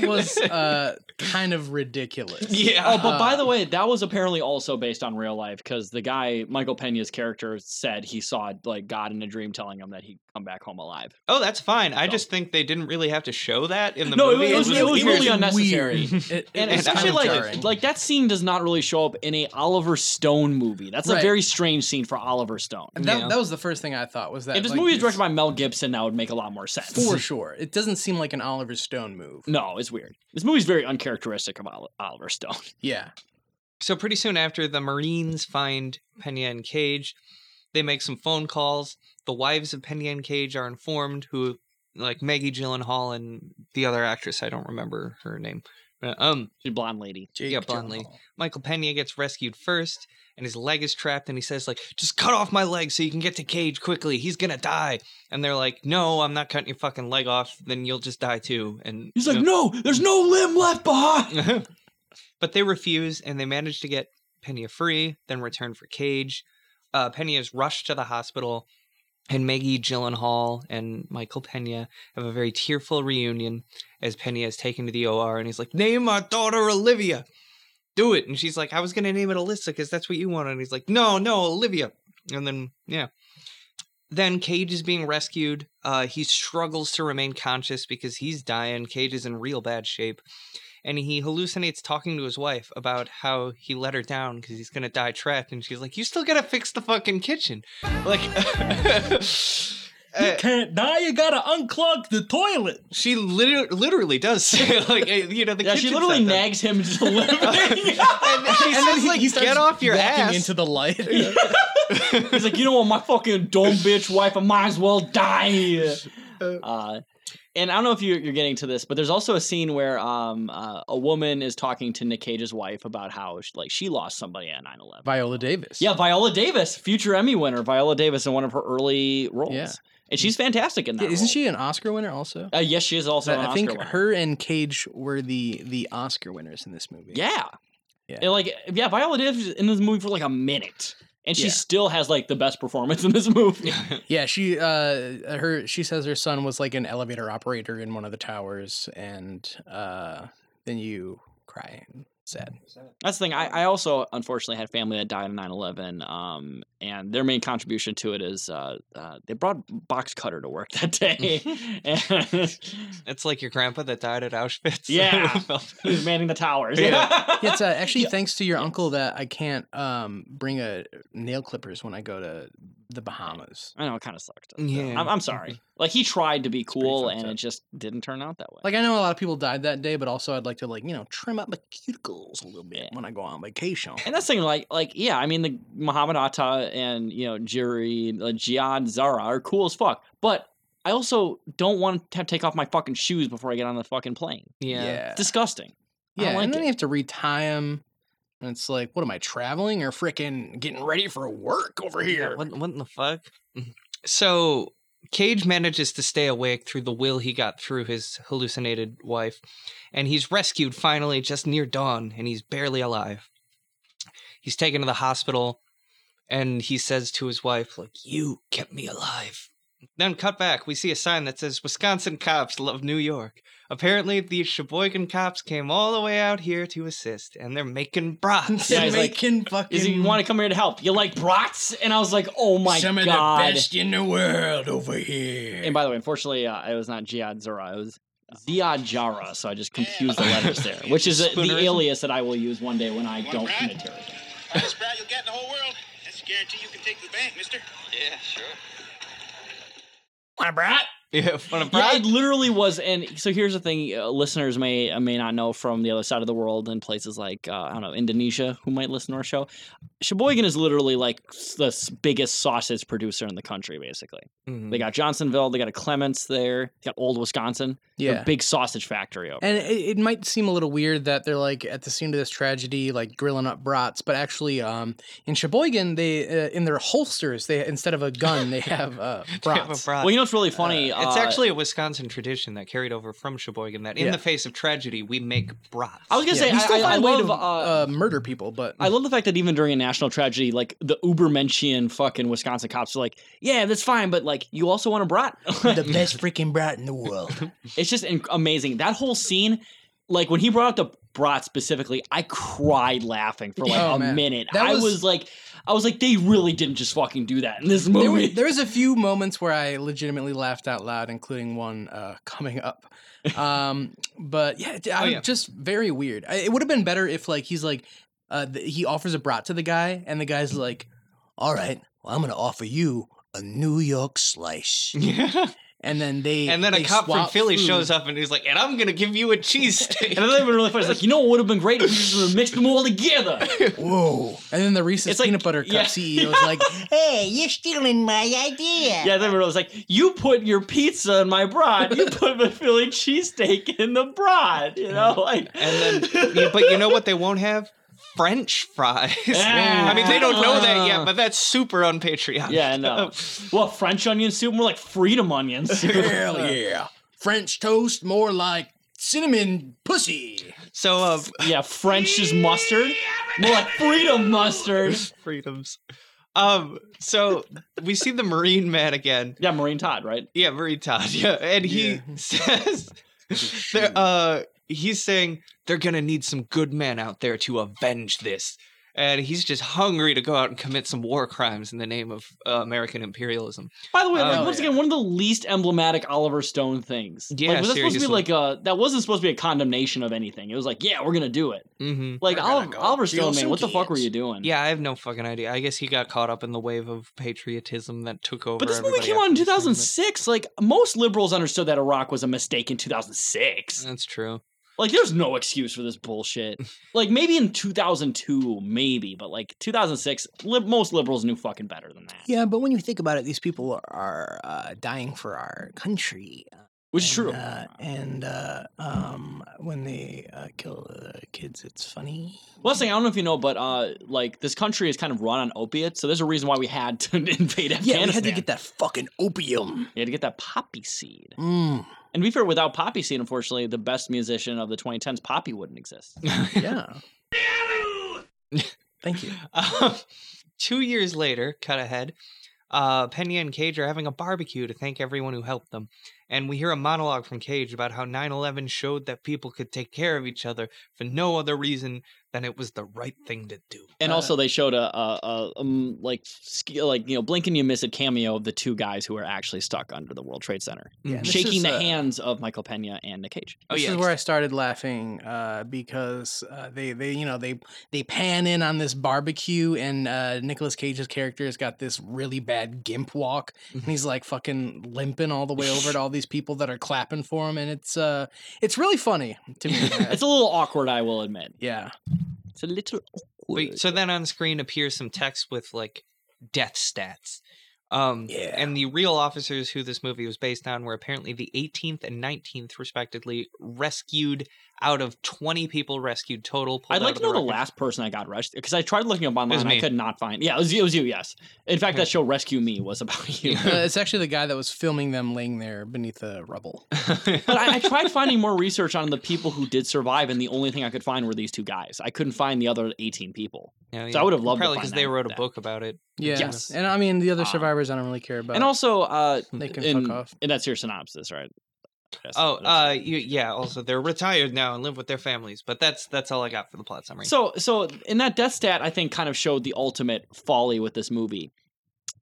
that was uh, kind of ridiculous.
yeah
Oh, but by
Uh,
the way, that was apparently also based on real life because the guy Michael Pena's character said he saw like God in a dream telling him that he'd come back home alive.
oh that's fine i just think they didn't really have to show that in the
No, it
movie
was- it was- it was
weird.
really unnecessary.
weird. It- it
And
was kind
especially
of
like
jarring.
like that scene does not really show up in a Oliver Stone movie. That's a
Right.
very strange scene for Oliver Stone.
And that,
Yeah.
that was the first thing I thought was that
If this
like,
movie is
these-
directed by Mel Gibson, that would make a lot more sense.
for sure, it doesn't seem like an Oliver Stone move.
No, it's weird. This movie's very uncharacteristic of Oli- Oliver Stone.
Yeah,
so pretty soon after the marines find pena and cage they make some phone calls the wives of pena and cage are informed who like maggie gyllenhaal and the other actress i don't remember her name Uh, um
She's a blonde lady.
Jake
Yeah, bluntly.
Gyllenhaal.
Michael Pena gets rescued first, and his leg is trapped, and he says, like, just cut off my leg so you can get to Cage quickly. He's gonna die. And they're like, No, I'm not cutting your fucking leg off, then you'll just die too. And
He's like, no, there's no limb left behind.
no. but they refuse, and they manage to get Pena free, then return for Cage. Uh, Pena is rushed to the hospital, and Maggie Gyllenhaal and Michael Pena have a very tearful reunion as Pena is taken to the OR, and he's like, "Name our daughter Olivia, do it." And she's like, "I was gonna name it Alyssa because that's what you wanted." And he's like, "No, no, Olivia." And then yeah, then Cage is being rescued. Uh, he struggles to remain conscious because he's dying. Cage is in real bad shape. And he hallucinates talking to his wife about how he let her down because he's gonna die trapped, and she's like, "You still gotta fix the fucking kitchen." Like,
You can't die. You gotta unclog the toilet.
She literally, literally does say, like, eh, you know, the
Yeah, she
kitchen's
literally
not done.
nags him to living.
and, and she says, like, get off your
walking
ass.
into the light.
He's like, you know what, my fucking dumb bitch wife, I might as well die.
Uh,
Uh, and I don't know if you're, you're getting to this, but there's also a scene where um, uh, a woman is talking to Nick Cage's wife about how she, like she lost somebody at 9/11.
Viola Davis.
Yeah, Viola Davis, future Emmy winner, Viola Davis in one of her early roles,
Yeah.
and she's fantastic in that.
Yeah, isn't
role.
she an Oscar winner also?
Uh, yes, she is also.
I-
an
I
Oscar
think
winner.
her and Cage were the the Oscar winners in this movie.
Yeah.
Yeah.
And, like yeah, Viola Davis is in this movie for like a minute, and she
Yeah.
still has like the best performance in this movie.
yeah. She uh her she says her son was like an elevator operator in one of the towers, and uh then you cry and sad.
That's the thing. I, I also unfortunately had family that died in 9/11, um, and their main contribution to it is uh, uh, they brought box cutter to work that day. and
it's like your grandpa that died at Auschwitz.
Yeah. he was manning the towers.
Yeah.
Yeah, it's uh, actually
Yeah.
thanks to your uncle that I can't um bring a nail clippers when I go to the Bahamas.
I know it kind of sucked.
Yeah.
I'm, I'm sorry. Like he tried to be
pretty
cool,
fucked
and
up.
it just didn't turn out that way.
Like I know a lot of people died that day, but also I'd like to like you know trim up my cuticles a little bit
Yeah.
when I go on vacation.
And that's the thing, like, like, yeah, I mean, the Muhammad Atta and you know Jerry, uh, Jihad Zara are cool as fuck, but I also don't want to have to take off my fucking shoes before I get on the fucking plane.
yeah.
yeah,
Disgusting. I
Yeah,
don't like
and then
it.
you have to retie them. And it's like, what am I traveling or freaking getting ready for work over here?
What, what in the fuck? Mm. So Cage manages to stay awake through the will he got through his hallucinated wife, and he's rescued finally just near dawn, and he's barely alive. He's taken to the hospital, and he says to his wife, like, you kept me alive. Then cut back, we see a sign that says, Wisconsin cops love New York. Apparently, the Sheboygan cops came all the way out here to assist, and they're making brats.
Yeah, he's like,
making fucking
Is he you want to come here to help? You like brats? And I was like, oh my
some of
god.
the best in the world over here.
And by the way, unfortunately, uh, it was not Ziad Zara. It was
Oh.
Ziad Jara. So I just confused the letters there, which is uh the
Spoonerism?
alias that I will use one day when I don't
brat?
commit terrorism.
Finest brat you'll get in the whole world. That's a guarantee you can take to the bank, mister. Yeah, sure.
Want a brat?
yeah, want a
Yeah,
brat?
it literally was. And so here's the thing: uh, listeners may uh, may not know from the other side of the world and places like uh, I don't know Indonesia who might listen to our show. Sheboygan is literally like s- the s- biggest sausage producer in the country. Basically,
Mhm.
they got Johnsonville, they got a Clements there, they got Old Wisconsin, a
yeah.
big sausage factory over.
And it, it might seem a little weird that they're like at the scene of this tragedy, like grilling up brats, but actually, um, in Sheboygan, they uh, in their holsters, they instead of a gun, they have uh,
They have a
brats.
brat.
well, you know what's really funny?
It's
uh,
actually a Wisconsin tradition that carried over from Sheboygan that in
Yeah.
the face of tragedy, we make brats.
I was gonna
Yeah.
say
We still
I, I, I
find a way
love.
to,
uh,
uh, murder people, but
I love the fact that even during a national tragedy, like the Ubermenschian fucking Wisconsin cops are like, yeah, that's fine, but like you also want a brat.
the best freaking brat in the world.
It's just inc- amazing. That whole scene, like when he brought up the brat specifically, I cried laughing for like
Oh,
a
man.
minute.
That
I
was-
was like, I was like, they really didn't just fucking do that in this
there, were,
movie.
there was a few moments where I legitimately laughed out loud, including one uh, coming up. Um, but yeah, it- I,
Oh, yeah.
just very weird. I, it would have been better if like he's like uh, th- he offers a brat to the guy, and the guy's like, "All right, well, I'm gonna offer you." A New York slice. and then they
and then a
they
cop from
swap
Philly
food.
shows up and he's like, and I'm going to give you a
and
cheesesteak.
then they were really funny. It's like, you know what would have been great if we just would've mixed them all together.
Whoa! And then the Reese's
It's like-
peanut butter cup
yeah.
CEO is like,
Hey, you're stealing my idea.
Yeah, then we was like, you put your pizza in my brat, you put the Philly cheesesteak in the brat, you know, like.
And then, yeah, but you know what they won't have? French fries.
Ah.
I mean, they don't know that yet, but that's super unpatriotic.
Yeah, I know. Well, French onion soup, more like freedom onion soup.
"Hell yeah, French toast, more like cinnamon pussy."
So, uh,
Yeah, French is mustard. More like freedom mustard.
freedoms. Um, so we see the Marine man again.
Yeah, Marine Todd, right?
Yeah, Marie Todd. Yeah, and he
Yeah.
says, they're, uh, he's saying they're gonna need some good men out there to avenge this, and he's just hungry to go out and commit some war crimes in the name of uh, American imperialism.
By the way, like,
Oh,
once
yeah.
again, one of the least emblematic Oliver Stone things.
Yeah,
like, was that supposed to be
seriously.
like a that wasn't supposed to be a condemnation of anything. It was like, yeah, we're gonna do it.
Mm-hmm.
Like
We're gonna
Oliver,
go
Oliver
kill
Stone, man,
some
what the fuck were
kids.
you doing?
Yeah, I have no fucking idea. I guess he got caught up in the wave of patriotism that took over.
But this movie
everybody
came out in
after the second
2006. Like most liberals understood that Iraq was a mistake in
amendment.
2006.
That's true.
Like there's no excuse for this bullshit. Like maybe in 2002, maybe, but like 2006, li- most liberals knew fucking better than that.
Yeah, but when you think about it, these people are uh, dying for our country.
Which is true.
Uh, and uh, um, when they uh, kill uh, kids, it's funny.
Well, that's the thing, I don't know if you know, but uh, like this country is kind of run on opiates, so there's a reason why we had to invade Afghanistan.
Yeah, we had to get that fucking opium.
We had to get that poppy seed.
Mm,
And to be fair, without poppy seed, unfortunately, the best musician of the 2010s, Poppy, wouldn't exist.
yeah. Thank you.
Um, two years later, cut ahead, uh, Pena and Cage are having a barbecue to thank everyone who helped them. And we hear a monologue from Cage about how 9 11 showed that people could take care of each other for no other reason than it was the right thing to do.
And
Uh,
also, they showed a, a, a um, like sk- like you know, blink and you miss it cameo of the two guys who are actually stuck under the World Trade Center,
Yeah, this
shaking
is,
the
uh,
hands of Michael Pena and Nick Cage.
Oh,
this
yeah.
is where I started laughing uh, because uh, they they you know they they pan in on this barbecue and uh, Nicolas Cage's character has got this really bad gimp walk and
Mm-hmm.
he's like fucking limping all the way over to all these people that are clapping for him and it's uh it's really funny to me. Uh,
It's a little awkward, I will admit.
yeah,
It's a little awkward.
Wait, so then on screen appears some text with like death stats. Um,
Yeah.
And the real officers who this movie was based on were apparently the 18th and 19th, respectively, rescued out of 20 people rescued total. pulled
I'd like
out
to
of
know the
wreckage.
last person that got rescued because I tried looking up online.
was
and I
me.
could not find. Yeah, it was, you- it was you. Yes. In fact,
Yeah.
that show Rescue Me was about you.
Uh, it's actually the guy that was filming them laying there beneath the rubble.
but I, I tried finding more research on the people who did survive, and the only thing I could find were these two guys. I couldn't find the other 18 people.
Yeah,
So I would have loved to
Probably
find
they
out
wrote a
that.
book about it.
Yeah.
Yes.
And I mean, the other
Um,
survivors, I don't really care about.
and also, uh,
they can
in,
fuck off.
and that's your synopsis, right? Yes,
Oh,
that's it.
uh, you, yeah. Also, they're retired now and live with their families. But that's that's all I got for the plot summary.
So, so in that death stat, I think kind of showed the ultimate folly with this movie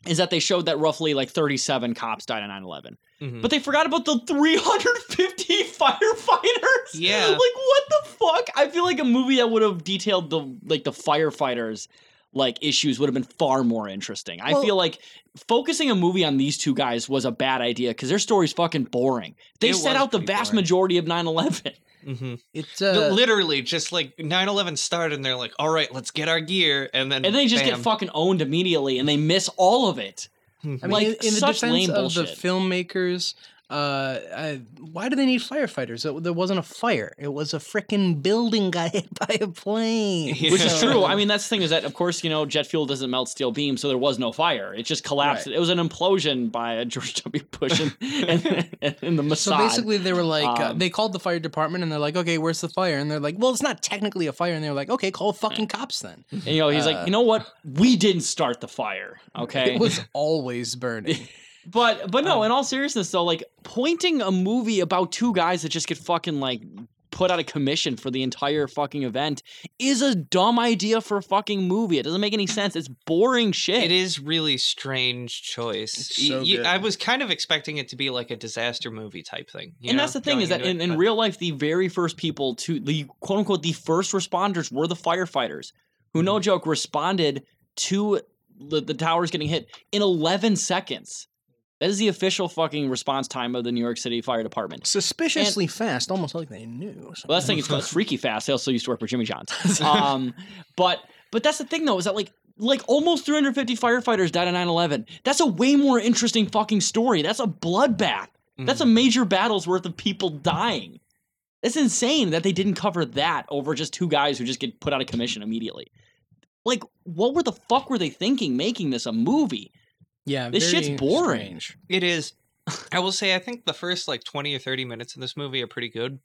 is that they showed that roughly like 37 cops died on 9/11,
Mhm.
but they forgot about the 350 firefighters.
Yeah.
like what the fuck? I feel like a movie that would have detailed the like the firefighters like issues would have been far more interesting. I
Well-
feel like focusing a movie on these two guys was a bad idea because their story's fucking boring. They
It
set
was
out the
pretty
vast
boring.
majority of 9/11.
Mhm.
it's
Li-
uh,
literally just like 9/11 started, and they're like, "All right, let's get our gear," and then
and they just
bam.
get fucking owned immediately and they miss all of it.
I mean,
like,
in, in the
such
defense
lame
of the
bullshit.
filmmakers, uh, I, why do they need firefighters? It- there wasn't a fire. It was a freaking building got hit by a plane.
Yeah.
Which is
So-
true. I mean, that's the thing is that, of course, you know, jet fuel doesn't melt steel beams, so there was no fire. It just collapsed.
Right.
It was an implosion by a George W. Bush and, and, and the Mossad.
So basically, they were like, uh,
Um,
they called the fire department and they're like, okay, where's the fire? And they're like, well, it's not technically a fire. And they're like, okay, call fucking cops then.
and, you know, he's
uh,
like, you know what? We didn't start the fire, okay?
It was Uh. always burning.
but but no, in all seriousness, though, like pointing a movie about two guys that just get fucking like put out of commission for the entire fucking event is a dumb idea for a fucking movie. It doesn't make any sense. It's boring shit.
It is really strange choice.
It's so
Y- y-
good.
I was kind of expecting it to be like a disaster movie type thing. you
and
know,
that's the thing
going
is that
into
in,
it,
in
but-
real life the very first people to the quote unquote the first responders were the firefighters who
Mm-hmm.
no joke responded to the, the towers getting hit in 11 seconds that is the official fucking response time of the new york city fire department
Suspiciously fast, almost like they knew.
well that's the thing it's, it's freaky fast i also used to work for jimmy john's um, but but that's the thing though is that like like almost 350 firefighters died on 9-11 that's a way more interesting fucking story that's a bloodbath that's a major battle's worth of people dying. It's insane that they didn't cover that over just two guys who just get put out of commission immediately. Like, what were the fuck were they thinking making this a movie?
yeah,
This
very
shit's boring.
strange.
It is. I will say, I think the first like twenty or thirty minutes of this movie are pretty good.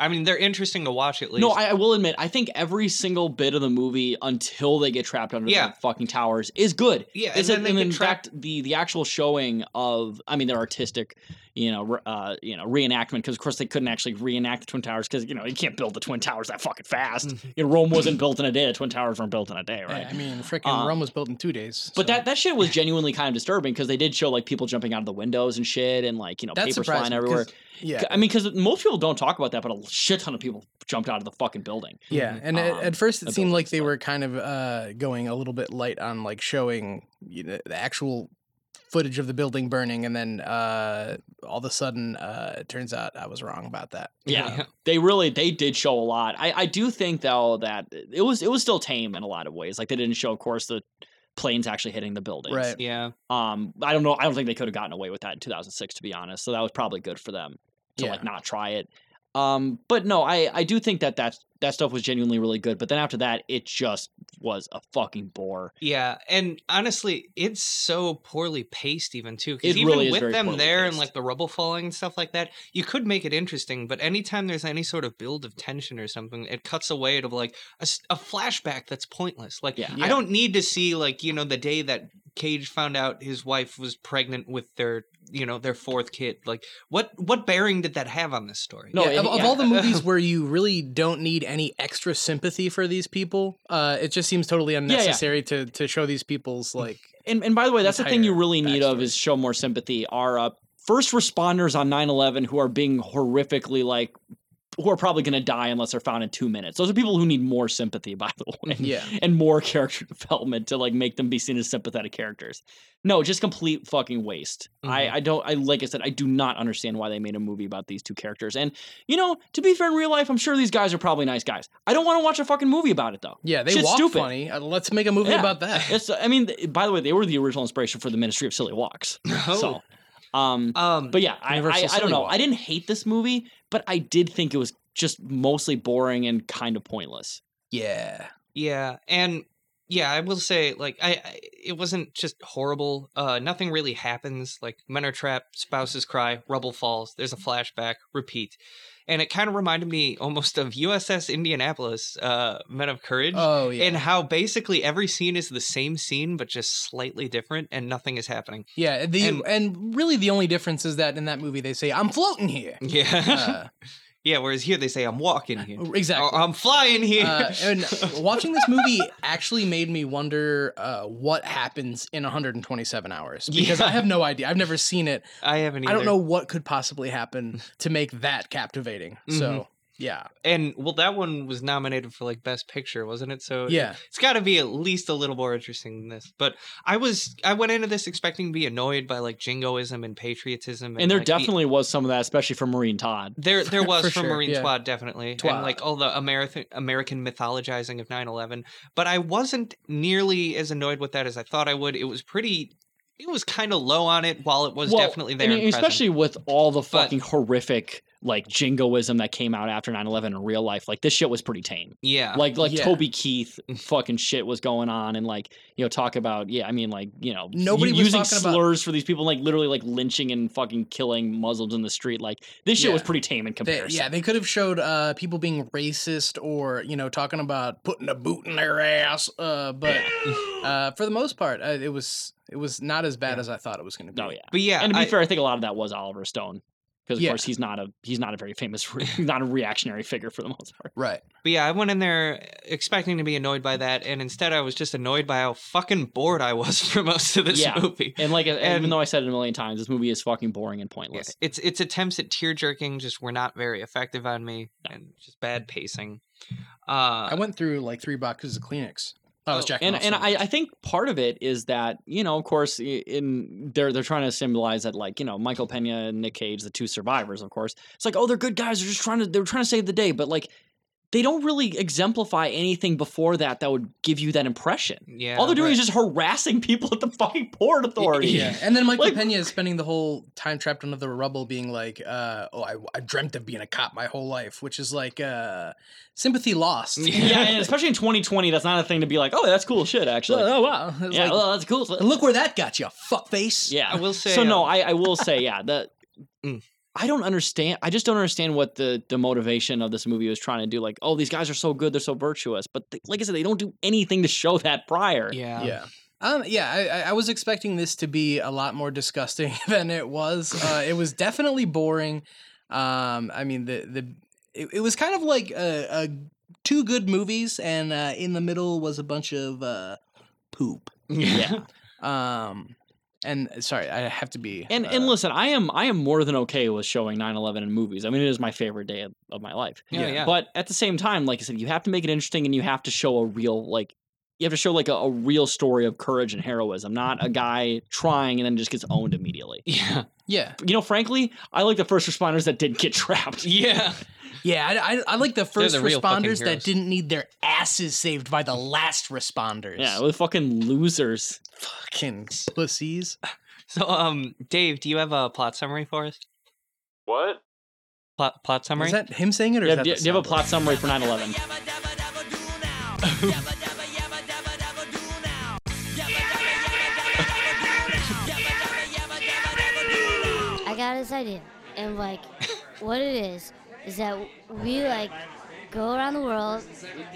I mean, they're interesting to watch at least.
No, I, I will admit, I think every single bit of the movie until they get trapped under
Yeah.
the fucking towers is good.
yeah, and
It's
then
a-
they
and
get
in
trapped.
fact, the the actual showing of, I mean, their artistic, you know, re- uh, you know, reenactment because of course they couldn't actually reenact the twin towers because you know you can't build the twin towers that fucking fast.
Mm-hmm.
you know, Rome wasn't built in a day. The twin towers weren't built in a day, right?
I mean, freaking
Um,
Rome was built in two days.
But
so-
that, that shit was genuinely kind of disturbing because they did show like people jumping out of the windows and shit and like you know papers flying
surprising,
everywhere.
'cause- Yeah,
I mean, because most people don't talk about that, but a shit ton of people jumped out of the fucking building.
Yeah, and at,
um,
at first it seemed
adult
like they
stuff.
were kind of uh, going a little bit light on like showing you know, the actual footage of the building burning, and then uh, all of a sudden, uh, it turns out I was wrong about that.
Yeah, they really they did show a lot. I I do think though that it was it was still tame in a lot of ways. Like they didn't show, of course, the planes actually hitting the buildings.
Right.
yeah,
Um. I don't know. I don't think they could have gotten away with that in 2006, to be honest. So that was probably good for them to
Yeah.
like not try it. Um. But no, I I do think that that that stuff was genuinely really good. But then after that, it just was a fucking bore.
yeah, and honestly, it's so poorly paced, even too. Because
It
even
really is
with
very
them
poorly
there and
paced.
like the rubble falling and stuff like that, you could make it interesting. But anytime there's any sort of build of tension or something, it cuts away to like a, s- a flashback that's pointless. Like
Yeah.
I don't need to see like you know the day that Cage found out his wife was pregnant with their you know their fourth kid. Like what what bearing did that have on this story?
No,
Yeah, of,
it-
of
yeah.
all the movies where you really don't need any extra sympathy for these people, uh, it just seems totally unnecessary to to show these people's
Mm-hmm.
like.
And and by the way, that's the thing you
entire
really need of
backstory.
is show more sympathy. Are uh, first responders on 9/11 who are being horrifically like who are probably going to die unless they're found in two minutes. Those are people who need more sympathy, by the way,
Yeah.
and more character development to like make them be seen as sympathetic characters. No, just complete fucking waste. I,
Mm-hmm.
Mhm.
I don't. I like I said, I do not understand why they made a movie about these two characters. And you know, to be fair, in real life, I'm sure these guys are probably nice guys. I don't want to watch a fucking movie about it though.
Yeah, they
Shit's
walk
stupid.
funny. Uh, let's make a movie
Yeah.
about that.
It's, I mean, th- by the way, they were the original inspiration for the Ministry of Silly Walks.
Oh.
So, um,
Um,
but yeah, I,
Universal
I, I
Silly
don't know.
Walk.
I didn't hate this movie, but I did think it was just mostly boring and kind of pointless.
Yeah.
Yeah, and yeah, I will say like I, I it wasn't just horrible. Uh nothing really happens. Like men are trapped,
Mm-hmm.
spouses cry, rubble falls, there's a flashback, repeat. And it kind of reminded me almost of USS Indianapolis, uh Men of Courage.
Oh yeah.
And how basically every scene is the same scene, but just slightly different, and nothing is happening.
yeah. The and,
and-
really the only difference is that in that movie they say I'm floating here.
Yeah,
Uh,
yeah. Whereas here they say, "I'm walking here,"
exactly.
or "I'm flying here."
Uh, and watching this movie actually made me wonder uh, what happens in 127 hours because I
Yeah.
have no idea. I've never seen it.
I haven't. Either.
I don't know what could possibly happen to make that captivating. So yeah,
And well, that one was nominated for like Best Picture, wasn't it? So
yeah,
it's got to be at least a little more interesting than this. But I was I went into this expecting to be annoyed by like jingoism and patriotism, and,
And there
like, the-
definitely was some of that, especially for Marine Todd.
there there was
for
from
sure,
Marine
yeah.
Squad definitely,
Twat.
and like all the American American mythologizing of 9-11. But I wasn't nearly as annoyed with that as I thought I would. It was pretty. It was kind of low on it, while it was
Well,
definitely there,
and e,
and present.
especially with all the fucking horrific like jingoism that came out after 9-11 in real life. Like this shit was pretty tame.
yeah,
Like like
Uh, Yeah.
Toby Keith fucking shit was going on and like you know talk about yeah I mean like you know
Nobody
u-
was
using
talking about-
slurs for these people like literally like lynching and fucking killing Muslims in the street like this shit
Yeah.
was pretty tame in
they,
comparison.
yeah. They could have showed uh, people being racist or you know talking about putting a boot in their ass, uh, but uh, for the most part, uh, it was it was not as bad as I thought it was going to be.
No, Oh, yeah.
but yeah,
and to be
I-
fair, I think a lot of that was Oliver Stone because of
Yeah.
course he's not a he's not a very famous re- he's not a reactionary figure for the most part.
Right.
But yeah, I went in there expecting to be annoyed by that, and instead I was just annoyed by how fucking bored I was for most of this
Yeah.
movie.
And like and, even
And-
though I said it a million times, this movie is fucking boring and pointless.
It's its attempts at tear jerking just were not very effective on me, and just bad pacing.
I
Uh,
went through like three boxes of Kleenex. I was
Oh,
jacking
and
off
and
so
I,
much.
I think part of it is that you know of course i- in they're they're trying to symbolize that like you know Michael Pena and Nick Cage the two survivors of course it's like oh they're good guys they're just trying to they're trying to save the day but like they don't really exemplify anything before that that would give you that impression
yeah,
all they're doing
right.
is just harassing people at the fucking port authority
Yeah, and then Michael
Like-
Pena is spending the whole time trapped under the rubble, being like, uh, "Oh, I, I dreamt of being a cop my whole life," which is like uh, sympathy lost.
yeah and especially in 2020 that's not a thing to be like oh that's cool shit actually
oh wow! It's
yeah
like,
well, that's cool
and look where that got you, fuckface.
Yeah,
I will say,
So no,
um,
I, I will say yeah. The
Mm.
I don't understand. I just don't understand what the the motivation of this movie was trying to do. Like, oh, these guys are so good, they're so virtuous, but they, like I said, they don't do anything to show that prior.
yeah,
yeah. Um, yeah, I, I- I was expecting this to be a lot more disgusting than it was. Uh, it was definitely boring. Um, I mean, the the it, it was kind of like uh, uh, two good movies, and uh, in the middle was a bunch of uh, poop.
Yeah.
Um, and sorry, I have to be
And
uh,
and listen, I am I am more than okay with showing 9/11 in movies. I mean, it is my favorite day of, of my life.
yeah, yeah.
But at the same time, like I said, you have to make it interesting and you have to show a real like you have to show like a, a real story of courage and heroism, not
Mm-hmm.
a guy trying and then just gets owned immediately.
yeah,
Yeah,
You know, frankly, I like the first responders that didn't get trapped.
yeah,
yeah. I, I, I like the first
the real fucking
responders that
heroes.
didn't need their asses saved by the last responders.
Yeah, with fucking losers.
fucking pussies.
So, um, Dave, do you have a plot summary for us?
What?
Plot plot summary?
Is that him saying it, or
Yeah,
is that
do,
the
do you have a
soundboard?
plot summary for 9 11?
I got this idea, and like, what it is is that we like go around the world,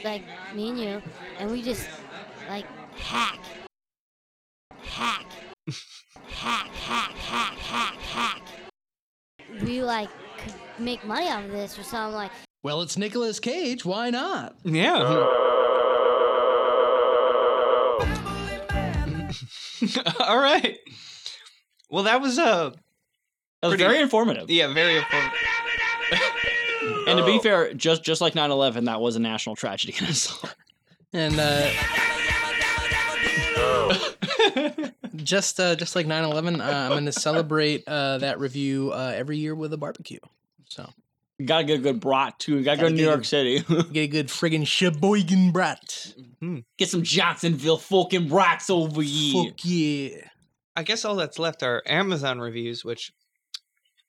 like me and you, and we just like hack, hack, hack, hack, hack, hack, hack. We like could make money off of this or something like.
Well, it's Nicolas Cage. Why not?
yeah. All right. Well, that was uh
That was
Pretty-
very informative.
yeah, very important.
And
Oh.
to be fair, just just like 9/11, that was a national tragedy in itself.
And uh,
No.
just uh, just like 9/11, uh, I'm going to celebrate uh, that review uh, every year with a barbecue. So
Got to get a good brat too. Got to go to
Gotta
New
get
York
a-
City.
get a good friggin' Sheboygan brat.
get some Jacksonville fucking brats over here.
Fuck yeah.
I guess all that's left are Amazon reviews, which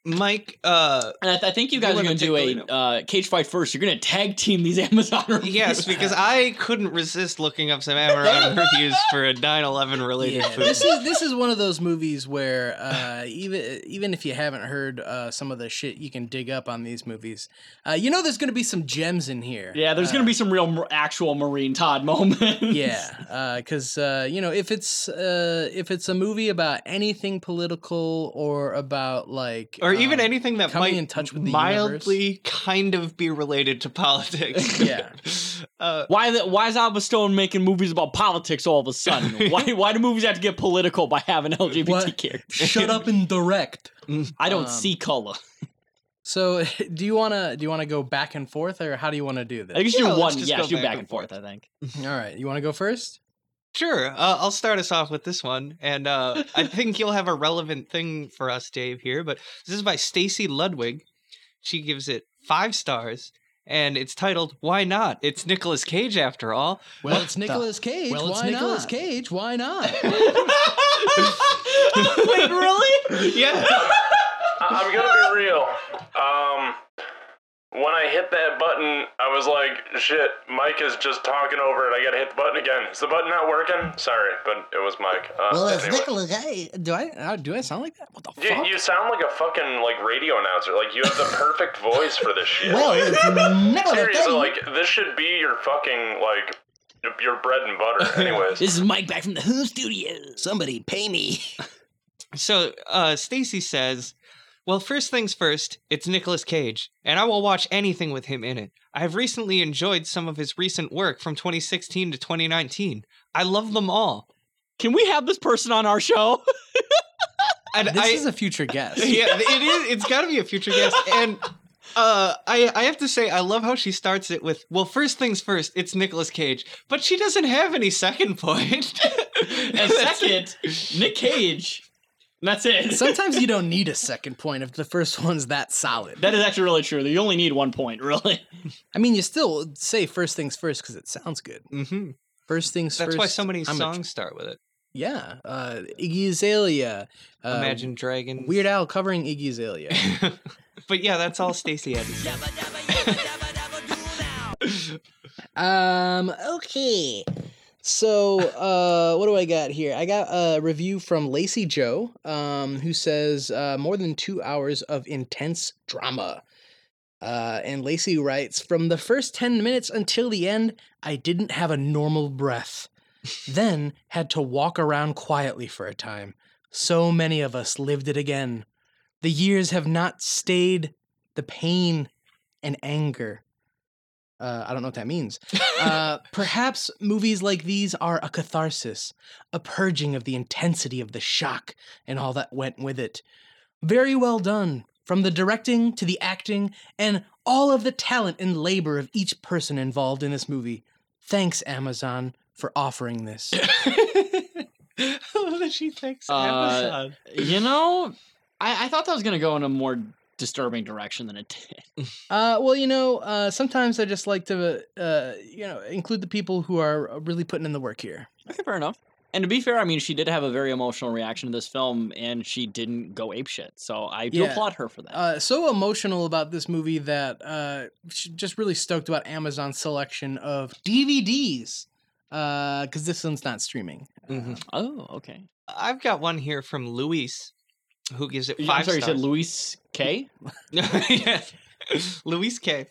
Mike, uh,
And I, th- I think you
You
guys are
wanna
going to
take
do
the
a
lead
uh, cage fight first. You're going to tag team these Amazon reviews.
yes, because I couldn't resist looking up some Amazon reviews for a 9/11 related
Yeah,
food.
this is this is one of those movies where uh, even even if you haven't heard uh, some of the shit you can dig up on these movies, uh, you know there's going to be some gems in here.
Yeah, there's going to be some real mar- actual Marine Todd moments.
yeah, because uh, you know if it's uh, if it's a movie about anything political or about like
or even
um,
anything that
coming
might
in touch with the
mildly kind of be related to politics.
Yeah.
uh,
Why the, why is Alba Stone making movies about politics all of a sudden? why why do movies have to get political by having LGBT
What?
characters?
shut up and direct.
I don't
Um,
see color.
So do you wanna do you wanna go back and forth or how do you wanna do
I
this?
think you should
yeah,
do
let's
one.
just
Yeah,
go
shoot
back
back
and
and forth. I think.
All right, you wanna go first?
sure, uh, I'll start us off with this one, and uh, I think you'll have a relevant thing for us, Dave. Here, but this is by Stacy Ludwig. She gives it five stars, and it's titled "Why Not?" It's Nicolas Cage, after all.
Well, it's Nicolas Cage.
Well, it's
why
Nicolas
not? Cage. Why not?
Wait, really?
Yeah,
I- I'm gonna be real. Um, when I hit that button, I was like, "Shit, Mike is just talking over it. I gotta hit the button again." Is the button not working? Sorry, but it was Mike. Uh,
Well, it's
anyway.
Nicholas. I,
do I uh, do I sound like that? What the
You,
fuck?
you sound like a fucking like radio announcer. Like you have the perfect voice for this shit.
well,
like,
it's Nicholas.
seriously, like this should be your fucking like your bread and butter. Anyways,
This is Mike back from the Who Studios.
Somebody pay me.
So uh Stacy says, "Well, first things first, it's Nicolas Cage, and I will watch anything with him in it. I have recently enjoyed some of his recent work from 2016 to 2019. I love them all."
Can we have this person on our show?
And
this
I
is a future guest.
yeah, it is it's got to be a future guest and uh, I I have to say I love how she starts it with well first things first it's Nicolas Cage but she doesn't have any second point
And second, Nick Cage. And that's it.
Sometimes you don't need a second point if the first one's that solid.
that is actually really true. You only need one point, really.
I mean, you still say first things first because it sounds good.
hmm
First things
that's
first.
why so many
I'm a-
songs start with it
yeah, uh, Iggy Azalea. Uh,
Imagine Dragons
Weird Al covering Iggy Azalea.
but yeah that's all Stacy had to say.
Um. Okay. So, uh, what do I got here? I got a review from Lacey Joe, um, who says uh, more than two hours of intense drama. Uh, and Lacey writes, from the first 10 minutes until the end, I didn't have a normal breath. then had to walk around quietly for a time. So many of us lived it again. The years have not stayed the pain and anger. Uh, I don't know what that means. Uh, perhaps movies like these are a catharsis, a purging of the intensity of the shock and all that went with it. Very well done, from the directing to the acting and all of the talent and labor of each person involved in this movie. Thanks, Amazon, for offering this.
I love that she thinks
Uh,
Amazon.
You know, I, I thought that was going to go in a more disturbing direction than it did.
Uh, well, you know, uh, sometimes I just like to, uh, you know, include the people who are really putting in the work here.
Okay, fair enough. And to be fair, I mean, she did have a very emotional reaction to this film, and she didn't go apeshit. So I do
Yeah.
applaud her for that.
uh, so emotional about this movie that uh, sh- just really stoked about Amazon's selection of DVDs because uh, this one's not streaming.
oh, okay.
I've got one here from Luis, who gives it
I'm
5
sorry, you said
stars.
Luis K?
Yes. Luis K,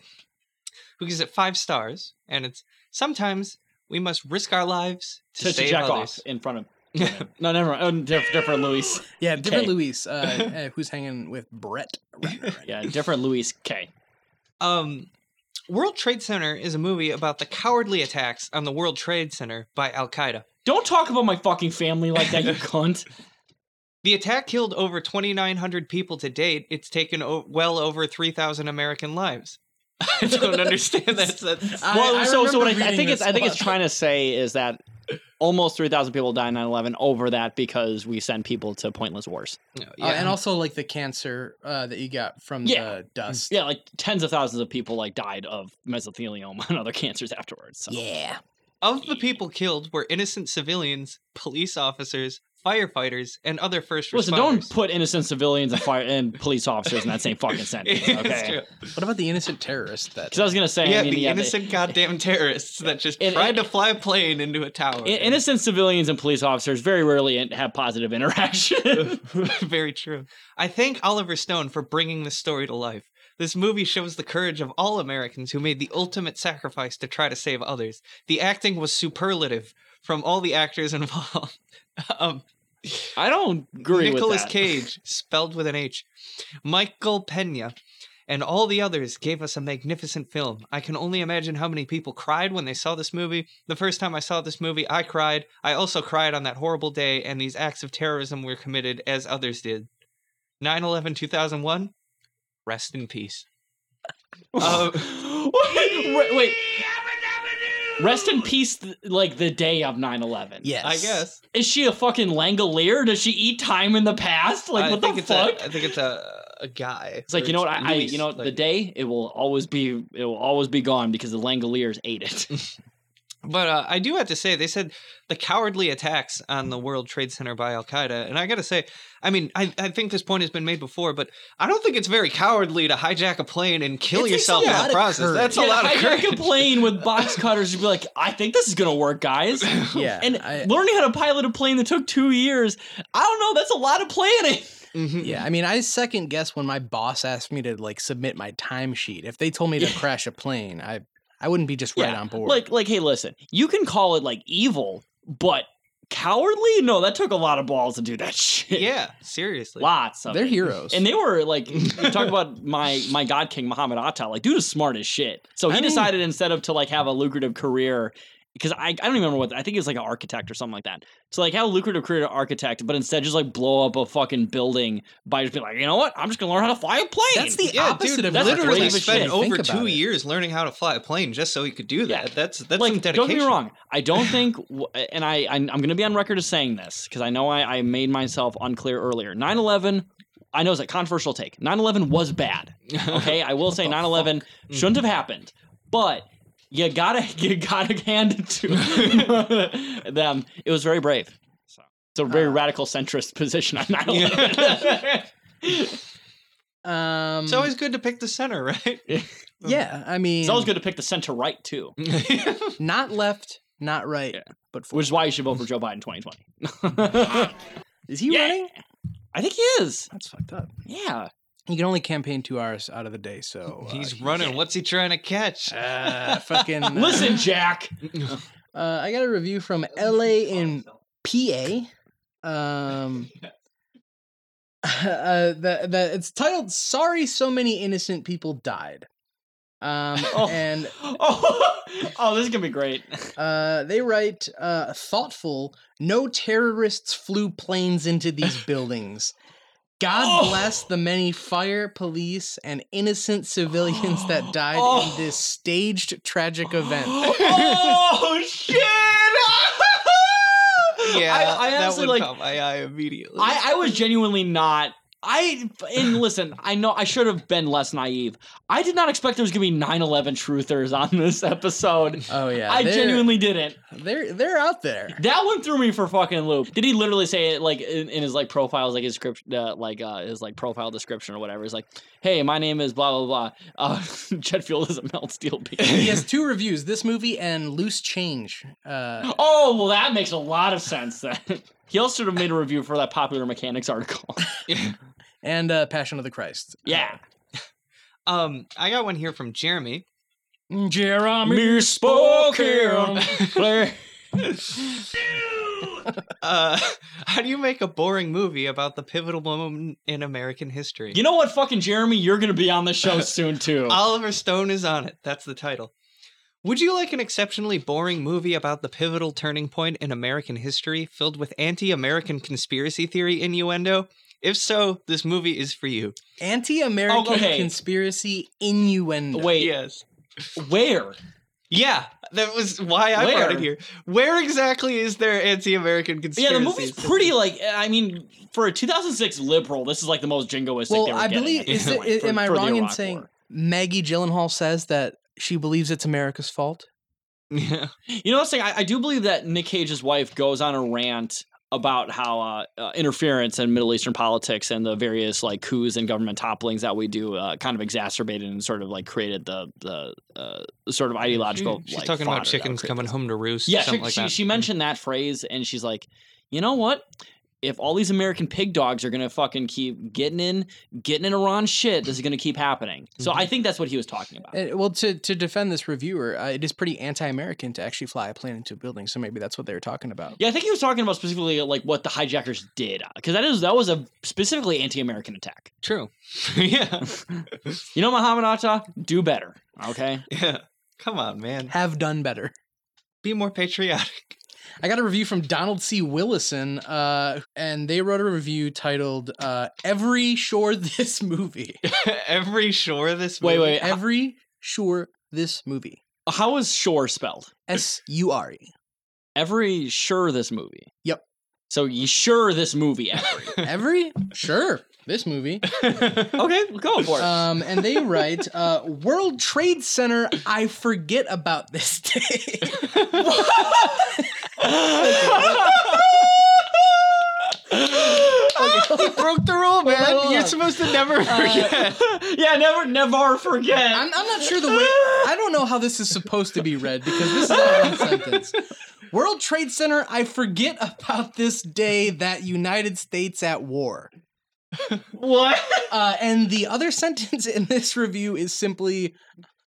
who gives it five stars, and it's sometimes we must risk our lives to,
To, to
save
jack off
others.
in front of. No, never mind. Oh, diff- different Luis.
Yeah, different
Okay.
Luis, uh, uh, who's hanging with Brett. Ratner right now.
Yeah, different Luis K.
Um, World Trade Center is a movie about the cowardly attacks on the World Trade Center by Al Qaeda.
Don't talk about my fucking family like that, you cunt.
The attack killed over 2,900 people to date. It's taken o- well over 3,000 American lives. I don't understand that.
well,
I
so so what I,
remember
I think
reading
it's I
this
think it's
one.
trying to say is that almost three thousand people die in 9-11 over that because we send people to pointless wars.
No,
Uh, and also like the cancer uh, that you got from
Yeah.
the dust.
Yeah, like tens of thousands of people like died of mesothelioma and other cancers afterwards. So.
Yeah.
Of the people killed were innocent civilians, police officers, firefighters, and other first responders.
Listen, don't put innocent civilians and fire and police officers in that same fucking sentence.
It's
Okay.
true.
What about the innocent terrorist that
Because I was gonna say,
yeah,
I mean,
the
yeah,
innocent goddamn terrorists that just
And-
tried
and-
to fly a plane into a tower.
i- innocent civilians and police officers very rarely in- have positive interaction.
Very true. I thank Oliver Stone for bringing this story to life. This movie shows the courage of all Americans who made the ultimate sacrifice to try to save others. The acting was superlative from all the actors involved. um,
I don't agree with
Nicholas
that.
Cage, spelled with an H, Michael Pena, and all the others gave us a magnificent film. I can only imagine how many people cried when they saw this movie. The first time I saw this movie, I cried. I also cried on that horrible day, and these acts of terrorism were committed as others did. 9 11 2001, rest in peace. Uh,
wait, wait. Rest in peace, th- like the day of 9 11.
Yes.
I guess.
Is she a fucking Langolier? Does she eat time in the past? Like,
I
what
think
the
it's
fuck?
A, I think it's a, a guy.
it's like, you know what? I, I you know,
the
the day, it will always be, it will always be gone because the Langoliers ate it.
But uh, I do have to say, they said the cowardly attacks on the World Trade Center by Al Qaeda. And I got to say, I mean, I, I think this point has been made before, but I don't think it's very cowardly to hijack a plane and kill
It takes a
yourself in
lot
the
of
process.
courage.
That's
yeah,
a lot of
I
courage.
could plane with box cutters and be like, I think this is going to work, guys.
Yeah.
And
I-
learning how to pilot a plane that took two years, I don't know, that's a lot of planning.
Mhm.
yeah, I mean, I second guess when my boss asked me to like submit my timesheet. If they told me to
Yeah.
crash a plane, I I wouldn't be just right
Yeah,
on board.
Like, like, hey, listen, you can call it like evil, but cowardly? No, that took a lot of balls to do that shit.
Yeah, seriously.
lots of
they're
it.
heroes.
And they were like, talk about my my god king Muhammad Atta. Like, dude is smart as shit. So
I
he
mean-
decided instead of to like have a lucrative career. Because I, I don't even remember what I think he was like an architect or something like that. So like have a lucrative career to architect, but instead just like blow up a fucking building by just being like, you know what? I'm just gonna learn how to fly a plane.
That's the
Yeah,
opposite
dude,
of
that's
lucrative
literally
brave as
spent
shit.
over
Think about
two
it.
years learning how to fly a plane just so he could
Yeah.
do that. That's that's some
like,
dedication.
don't get me wrong. I don't think, w- and I, I I'm going to be on record as saying this because I know I, I made myself unclear earlier. 9/11, I know it's a controversial take. 9/11 was bad. Okay, I will say 9/11 shouldn't have happened, but you gotta you gotta hand it to them. It was very brave. So it's a very radical centrist position on 9/11.
um,
It's always good to pick the center, right?
yeah. I mean,
it's always good to pick the center right too,
not left, not right, but forward.
which is why you should vote for Joe Biden 2020.
is he
Yeah.
running?
I think he is.
That's fucked up.
Yeah.
You can only campaign two hours out of the day, so uh,
He's running. What's he trying to catch?
uh, fucking uh,
Listen, Jack.
Uh, I got a review from LA in PA. Um, uh, the, the, it's titled Sorry So Many Innocent People Died. Um,
Oh.
And
Oh, oh, this is gonna be great.
uh, they write uh, Thoughtful, no terrorists flew planes into these buildings. God
Oh.
bless the many fire, police, and innocent civilians that died
Oh.
in this staged tragic event.
oh shit!
yeah,
I, I
that
honestly
would
like.
caught my eye immediately.
I, I was genuinely not. I and listen, I know I should have been less naive. I did not expect there was gonna be 9-11 truthers on this episode.
Oh yeah,
I
they're-
genuinely didn't.
they're they're out there.
That one threw me for fucking loop. Did he literally say it like in, in his like profiles, like his script, uh, like uh, his like profile description or whatever? It's like, hey, my name is blah blah blah. Uh, jet fuel doesn't melt steel
he
beams.
has two reviews this movie and loose change uh
oh well, that makes a lot of sense then. he also should have made a review for that popular mechanics article.
and uh passion of the christ
yeah,
Um, I got one here from Jeremy.
jeremy
Blair.
Uh, how do you make a boring movie about the pivotal moment in American history?
You know what, fucking Jeremy, you're gonna be on the show soon too.
Oliver Stone is on it. That's the title. Would you like an exceptionally boring movie about the pivotal turning point in American history filled with anti American conspiracy theory innuendo? If so, this movie is for you.
Anti-American
Oh, okay.
conspiracy innuendo.
Wait,
Yes.
where?
Yeah, that was why I brought
Where?
it here. Where exactly is there anti-American
Yeah,
conspiracy?
the movie's pretty like. I mean, for a 2006 liberal, this is like the most jingoistic. they
Well,
were
I
getting
believe
at
is
this
it,
point
i-
for-
am I
for the
wrong in
Iraq
saying
War.
Maggie Gyllenhaal says that she believes it's America's fault?
Yeah.
You know what I'm saying? I, I do believe that Nick Cage's wife goes on a rant about how uh, uh, interference in Middle Eastern politics and the various like coups and government topplings that we do uh, kind of exacerbated and sort of like created the the uh, sort of ideological.
She- she's
like,
talking
fodder
about
that
chickens
created
coming
this.
home to roost.
Yeah,
something
she,
like
she,
that.
she mentioned that phrase, and she's like, you know what? If all these American pig dogs are gonna fucking keep getting in, getting in Iran shit, this is gonna keep happening. So
Mm-hmm.
I think that's what he was talking about.
Uh, well, to to defend this reviewer, uh, it is pretty anti-American to actually fly a plane into a building. So maybe that's what they were talking about.
Yeah, I think he was talking about specifically like what the hijackers did because that is that was a specifically anti-American attack.
True. yeah.
You know, Muhammad Atta, do better. Okay,
Yeah. Come on, man.
Have done better.
Be more patriotic.
I got a review from Donald C. Willison, uh, and they wrote a review titled uh, "Every Sure This Movie."
Every shore this
wait,
movie.
wait. h-
Every Sure This Movie.
how is Shore spelled?
S U R E.
Every sure this movie.
Yep.
So you sure this movie? Every.
Every sure this movie.
okay, go for it.
Um, and they write uh, World Trade Center. I forget about this day.
he broke the rule, man.
hold
You're
on.
supposed to never forget.
Uh, yeah, never, never forget.
I'm, I'm not sure the way. I don't know how this is supposed to be read because this is all one sentence. World Trade Center. I forget about this day that United States at war.
what?
Uh, and the other sentence in this review is simply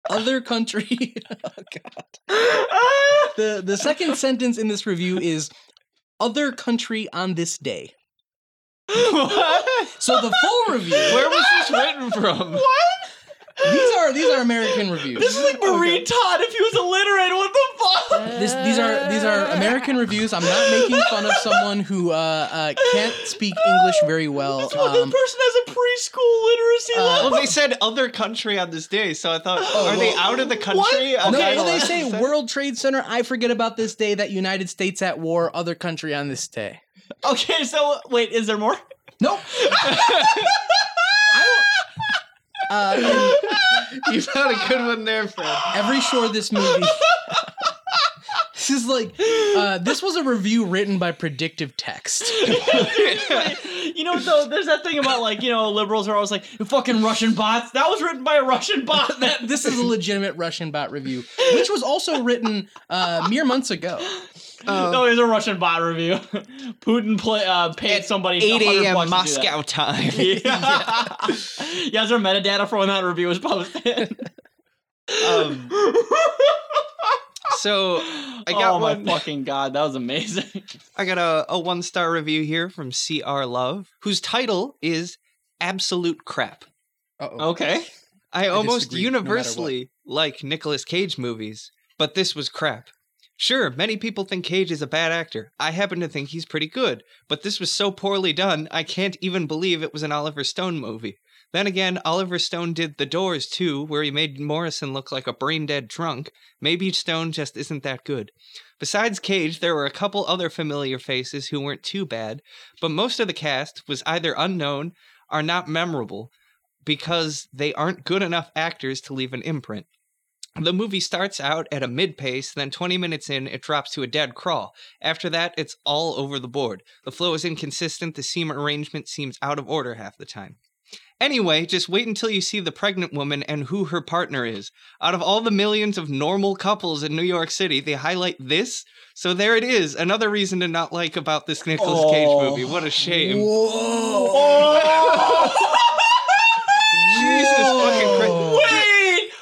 other country. oh God. The the second sentence in this review is other country on this day.
what?
So the full review.
Where was this written from?
these are these are American reviews.
This is like Marie
Okay.
Todd if he was alliterated. What the fuck?
This, these are these are American reviews. I'm not making fun of someone who uh, uh, can't speak English very well.
This one- this
Um,
person has a preschool literacy
uh,
level.
Well, they said other country on this day, so I thought, are
Oh.
they out of the country?
no,
on
well, they
9/11?
say World Trade Center. I forget about this day that United States at war. Other country on this day.
Okay, so wait, is there more?
Nope. I don't- uh, in
you found a good one there, friend.
every shore this movie. this is like uh, this was a review written by Predictive Text.
You know, though, there's that thing about like, you know, liberals are always like, fucking Russian bots. That was written by a Russian bot. That
this is a legitimate Russian bot review, which was also written uh, mere months ago.
no, it was a Russian bot review. Putin play, uh, paid somebody
8
100
a.m.
bucks to do that.
Moscow time.
Yeah. yeah, is there metadata for when that review was posted?
Um, so I got
oh
one.
my fucking god, that was amazing.
I got a, a one star review here from CR Love, whose title is Absolute Crap.
Uh-oh.
Okay.
I, almost
disagree, no matter what.
universally like Nicolas Cage movies, but this was crap. Sure, many people think Cage is a bad actor. I happen to think he's pretty good, but this was so poorly done, I can't even believe it was an Oliver Stone movie. Then again, Oliver Stone did The Doors too, where he made Morrison look like a brain dead drunk. Maybe Stone just isn't that good. Besides Cage, there were a couple other familiar faces who weren't too bad, but most of the cast was either unknown or not memorable because they aren't good enough actors to leave an imprint. The movie starts out at a mid pace, then 20 minutes in, it drops to a dead crawl. After that, it's all over the board. The flow is inconsistent, the seam arrangement seems out of order half the time. Anyway, just wait until you see the pregnant woman and who her partner is. Out of all the millions of normal couples in New York City, they highlight this. So there it is. Another reason to not like about this Nicolas Cage
Oh.
movie. What a shame. Jesus fucking Christ.
Wait!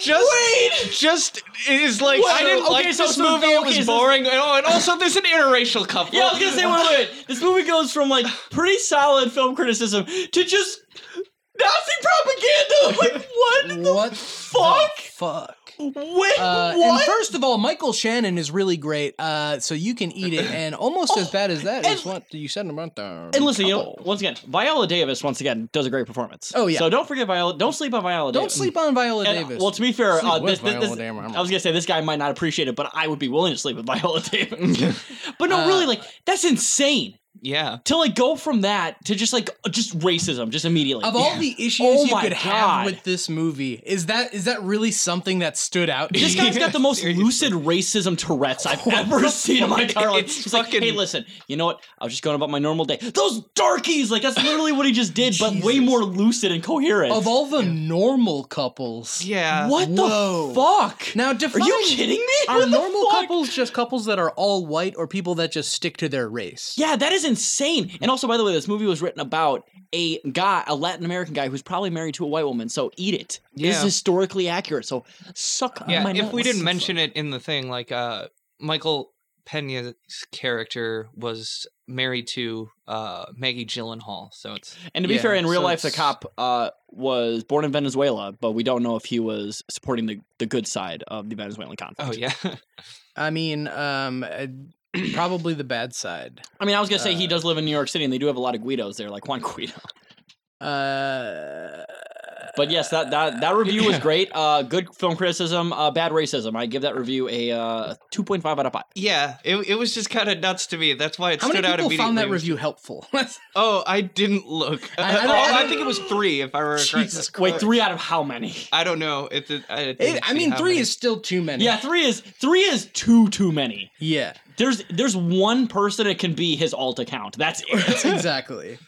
Just, just it is like
Wait.
I didn't
Okay,
like
so-
this
so-
movie.
okay,
it was
so-
boring. Oh, and also there's an interracial couple.
Yeah, I was gonna say, wait, wait, wait. This movie goes from like pretty solid film criticism to just Nazi propaganda. Like, what in the
What? the
fuck?
fuck.
Wait,
Uh, and
what?
first of all, Michael Shannon is really great. Uh, so you can eat it, and almost as bad as that is
Oh, and-
what you said about the.
And listen, you know, once again, Viola Davis once again does a great performance.
Oh, yeah.
So don't forget Viola. Don't sleep on Viola.
don't
Davis.
sleep on Viola
And,
Davis.
Well, to be fair,
Sleep
uh,
with
this, this, this,
Viola Davis.
I was gonna say this guy might not appreciate it, but I would be willing to sleep with Viola Davis. but no,
Uh,
really, like that's insane
Yeah.
to like go from that to just like just racism, just immediately.
of all the issues
Oh
you
my
could have
God.
with this movie, is that is that really something that stood out? to
This
you?
guy's got the most
Seriously.
lucid racism Tourette's I've ever seen in my entire life.
It's
He's
fucking-
like, hey, listen, you know what? I was just going about my normal day. Those darkies! Like, that's literally what he just did, but way
Jesus.
more lucid and coherent.
of all the normal couples.
Yeah.
what
Whoa.
the fuck?
Now, define
Are you kidding me?
Are
What the
normal
fuck?
couples just couples that are all white, or people that just stick to their race?
Yeah, that is insane. And also, by the way, this movie was written about a guy, a Latin American guy who's probably married to a white woman. So eat it. This
Yeah.
is historically accurate. So suck
Yeah.
my
If we
nuts.
didn't mention it in the thing, like uh, Michael Pena's character was married to uh, Maggie Gyllenhaal, so it's
And to be
Yeah,
fair, in real
so
life, the
it's-
cop uh, was born in Venezuela, but we don't know if he was supporting the, the good side of the Venezuelan conflict.
oh yeah,
I mean, um, uh, probably the bad side.
I mean, I was going to say he
Uh,
does live in New York City, and they do have a lot of Guidos there, like Juan Guido.
Uh,
But yes, that that, that review was great. Uh, good film criticism, uh, bad racism. I give that review a uh, 2.5 out of 5.
yeah. It, it was just kind of nuts to me. That's why it
how
stood
many
out
people
immediately.
found that
It was-
review helpful?
Oh, I didn't look.
I- I don't-
Oh,
I don't-
think it was three, if I remember
Jesus
correctly.
Wait, three out of how many?
I don't know. It, it, I,
It,
didn't
I
see
mean,
how
three
many.
is still too many.
Yeah, three is three is too too many.
yeah,
There's there's one person it can be his alt account. That's it.
exactly.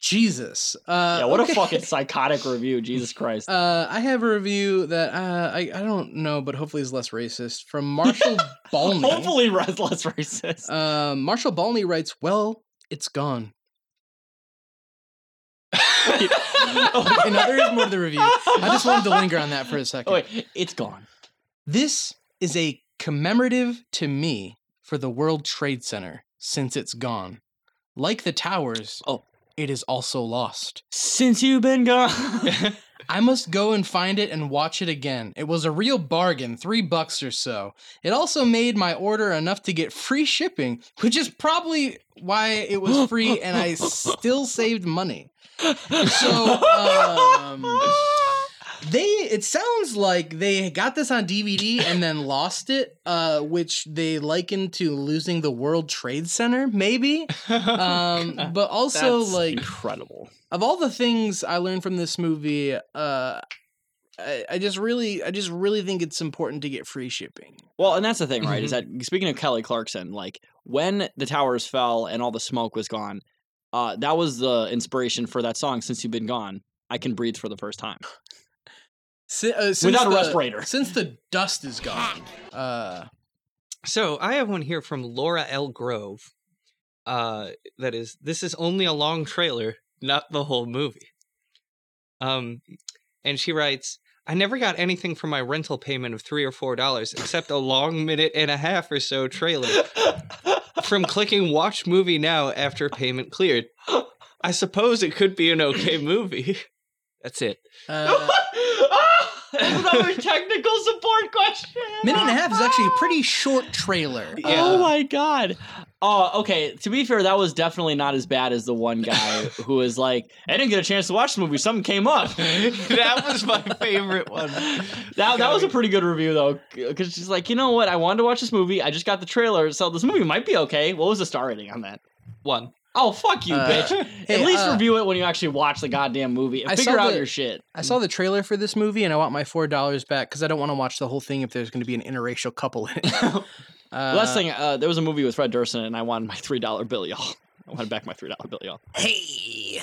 Jesus. Uh,
yeah, what
okay.
a fucking psychotic review. Jesus Christ.
Uh, I have a review that uh, I I don't know, but hopefully is less racist from Marshall Balney.
Hopefully, Res less racist.
Uh, Marshall Balney writes, "Well, it's gone."
oh,
And there is more to the review. I just wanted to linger on
Oh,
that for a second.
wait, it's gone.
This is a commemorative to me for the World Trade Center since it's gone. Like the towers,
Oh.
it is also lost.
Since you've been gone.
I must go and find it and watch it again. It was a real bargain, three bucks or so. It also made my order enough to get free shipping, which is probably why it was free and I still saved money. So, um, they, it sounds like they got this on DVD and then lost it, uh, which they likened to losing the World Trade Center, maybe. Um, but also,
Oh That's
like,
incredible.
of all the things I learned from this movie, uh, I, I just really, I just really think it's important to get free shipping.
Well, and that's the thing, right? Is that
Mm-hmm.
speaking of Kelly Clarkson, like when the towers fell and all the smoke was gone, uh, that was the inspiration for that song. Since you've been gone, I can breathe for the first time.
Si- uh, since
Without a
the-
respirator.
since the dust is gone. Uh,
So I have one here from Laura L. Grove. Uh, that is, this is only a long trailer, not the whole movie. Um, and she writes, I never got anything for my rental payment of three or four dollars except a long minute and a half or so trailer from clicking watch movie now after payment cleared. I suppose it could be an okay movie. That's it.
uh,
Another technical support question.
minute and a half is actually a pretty short trailer. Um,
Oh
Yeah.
my god. Oh, okay. To be fair, that was definitely not as bad as the one guy who was like, I didn't get a chance to watch the movie. Something came up.
that was my favorite one.
That, that was a pretty good review though, because she's like, you know what? I wanted to watch this movie. I just got the trailer, so this movie might be okay. What was the star rating on that?
One.
Oh fuck you,
Uh,
bitch!
hey,
At least
uh,
review it when you actually watch the goddamn movie and
I
figure
saw
out
the-
your shit.
I saw the trailer for this movie and I want my four dollars back because I don't want to watch the whole thing if there's going to be an interracial couple in it. Uh,
Last thing, uh, there was a movie with Fred Durst in it, and I wanted my three dollar bill, y'all. I wanted back my three dollar bill, y'all.
Hey.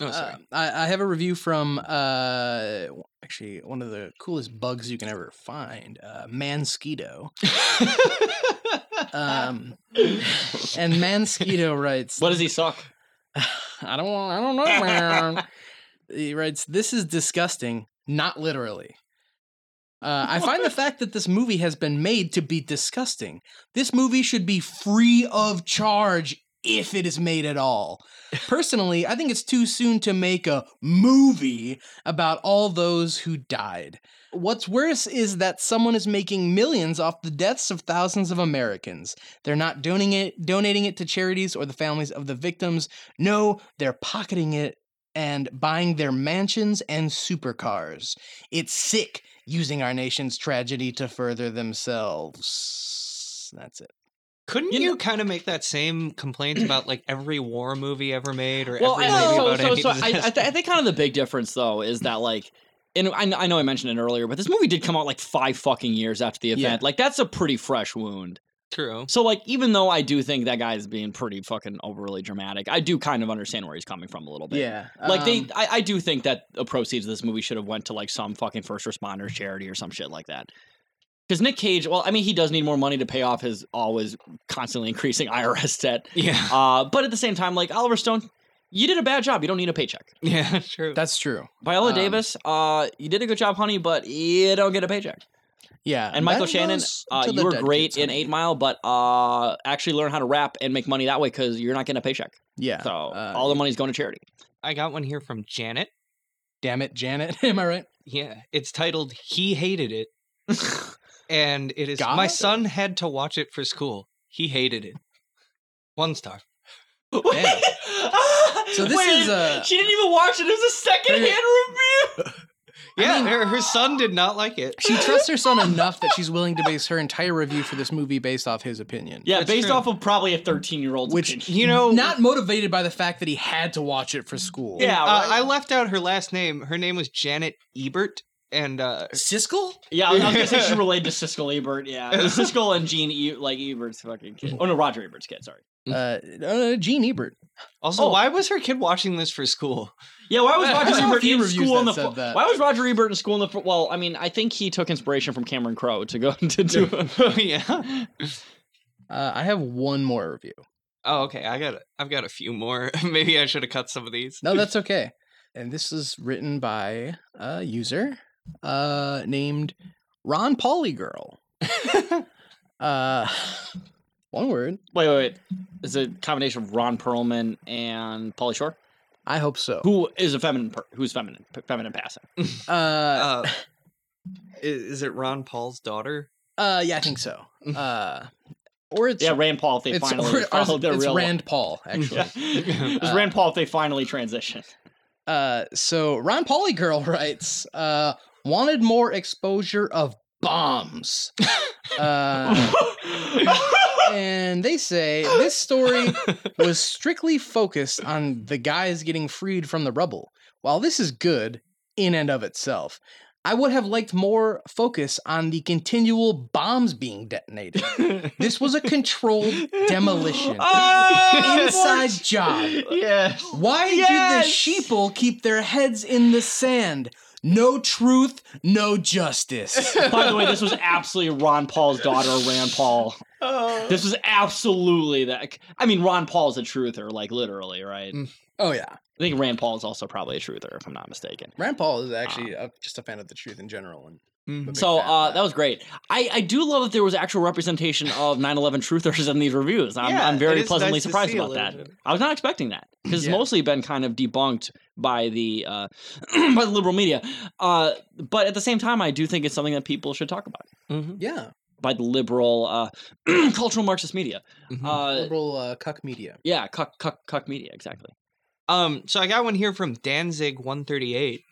Oh, sorry.
Uh, I, I have a review from uh, actually one of the coolest bugs you can ever find, uh, Mansquito. um, and Mansquito writes,
What does he suck?
I don't, want- I don't know, man. he writes, "This is disgusting, not literally." Uh, I find the fact that this movie has been made to be disgusting. This movie should be free of charge if it is made at all. Personally, I think it's too soon to make a movie about all those who died. What's worse is that someone is making millions off the deaths of thousands of Americans. They're not donating it, donating it to charities or the families of the victims. No, they're pocketing it and buying their mansions and supercars. It's sick using our nation's tragedy to further themselves. That's it.
Couldn't
You
you,
know-
kind of make that same complaint about like every war movie ever made or
well,
every
I,
movie
so,
about
so,
any
so I, I,
disaster?
th- I think kind of the big difference though is that like, and I, I know I mentioned it earlier, but this movie did come out like five fucking years after the event.
Yeah.
Like that's a pretty fresh wound.
True.
So like, even though I do think that guy is being pretty fucking overly dramatic, I do kind of understand where he's coming from a little bit. Like
um,
they, I, I do think that the proceeds of this movie should have went to like some fucking first responders charity or some shit like that. Because Nick Cage, well, I mean, he does need more money to pay off his always constantly increasing IRS debt.
Yeah.
Uh, but at the same time, like Oliver Stone, you did a bad job. You don't need a paycheck.
Yeah, true.
That's true.
Viola
Um,
Davis, uh, you did a good job, honey, but you don't get a paycheck.
Yeah.
And Michael
that
Shannon,
goes
uh,
to
you
the
were
dead
great
kids,
in
honey.
Eight Mile, but uh, actually learn how to rap and make money that way because you're not getting a paycheck.
Yeah.
So
uh,
all the money's going to charity.
I got one here from Janet.
Damn it, Janet. Am I right?
Yeah, it's titled "He Hated It," and it is my
God?
son had to watch it for school. He hated it. One star.
Damn. So this is, uh,
she didn't even watch it. It was a secondhand review.
Yeah, her, her son did not like it.
She trusts her son enough that she's willing to base her entire review for this movie based off his opinion.
Yeah,
That's
based
true.
off of probably a 13 year old.
Which
You know,
not motivated by the fact that he had to watch it for school.
Yeah,
uh,
right.
I left out her last name. Her name was Janet Ebert, and uh,
Siskel?
yeah, I was gonna say she related to Siskel Ebert. Yeah, Siskel and Gene e- like Ebert's fucking kid. Oh no, Roger Ebert's kid. Sorry.
Uh, uh, Gene Ebert.
also,
Oh.
why was her kid watching this for school?
Yeah, why was
I
Roger
saw a
Ebert
few
in
reviews
school in
that
the
said
fo-
that.
Why was Roger Ebert in school in the fo- well? I mean, I think he took inspiration from Cameron Crowe to go to do.
yeah.
Uh, I have one more review.
Oh, okay. I got. I've got a few more. Maybe I should have cut some of these.
No, that's okay. And this is written by a user uh, named Ron Polygirl. uh, one word.
wait, wait, wait. It's a combination of Ron Perlman and Polly Shore,
I hope so.
who is a feminine, per- who's feminine, p- feminine passing.
Uh,
Uh, i- is it Ron Paul's daughter?
uh, yeah, I think so. Uh, or it's
Yeah, Rand Paul. If they
it's,
finally
or-
followed their
it's
real.
Rand Paul actually.
Yeah. it was
Uh,
Rand Paul if they finally transitioned.
Uh, so Ron Polygirl writes, uh, wanted more exposure of bombs. uh, and they say this story was strictly focused on the guys getting freed from the rubble. While this is good in and of itself, I would have liked more focus on the continual bombs being detonated. this was a controlled demolition.
Oh
Inside job.
Yes.
Why
Yes!
do the sheeple keep their heads in the sand? No truth, no justice.
By the way, this was absolutely Ron Paul's daughter, Rand Paul.
Oh.
This was absolutely that. I mean, Ron Paul's a truther, like literally, right?
Mm.
oh yeah,
I think Rand Paul is also probably a truther, if I'm not mistaken.
Rand Paul is actually uh just a fan of the truth in general. And
Mhm.
a big
So
fan of
uh, that was great. I, I do love that there was actual representation of 9/11 truthers in these reviews. I'm,
Yeah,
I'm
it
very
is
pleasantly
nice to
surprised
see a
about that.
little bit.
I was not expecting that because
Yeah.
it's mostly been kind of debunked by the uh, by the liberal media. Uh, but at the same time, I do think it's something that people should talk about
Mhm.
yeah,
by the liberal uh, cultural Marxist media.
Mhm.
Uh,
liberal uh, cuck media.
yeah, cuck, cuck, cuck media exactly.
Um, so I got one here from Danzig 138.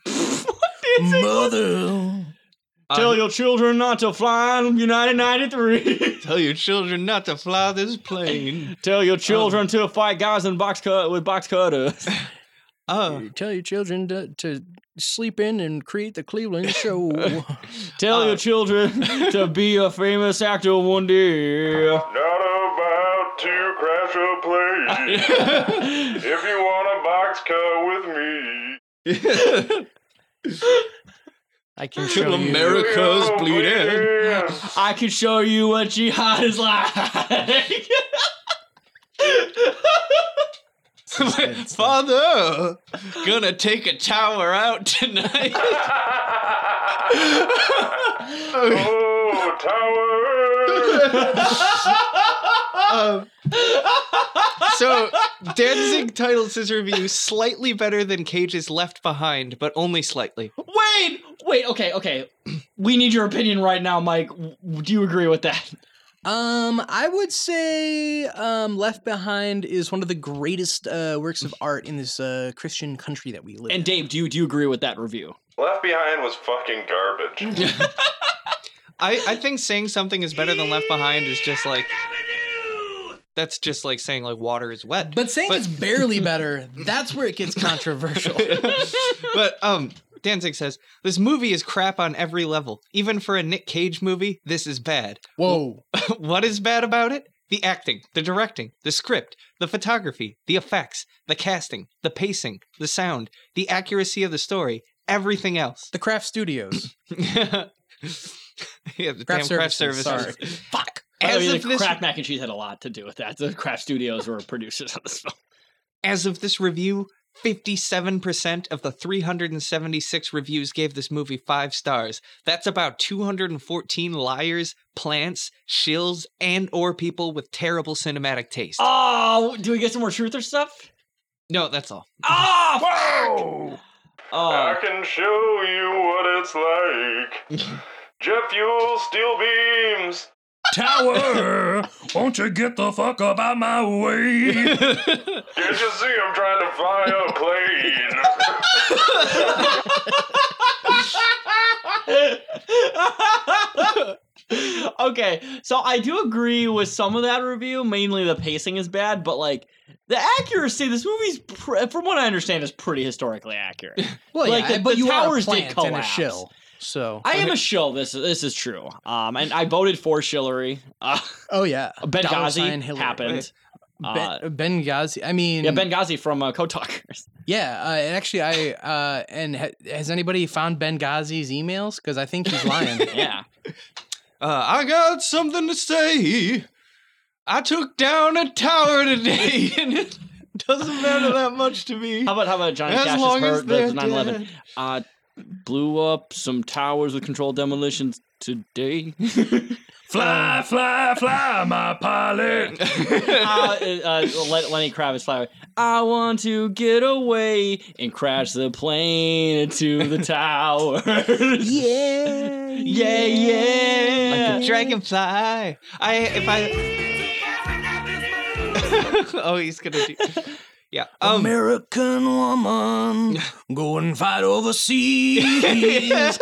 Mother.
Uh,
your children not to fly on United 93.
tell your children not to fly this plane.
Tell your children to fight guys in box cut with box cutters.
Oh,
Tell your children to, to sleep in and create the Cleveland show.
Tell your children to be a famous actor one day.
Not about to crash a plane. if you want a box cut with me,
I can show you.
America's bleeding.
I can show you what jihad is like.
Suspense.
father, gonna take a tower out tonight.
oh, Radio
Um,
Tower.
so Danzig titles his review slightly better than Cage's Left Behind, but only slightly.
Wait, wait, okay, okay. We need your opinion right now, Mike. W- Do you agree with that?
Um, I would say um, Left Behind is one of the greatest uh, works of art in this uh, Christian country that we live
And
in.
Dave, do you do you agree with that review?
Left Behind was fucking garbage.
I, I think saying something is better than Left Behind is just like that's just like saying like water is wet.
But saying
But-
it's barely better, that's where it gets controversial.
but um Danzig says this movie is crap on every level. Even for a Nick Cage movie, this is bad.
Whoa.
what is bad about it? The acting, the directing, the script, the photography, the effects, the casting, the pacing, the sound, the accuracy of the story, everything else.
The Craft Studios.
yeah, the
Craft
damn craft
services,
services.
sorry.
Fuck.
As
As I mean,
if
the
this-
Kraft Mac and Cheese had a lot to do with that. The Kraft Studios were producers on this film.
As of this review, 57% of the 376 reviews gave this movie five stars. That's about 214 liars, plants, shills, and or people with terrible cinematic taste.
Oh, do we get some more truth or stuff?
No, that's all.
Oh,
Whoa! I
oh.
can show you what it's like. Jet fuel, steel beams.
Tower, won't you get the fuck up out my way?
You should see him trying to fly a plane.
okay, so I do agree with some of that review. Mainly the pacing is bad, but like the accuracy, this movie's pr- from what I understand is pretty historically accurate.
Well,
Like,
yeah,
the-
but
the
you are a
towers did
plant and a
collapse.
shell. So,
I am a shill. This this is true. Um, and I voted for Shillery. Uh,
oh yeah, Dollar sign
Benghazi
Hillary.
happened. Uh,
Ben, Benghazi. I mean,
yeah, Benghazi from uh, Kotalkers.
Yeah, uh, and actually, I uh, and ha- has anybody found Benghazi's emails? Because I think he's lying.
Yeah.
Uh, I got something to say. I took down a tower today, and it doesn't matter that much to me.
How about how about Johnny
As
Cash's
long as
bird, the
they're
9/11?
dead.
Uh, blew up some towers with controlled demolitions today.
fly, fly, fly, my pilot.
uh, uh, Len- Lenny Kravitz flower. I want to get away and crash the plane into the tower. yeah,
Yeah.
yeah, yeah.
Like a dragonfly. I if I. oh, he's gonna do. Yeah. Um.
American woman, go and fight overseas.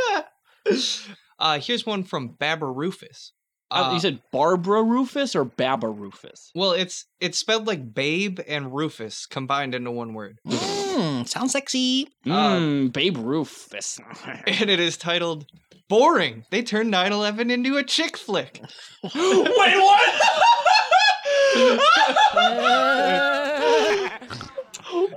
Uh, here's one from Baba Rufus.
Uh, you said Barbara Rufus or Baba Rufus?
Well, it's it's spelled like Babe and Rufus combined into one word,
mm, sounds sexy.
Mm, Babe Rufus.
and it is titled "Boring." They turned 9/11 into a chick flick.
Wait, what?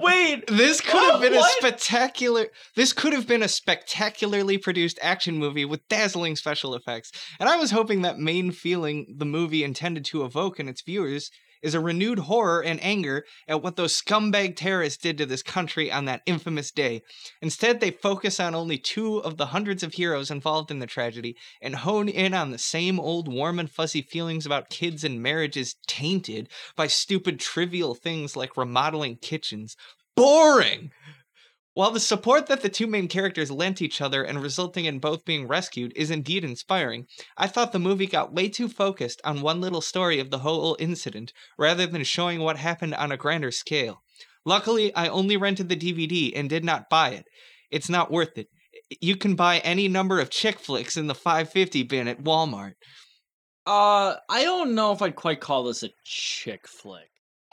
Wait,
This could have been
What?
a spectacular. This could have been a spectacularly produced action movie with dazzling special effects, and I was hoping that main feeling the movie intended to evoke in its viewers is a renewed horror and anger at what those scumbag terrorists did to this country on that infamous day. Instead, they focus on only two of the hundreds of heroes involved in the tragedy and hone in on the same old warm and fuzzy feelings about kids and marriages tainted by stupid trivial things like remodeling kitchens boring. While the support that the two main characters lent each other and resulting in both being rescued is indeed inspiring, I thought the movie got way too focused on one little story of the whole incident rather than showing what happened on a grander scale. Luckily, I only rented the DVD and did not buy it. It's not worth it. You can buy any number of chick flicks in the 550 bin at Walmart.
uh, I don't know if I'd quite call this a chick flick.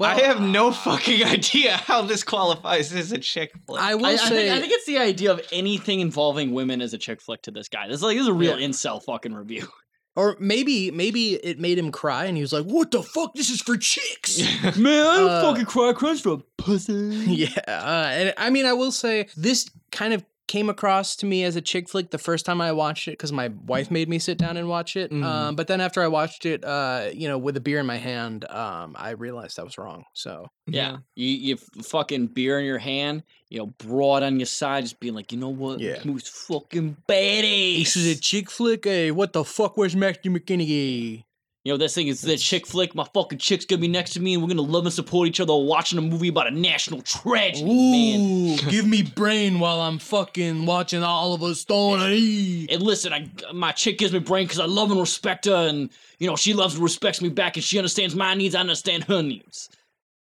I have no fucking idea how this qualifies as a chick flick.
I will
I, I
say,
think, I think it's the idea of anything involving women as a chick flick to this guy. This is like this is a real
Yeah.
incel fucking review.
or maybe maybe it made him cry, and he was like, "What the fuck? This is for chicks."
Man, I
Uh,
fucking cry crush for a pussy.
yeah, uh, and I mean, I will say this kind of came across to me as a chick flick the first time I watched it because my wife made me sit down and watch it.
Mhm.
Um, but then after I watched it, uh, you know, with a beer in my hand, um, I realized I was wrong. So
Yeah. You you f- fucking beer in your hand, you know, broad on your side, just being like, you know what?
Yeah.
This movie's fucking badass.
this is a chick flick. Hey, what the fuck? Where's Matthew McKinney?
You know, this thing is the chick flick. My fucking chick's gonna be next to me, and we're gonna love and support each other while watching a movie about a national tragedy, man.
Ooh, give me brain while I'm fucking watching Oliver Stone. Hey.
And listen, I, my chick gives me brain because I love and respect her, and you know she loves and respects me back, and she understands my needs. I understand her needs.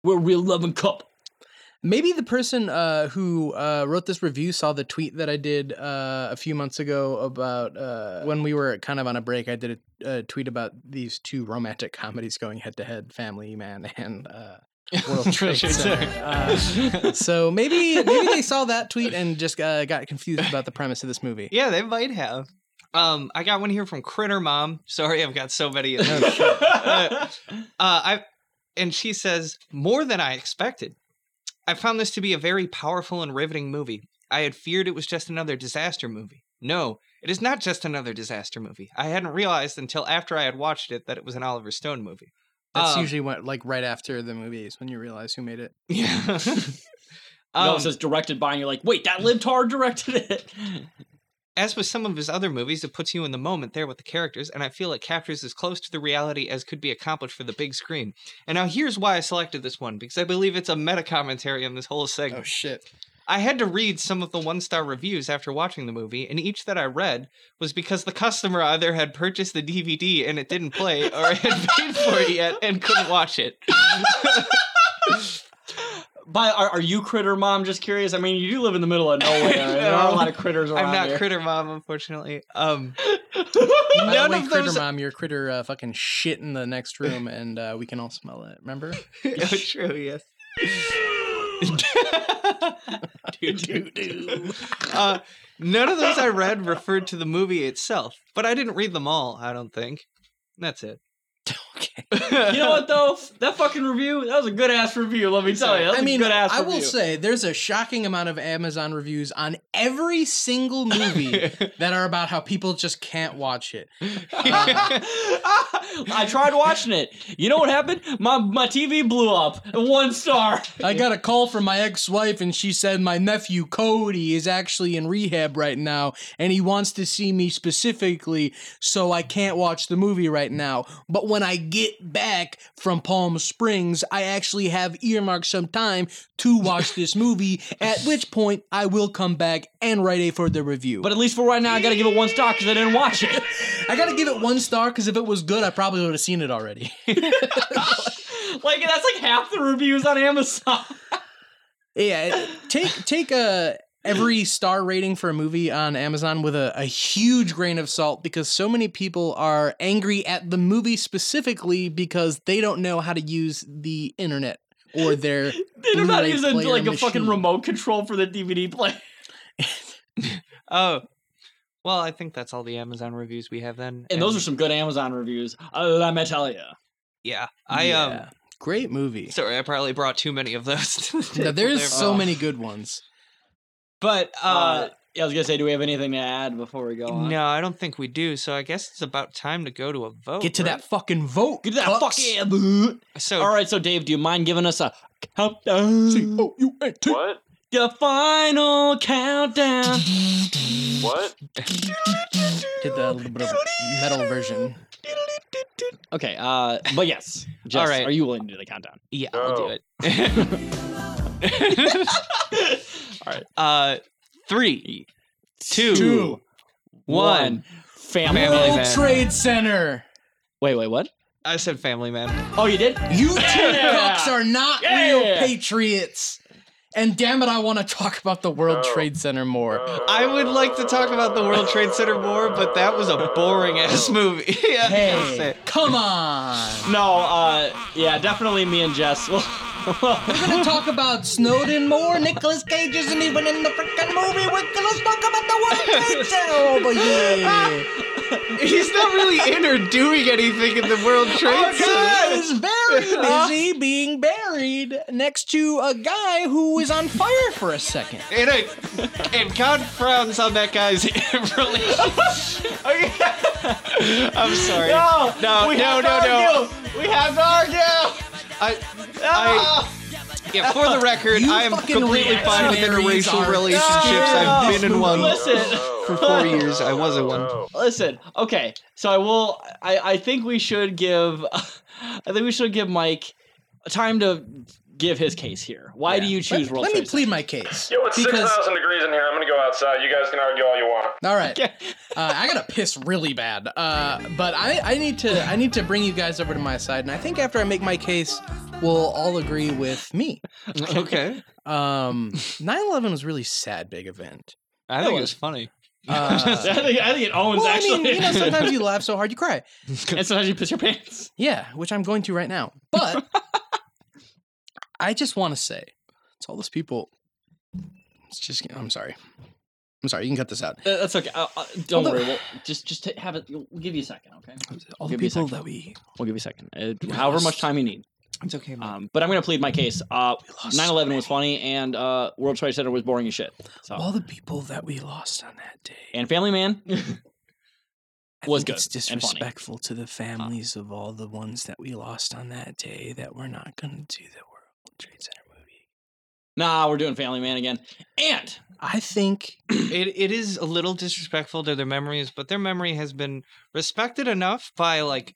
We're a real loving couple.
Maybe the person uh, who uh, wrote this review saw the tweet that I did uh, a few months ago about uh, when we were kind of on a break. I did a, a tweet about these two romantic comedies going head to head, Family Man and uh, World Trade Center. Uh, so maybe maybe they saw that tweet and just uh, got confused about the premise of this movie.
Yeah, they might have. Um, I got one here from Critter Mom. Sorry, I've got so many of
Oh,
them. uh, I and she says more than I expected. I found this to be a very powerful and riveting movie. I had feared it was just another disaster movie. No, it is not just another disaster movie. I hadn't realized until after I had watched it that it was an Oliver Stone movie.
That's
Um,
usually what like right after the movie is when you realize who made it.
Yeah.
You know,
Um,
it says directed by, and you're like, wait, that libtard directed it.
As with some of his other movies, it puts you in the moment there with the characters, and I feel it captures as close to the reality as could be accomplished for the big screen. And now here's why I selected this one, because I believe it's a meta commentary on this
Oh,
whole segment.
shit!
I had to read some of the one star reviews after watching the movie, and each that I read was because the customer either had purchased the DVD and it didn't play, or had paid for it yet and couldn't watch it.
By are, are you critter mom? Just curious. I mean, you do live in the middle of nowhere. and There are a lot of critters around
I'm not
here.
Critter Mom, unfortunately. Um,
By the
none
way,
of
critter
those.
mom, your critter uh, fucking shit in the next room, and uh, we can all smell it. Remember?
oh, true, yes. uh, none of those I read referred to the movie itself, but I didn't read them all. I don't think. That's it.
okay.
you know what though? That fucking review. That was a good ass review. Let me tell you. That was
I mean,
a good ass
I will
review.
say there's a shocking amount of Amazon reviews on every single movie that are about how people just can't watch it.
I tried watching it. You know what happened? My my TV blew up. One star.
I got a call from my ex-wife, and she said my nephew Cody is actually in rehab right now, and he wants to see me specifically, so I can't watch the movie right now. But when I get back from Palm Springs, I actually have earmarked some time to watch this movie. At which point, I will come back and write a further review.
But at least for right now, I gotta give it one star because I didn't watch it.
I gotta give it one star because if it was good, I probably would have seen it already.
like that's like half the reviews on Amazon.
yeah, it- take take a every star rating for a movie on Amazon with a, a huge grain of salt because so many people are angry at the movie specifically because they don't know how to use the internet or their
They don't know how to
Blu-ray
use a,
player
like a fucking
machine.
remote control for the DVD player.
Oh, well, I think that's all the Amazon reviews we have then.
And those are some good Amazon reviews. Uh, let me tell you.
Yeah, I
Yeah. great movie.
um. Sorry, I probably brought too many of those.
Now, there's so
Oh.
many good ones.
but
Uh,
uh,
yeah, I was gonna say, do we have anything to add before we go on?
no, I don't think we do. So I guess it's about time to go to a vote.
Get to
right?
that fucking vote.
Oh, Get that
cucks.
fuck yeah, boo.
So
All right, so Dave, do you mind giving us a countdown?
oh.
C-O-U-N-T.
What?
The final countdown.
What?
Did the little bit of metal version.
Okay, uh, but yes. Jess, All right.
right.
Are you willing to do the countdown?
Yeah, I'll do
Go.
it.
All right.
uh, three, two, one.
Two. One. Family.
Family
man.
World
Man.
Trade Center.
Wait, wait, what?
I said Family Man.
Oh, you did?
You two
Yeah.
cucks are not
Yeah.
real patriots. And damn it, I want to talk about the World
No.
Trade Center more.
I would like to talk about the World Trade Center more, but that was a boring ass movie. yeah, that's
Hey,
it.
come on.
No, uh, yeah, definitely me and Jess. Well,
We're going to talk about Snowden more. Nicolas Cage isn't even in the freaking movie. We're going to talk about the World Trade Center over here. Oh,
He's not really in or doing anything in the World Trade Center.
was very busy being buried next to a guy who was on fire for a second.
And, I, and God frowns on that guy's relationship. I'm sorry.
No,
no,
we
no,
have
no,
to
no.
We have to argue.
I, I, yeah, for the record,
You
I am
fucking
completely fine with
reactionaries
interracial
are-
relationships.
No.
I've been in one
Oh,
Listen.
for four years. I was in one.
Listen, okay, so I will. I, I think we should give. I think we should give Mike time to give his case here. Why do you choose
Let,
World
let me
Trade
plead my case.
Yo, it's
because
6,000 degrees in here. I'm gonna go outside. You guys can argue all you want.
all right, uh,
Center?
I gotta piss really bad. Uh, but I, I need to I need to bring you guys over to my side, and I think after I make my case, we'll all agree with me.
Okay.
Um, 9/11 was a really sad big event.
I think it was funny.
Uh,
I think I think it owns
well, I
actually.
mean, you know, sometimes you laugh so hard you cry.
and sometimes you piss your pants.
Yeah, which I'm going to right now. But I just want to say to all those people, it's just, I'm sorry. I'm sorry, you can cut this out.
Uh, That's okay. Uh, uh, don't
Although-
worry. We'll just just ta- have it. We'll give you a second, okay?
All
Give
the
me a
people
second.
that we.
We'll give you a second. Uh, however much time you need.
It's okay, man.
Um, but I'm gonna plead my case. Uh,
lost
9/11 was funny, and uh, World Trade Center was boring as shit. So,
All the people that we lost on that day.
and Family Man.
I
was
think It's
good and funny. Uh-huh.
disrespectful to the families of all the ones that we lost on that day that we're not going to do the World Trade Center movie.
Nah, we're doing Family Man again. And
I think
It, it is a little disrespectful to their memories, but their memory has been respected enough by like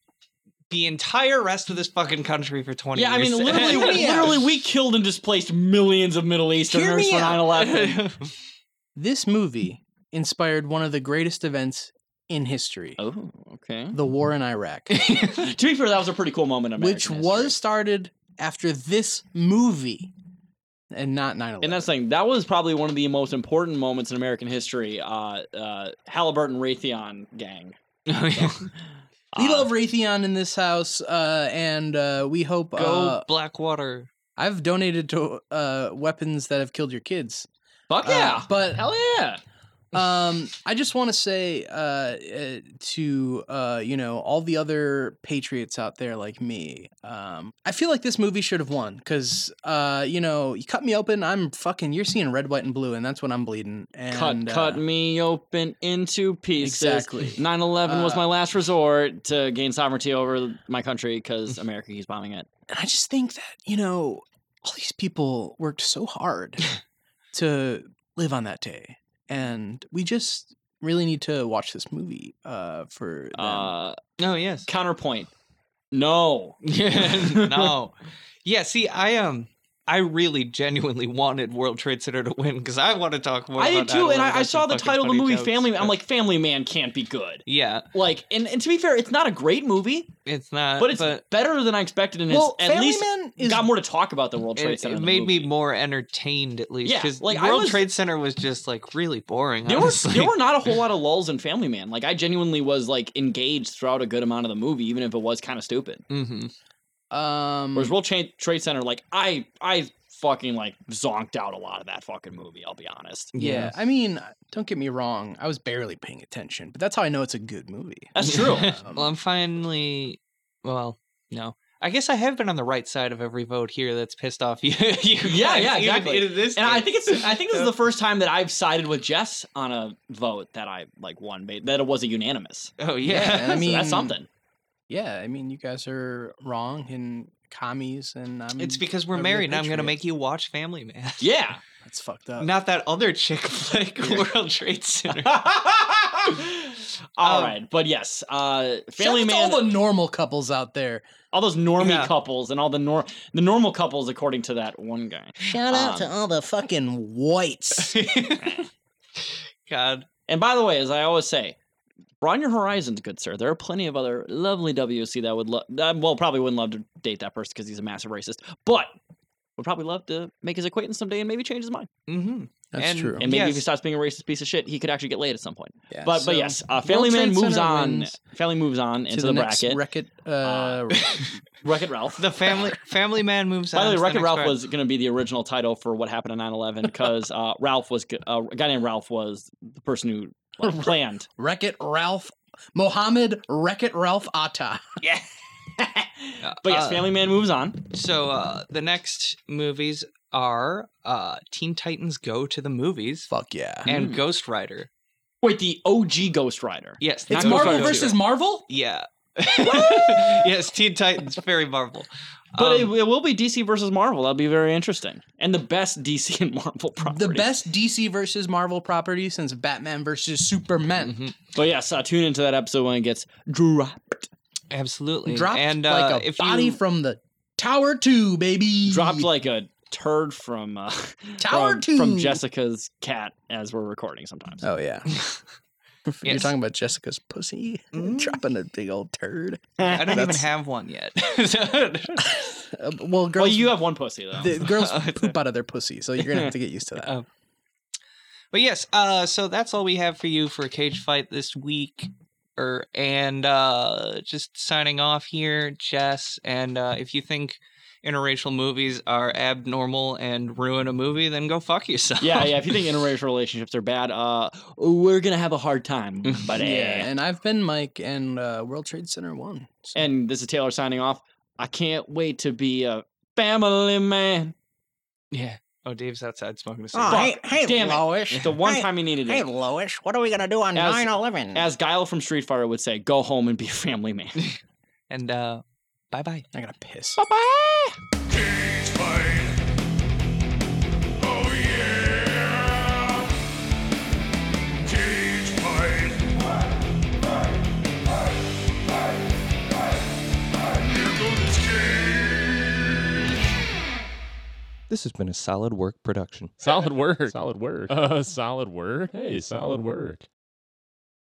the entire rest of this fucking country for 20
yeah, I
years.
mean, literally,
Hear me out.
literally, we killed and displaced millions of Middle
Hear
Easterners
me
for
out.
9/11.
this movie inspired one of the greatest events in history
oh, mm-hmm. okay.
the war in Iraq.
to be fair, that was a pretty cool moment. In American
which
history.
was started after this movie and not 9
And
11.
that's the thing. That was probably one of the most important moments in American history. Uh, uh, Halliburton Raytheon gang.
Oh,
We
Uh,
love Raytheon in this house, uh, and uh, we hope.
Go
Uh,
Blackwater.
I've donated to uh, weapons that have killed your kids.
Fuck
Uh,
Oh, yeah.
but
Hell yeah.
um, I just want to say uh, uh, to uh, you know all the other patriots out there like me, um, I feel like this movie should have won because uh, you know you cut me open, I'm fucking. You're seeing red, white, and blue, and that's when I'm bleeding. And,
cut,
uh,
cut me open into pieces.
Exactly.
9/11 was
Uh,
my last resort to gain sovereignty over my country because America keeps bombing it.
And I just think that, you know, all these people worked so hard to live on that day. And we just really need to watch this movie uh, for them.
Uh,
Oh, yes.
counterpoint. No.
no. Yeah, see, I um I really genuinely wanted World Trade Center to win because I want to talk more
I
about
did too, and
9/11.
I, I
That's
saw
some
the
fucking
title of the
funny
movie
jokes,
Family Man. I'm
but-
like, Family Man can't be good.
Yeah,
Like, and, and to be fair, it's not a great movie,
it's not
but it's better than I expected, and
well,
it's at
Family
least
Man is
got more to talk about the World Trade
it,
Center.
it
than the
made me
movie.
more entertained at least
Yeah,
because
like, I
World
was-
Trade Center was just like really boring.
There were
honestly.
there were not a whole lot of lulls in Family Man. Like I genuinely was like engaged throughout a good amount of the movie, even if it was kind of stupid.
Mhm. Hmm.
um,
Whereas World Cha- Trade Center, like I I fucking like zonked out a lot of that fucking movie. I'll be honest.
yeah. I mean, don't get me wrong. I was barely paying attention, but that's how I know it's a good movie.
That's true.
Um,
Well, I'm finally. Well, no. I guess I have been on the right side of every vote here that's pissed off you. you
Yeah,
guys,
yeah,
even
exactly.
in this
and I
case.
think it's I think this is the first time that I've sided with Jess on a vote that I like won ba- that it wasn't unanimous.
Oh
Yeah, and I
So
mean,
that's something.
Yeah, I mean, you guys are wrong and commies, and I'm.
It's because we're
a real
married, and I'm going
patriot.
to make you watch Family Man.
Yeah.
That's fucked
Uh,
up.
Not that other chick flick, World Trade Center.
All
Um,
right, but yes, uh,
Shout
Family
out to
Man,
all
all,
the normal couples out there.
those normie
Yeah.
couples, and all the nor the normal couples, according to that one guy.
Shout out
Um,
to all the fucking whites.
God.
And by the way, as I always say, broaden your horizons, good sir. There are plenty of other lovely WC that would love, well, probably wouldn't love to date that person because he's a massive racist, but would probably love to make his acquaintance someday and maybe change his mind.
Mm-hmm.
That's
And-
true.
And maybe if he
Yes.
stops being a racist piece of shit, he could actually get laid at some point.
Yeah,
But
so
but yes, uh,
World
Family Man
Trade
moves
Center
on.
wins
Family moves on
to
into
the,
the,
next
bracket.
Wreck It. Uh,
Wreck It Ralph.
The family Family Man moves on.
By the way,
to
Wreck It
next
Ralph
round.
was going to be the original title for what happened on 9 11 because uh, Ralph was, g- uh, a guy named Ralph was the person who like, planned.
Wreck It Ralph. Mohammed Wreck It Ralph Atta.
But yes,
Uh,
Family Man moves on.
So uh, the next movies are uh, Teen Titans Go to the Movies
Fuck yeah.
and
Mm.
Ghost Rider.
Wait, the OG Ghost Rider.
Yes,
It's
not Ghost
Marvel
Rider two.
versus Marvel,
Yeah. yes, Teen Titans, very Marvel.
but
Um,
it, it will be DC versus Marvel. That'll be very interesting, and the best DC and Marvel property.
The best DC versus Marvel property since Batman versus Superman.
mhm,
But yes, uh, tune into that episode when it gets dropped.
absolutely.
Dropped
and uh,
like a
if
body
you,
from the Tower 2, baby.
Dropped like a turd from uh,
Tower
from,
2.
from Jessica's cat as we're recording sometimes.
Oh, yeah. You're
Yes.
talking about Jessica's pussy?
Mm.
Dropping a big old turd.
I don't even
That's-
have one yet.
Uh, well, Oh. girls,
well, you have one pussy though.
the girls poop out of their pussy, so you're going to have to get used to that.
Oh. but yes, uh, so that's all we have for you for Cage Fight this week. Er, and uh, just signing off here, Jess. And uh, if you think interracial movies are abnormal and ruin a movie, then go fuck yourself.
yeah, yeah. If you think interracial relationships are bad, uh, we're gonna have a hard time, buddy.
Yeah, and I've been Mike and uh, World Trade Center 1. So.
And this is Taylor signing off. I can't wait to be a family man.
Yeah. Oh, Dave's outside smoking a cigarette.
Oh, hey, hey,
Damn it.
Lois.
The one
Hey,
time he needed
Hey,
it.
Lois, what are we going to do on
As-
9 11?
As Guile from Street Fighter would say, go home and be a family man.
And uh, bye bye.
I got to piss.
Cage fight. Oh yeah. Cage fight. Here goes this cage.
This has been a solid work production.
Solid work. Solid work. Uh, solid work. Hey, solid work.